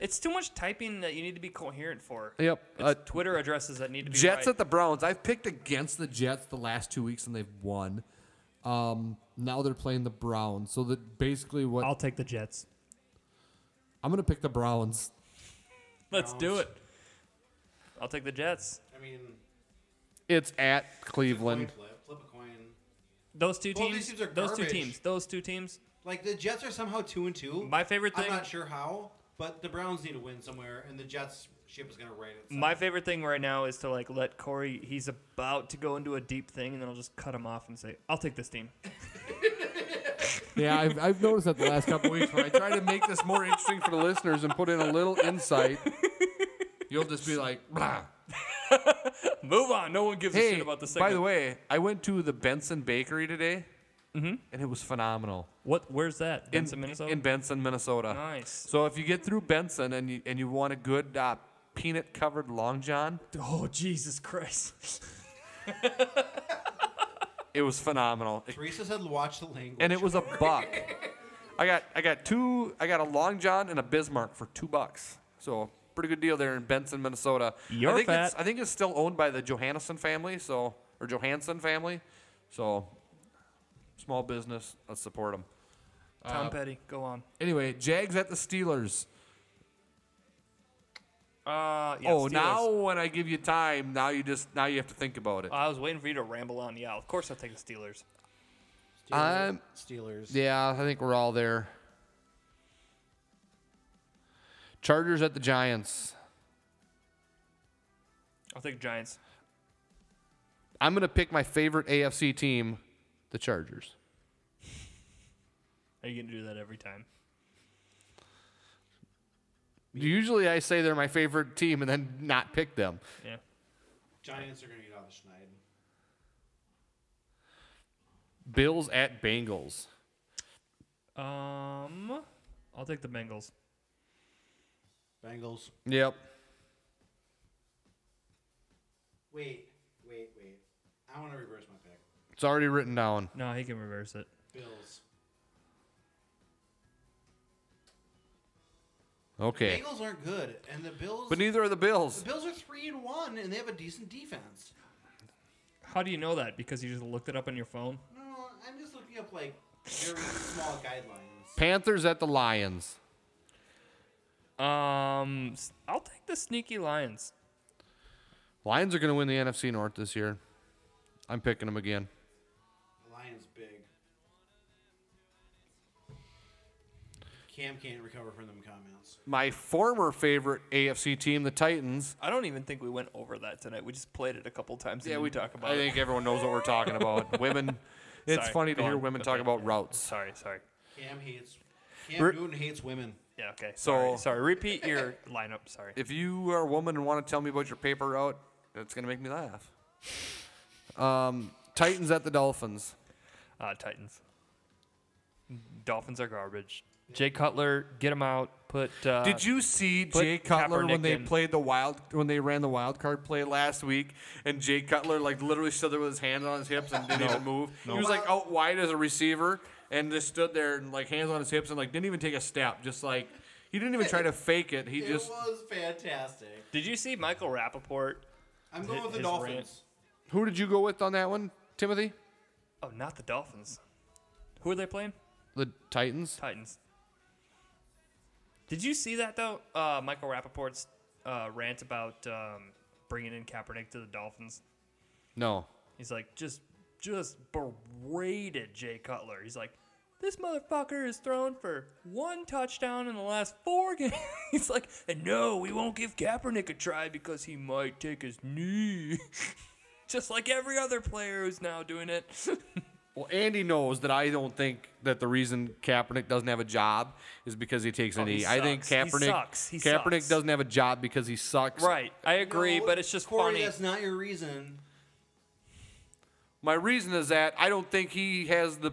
It's too much typing that you need to be coherent for. Yep. It's uh, Twitter addresses that need to be Jets right. at the Browns. I've picked against the Jets the last two weeks and they've won. Um, now they're playing the Browns. So that basically what I'll take the Jets. I'm gonna pick the Browns. Let's do it. I'll take the Jets. I mean, It's at coin Cleveland. flip, flip a coin. Those two Well, teams. these teams are those two garbage. teams. Those two teams. Like the Jets are somehow two and two. My favorite thing. I'm not sure how, but the Browns need to win somewhere, and the Jets ship is gonna right itself. My favorite thing right now is to like let Corey. He's about to go into a deep thing, and then I'll just cut him off and say, "I'll take this team." Yeah, I've, I've noticed that the last couple weeks when I try to make this more interesting for the listeners and put in a little insight, you'll just be like, blah. Move on. No one gives a Hey, shit about the segment. by the way, I went to the Benson Bakery today, and it was phenomenal. what? Where's that? Mm-hmm. Benson, in, Minnesota. In Benson, Minnesota. Nice. So if you get through Benson and you and you want a good uh, peanut covered long john, oh Jesus Christ! it was phenomenal. It- Teresa said, "Watch the language." and it was a buck. I got I got two I got a long john and a Bismarck for two bucks. So pretty good deal there in Benson, Minnesota. You're I think fat. It's, I think it's still owned by the Johannesson family, so or Johansson family. So small business, let's support them. Uh, Tom Petty, go on. Anyway, Jags at the Steelers. Uh, yeah, oh, Steelers. now when I give you time, now you just now you have to think about it. I was waiting for you to ramble on. Yeah, of course I take the Steelers. Steelers. I'm- Steelers. Yeah, I think we're all there. Chargers at the Giants. I'll take Giants. I'm going to pick my favorite AFC team, the Chargers. Are you gonna do that every time? Usually I say they're my favorite team and then not pick them. Yeah. Giants are going to get off the schneid. Bills at Bengals. Um, I'll take the Bengals. Bengals. Yep. Wait, wait, wait. I want to reverse my pick. It's already written down. No, he can reverse it. Bills. Okay. Bengals aren't good, and the Bills. But neither are the the Bills. Bills are three and one, and they have a decent defense. How do you know that? Because you just looked it up on your phone. No, I'm just looking up like very small guidelines. Panthers at the Lions. Um, s- I'll take the sneaky Lions. Lions are going to win the NFC North this year. I'm picking them again. The Lions big. Cam can't recover from them comments. My former favorite AFC team, the Titans, I don't even think we went over that tonight. We just played it a couple times. and didn't talk about I it. think everyone knows what we're talking about. women. It's Sorry, funny to go hear on. women talk Okay. about routes. Sorry, sorry. Cam hates. Cam Re- Newton hates women. Yeah, okay. So- sorry, sorry. *laughs* Repeat your lineup. Sorry. If you are a woman and want to tell me about your paper route, that's gonna make me laugh. Um, Titans at the Dolphins. Uh, Titans. Dolphins are garbage. Jay Cutler, get him out. Put. Uh, Did you see put Jay Cutler when Kaepernick they in. played the wild when they ran the wild card play last week? And Jay Cutler like literally stood there with his hands on his hips and didn't even move. He was like out wide as a receiver and just stood there and like hands on his hips and like didn't even take a step. Just like he didn't even try to fake it. He just it was fantastic. Did you see Michael Rappaport? I'm going with the his Dolphins. rant. who did you go with on that one, Timothy? Oh, not the Dolphins. Who are they playing? The Titans. Titans. Did you see that though? Uh, Michael Rappaport's uh, rant about um, bringing in Kaepernick to the Dolphins. No. He's like just just berated Jay Cutler. He's like, this motherfucker is thrown for one touchdown in the last four *laughs* games. He's like, and no, we won't give Kaepernick a try because he might take his knee. *laughs* just like every other player who's now doing it. *laughs* Well, Andy knows that I don't think that the reason Kaepernick doesn't have a job is because he takes a Oh, he knee. I think sucks. He Kaepernick sucks. He Kaepernick sucks. doesn't have a job because he sucks. right, I agree, No, but it's just Corey, funny. That's not your reason. My reason is that I don't think he has the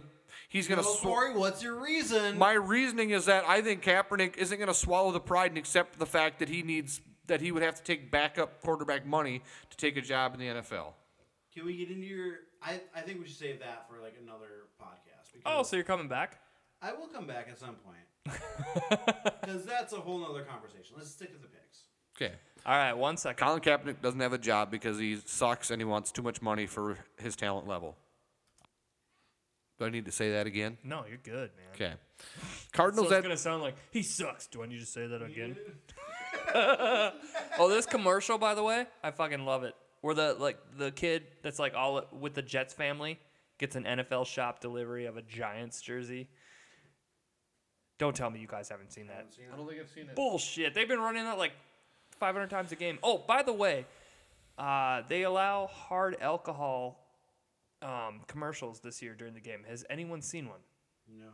he's No, going to Corey, what's your reason? My reasoning is that I think Kaepernick isn't going to swallow the pride and accept the fact that he needs that he would have to take backup quarterback money to take a job in the NFL. Can we get into your? I, I think we should save that for like another podcast. Because Oh, so you're coming back? I will come back at some *laughs* point because that's a whole nother conversation. Let's stick to the picks. Okay. All right, one second. Colin Kaepernick doesn't have a job because he sucks and he wants too much money for his talent level. Do I need to say that again? No, you're good, man. Okay. So Cardinals it's at gonna sound like he sucks. Do I need to say that again? *laughs* Oh, this commercial, by the way, I fucking love it. Where the like the kid that's like all with the Jets family gets an NFL shop delivery of a Giants jersey. Don't tell me you guys haven't seen that. I don't think I've seen it. Bullshit. They've been running that like 500 times a game. Oh, by the way, uh, they allow hard alcohol um, commercials this year during the game. Has anyone seen one? No.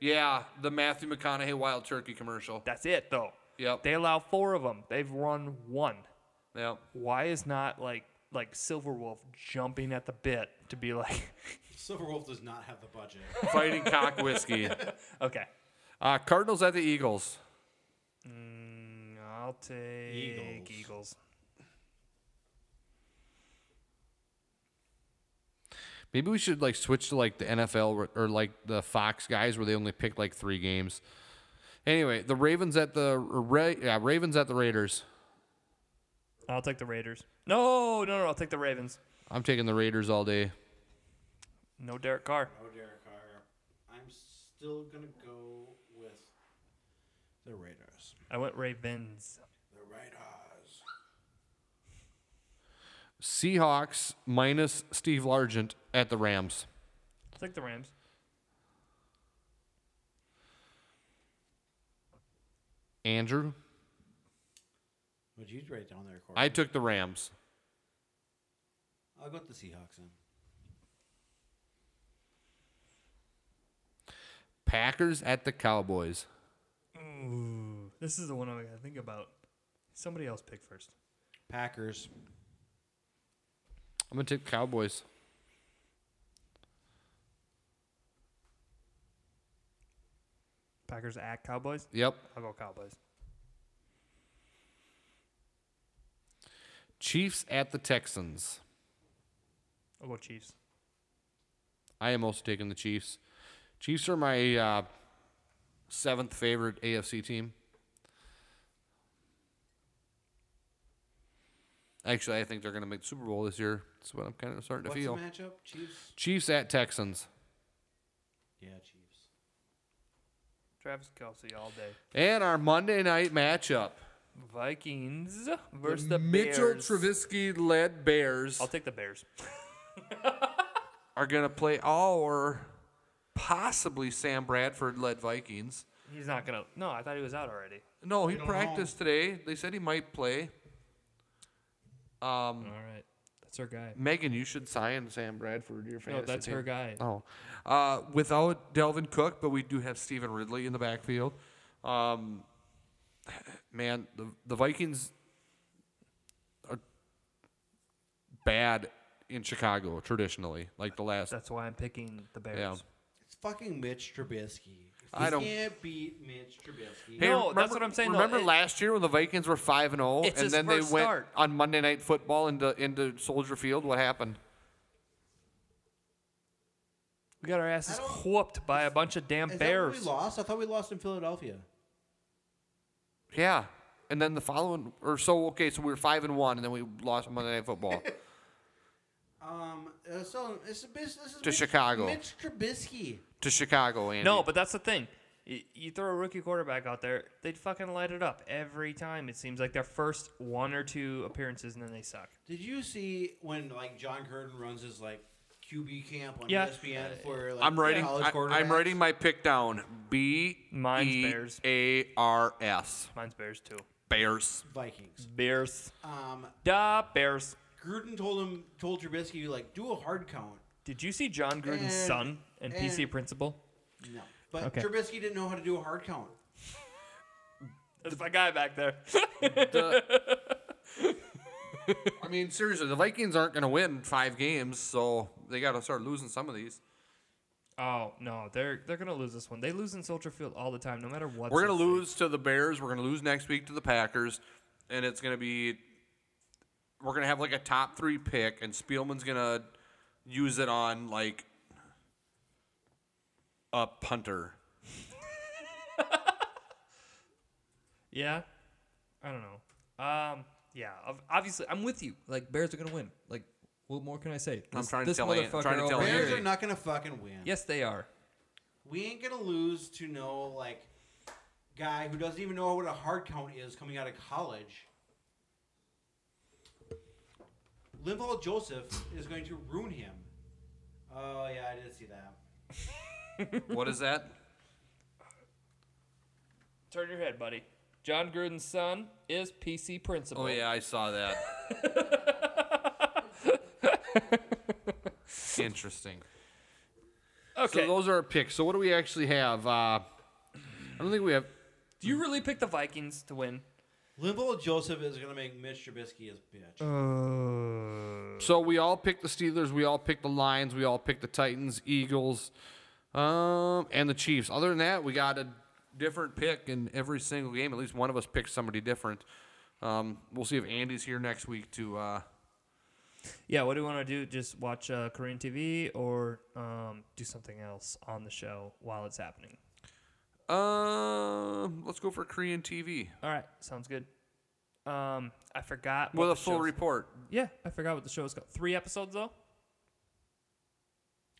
Yeah, the Matthew McConaughey Wild Turkey commercial. That's it though. Yep. They allow four of them. They've run one. Yep. Why is not like like Silverwolf jumping at the bit to be like, *laughs* Silverwolf does not have the *laughs* budget. Fighting cock *laughs* whiskey. okay, Uh, Cardinals at the Eagles. mm, I'll take Eagles. Eagles. Maybe we should like switch to like the NFL or, or like the Fox guys where they only pick like three games. Anyway, the Ravens at the or Ra- yeah, Ravens at the Raiders. I'll take the Raiders. No, no, no, I'll take the Ravens. I'm taking the Raiders all day. No Derek Carr. Oh, Derek Carr. I'm still gonna go with the Raiders. I went Ravens. The Raiders. Seahawks minus Steve Largent at the Rams. I'll take the Rams. Andrew, Would you write down there, Corey? I took the Rams. I'll go with the Seahawks then. Packers at the Cowboys. Ooh, this is the one I gotta think about. Somebody else pick first. Packers. I'm gonna take the Cowboys. Packers at Cowboys. Yep. I'll go Cowboys. Chiefs at the Texans. I'll go Chiefs. I am also taking the Chiefs. Chiefs are my uh, seventh favorite AFC team. Actually, I think they're going to make the Super Bowl this year. That's what I'm kind of starting What's to feel. the matchup? Chiefs. Chiefs at Texans. Yeah, Chiefs. Travis Kelsey all day. And our Monday night matchup. Vikings versus the, Mitchell Bears. Trubisky led Bears I'll take the Bears. are going to play our possibly Sam Bradford led Vikings. He's not gonna. No, I thought he was out already. No, he practiced today. They said he might play. Um, All right, that's her guy. Megan, you should sign Sam Bradford. Your No, fantasy that's her team. guy. Oh, uh, without Delvin Cook, but we do have Stephen Ridley in the backfield. Um, man, the the Vikings are bad in Chicago traditionally, like the last. That's why I'm picking the Bears. Yeah. It's fucking Mitch Trubisky. I You don't- can't beat Mitch Trubisky. Hey, No, that's what I'm saying, though. Remember It- last year when the Vikings were five and zero, It's and his then they first went start. on Monday Night Football into into Soldier Field. What happened? We got our asses whooped by a bunch of damn Is that what Bears. we lost? I thought we lost in Philadelphia. Yeah. And then the following, or so, okay, so we were five and one, and then we lost Monday Night Football. Um, uh, so it's a bus- this is To Mitch- Chicago. Mitch Trubisky. to Chicago, Andy. No, but that's the thing. You, you throw a rookie quarterback out there, they'd fucking light it up every time. It seems like their first one or two appearances, and then they suck. Did you see when like John Curtin runs his like QB camp on E Yeah. Uh, ESPN for like I'm writing. college I, quarterbacks? am writing my pick down. B Mine's E Bears. A R S. Mine's Bears too. Bears. Vikings. Bears. Um, Da Bears. Gruden told him told Trubisky like do a hard count. Did you see John Gruden's And- son and, PC and- principal? No, but Okay. Trubisky didn't know how to do a hard count. That's my guy back there. *laughs* I mean, seriously, the Vikings aren't going to win five games, so they got to start losing some of these. oh no, they're they're gonna lose this one. They lose in Soldier Field all the time, no matter what. We're going to lose to the Bears. We're going to lose next week to the Packers, and it's going to be. We're going to have like a top three pick, and Spielman's going to use it on like a punter. Yeah, I don't know. Um, yeah, ob- obviously I'm with you. Like Bears are gonna win. Like what more can I say? This, I'm trying to this tell Ant- I'm motherfucker trying to over tell here- Bears are not gonna fucking win. Yes, they are. We ain't gonna lose to no like guy who doesn't even know what a hard count is coming out of college. Linval Joseph is going to ruin him. Oh yeah, I did see that. What is that? Turn your head, buddy. John Gruden's son is PC *laughs* principal. Oh yeah, I saw *laughs* that. Interesting. Okay. So those are our picks. So what do we actually have? Uh, I don't think we have. Do you really pick the Vikings to win? Limbo Joseph is gonna make Mitch Trubisky his bitch. Uh. So we all picked the Steelers, we all picked the Lions, we all picked the Titans, Eagles, um, and the Chiefs. Other than that, we got a different pick in every single game. At least one of us picked somebody different. Um, we'll see if Andy's here next week to. Uh, Yeah, what do you want to do? Just watch uh, Korean TV or um, do something else on the show while it's happening. um, let's go for Korean TV All right, sounds good. Um, I forgot. what with a the full show's- report. Yeah, I forgot what the show's called. Three episodes though.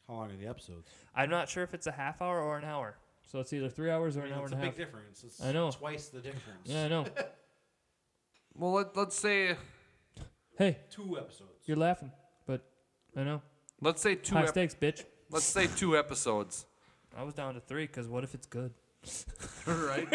How long are the episodes? I'm not sure if it's a half hour or an hour. So it's either three hours or an hour it's and a a big half. difference. It's I know. twice the difference. Yeah, *laughs* I know. Well, let, let's say hey, Two episodes. you're laughing, but I know. let's say two High ep- stakes, bitch. let's say two episodes. I was down to three because what if it's good? right.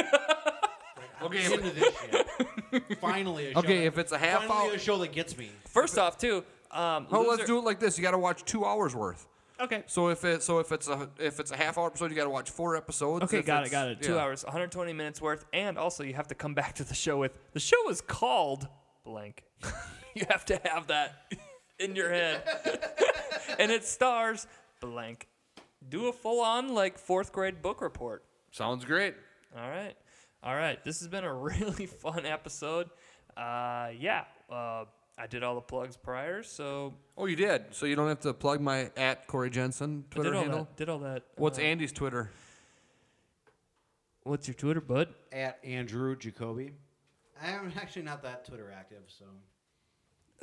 Okay. I'm if- into this shit. Finally, a *laughs* show Okay. that- If it's a half finally hour. a show that gets me. First off, too, um, Oh, let's loser- do it like this. You got to watch two hours worth. Okay. So if it so if it's a if it's a half hour episode, you got to watch four episodes. Okay, If got it, it's- got it. Two yeah. hours, 120 minutes worth, and also you have to come back to the show with the show is called blank. *laughs* you have to have that in your head, *laughs* and it stars blank. Do a full-on like fourth grade book report. Sounds great. All right, all right. This has been a *laughs* really fun episode. Uh, yeah, uh, I did all the plugs prior, so Oh, you did. So you don't have to plug my at Corey Jensen I Twitter did all handle. that. Did all that. What's uh, Andy's Twitter? what's your Twitter, bud? At Andrew Jacoby. I'm actually not that Twitter active, so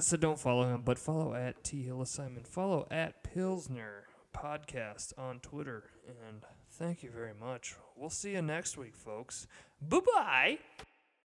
So don't follow him, but follow at T Hill Simon. Follow at Pilsner Podcast on Twitter. And thank you very much. We'll see you next week, folks. Bye bye.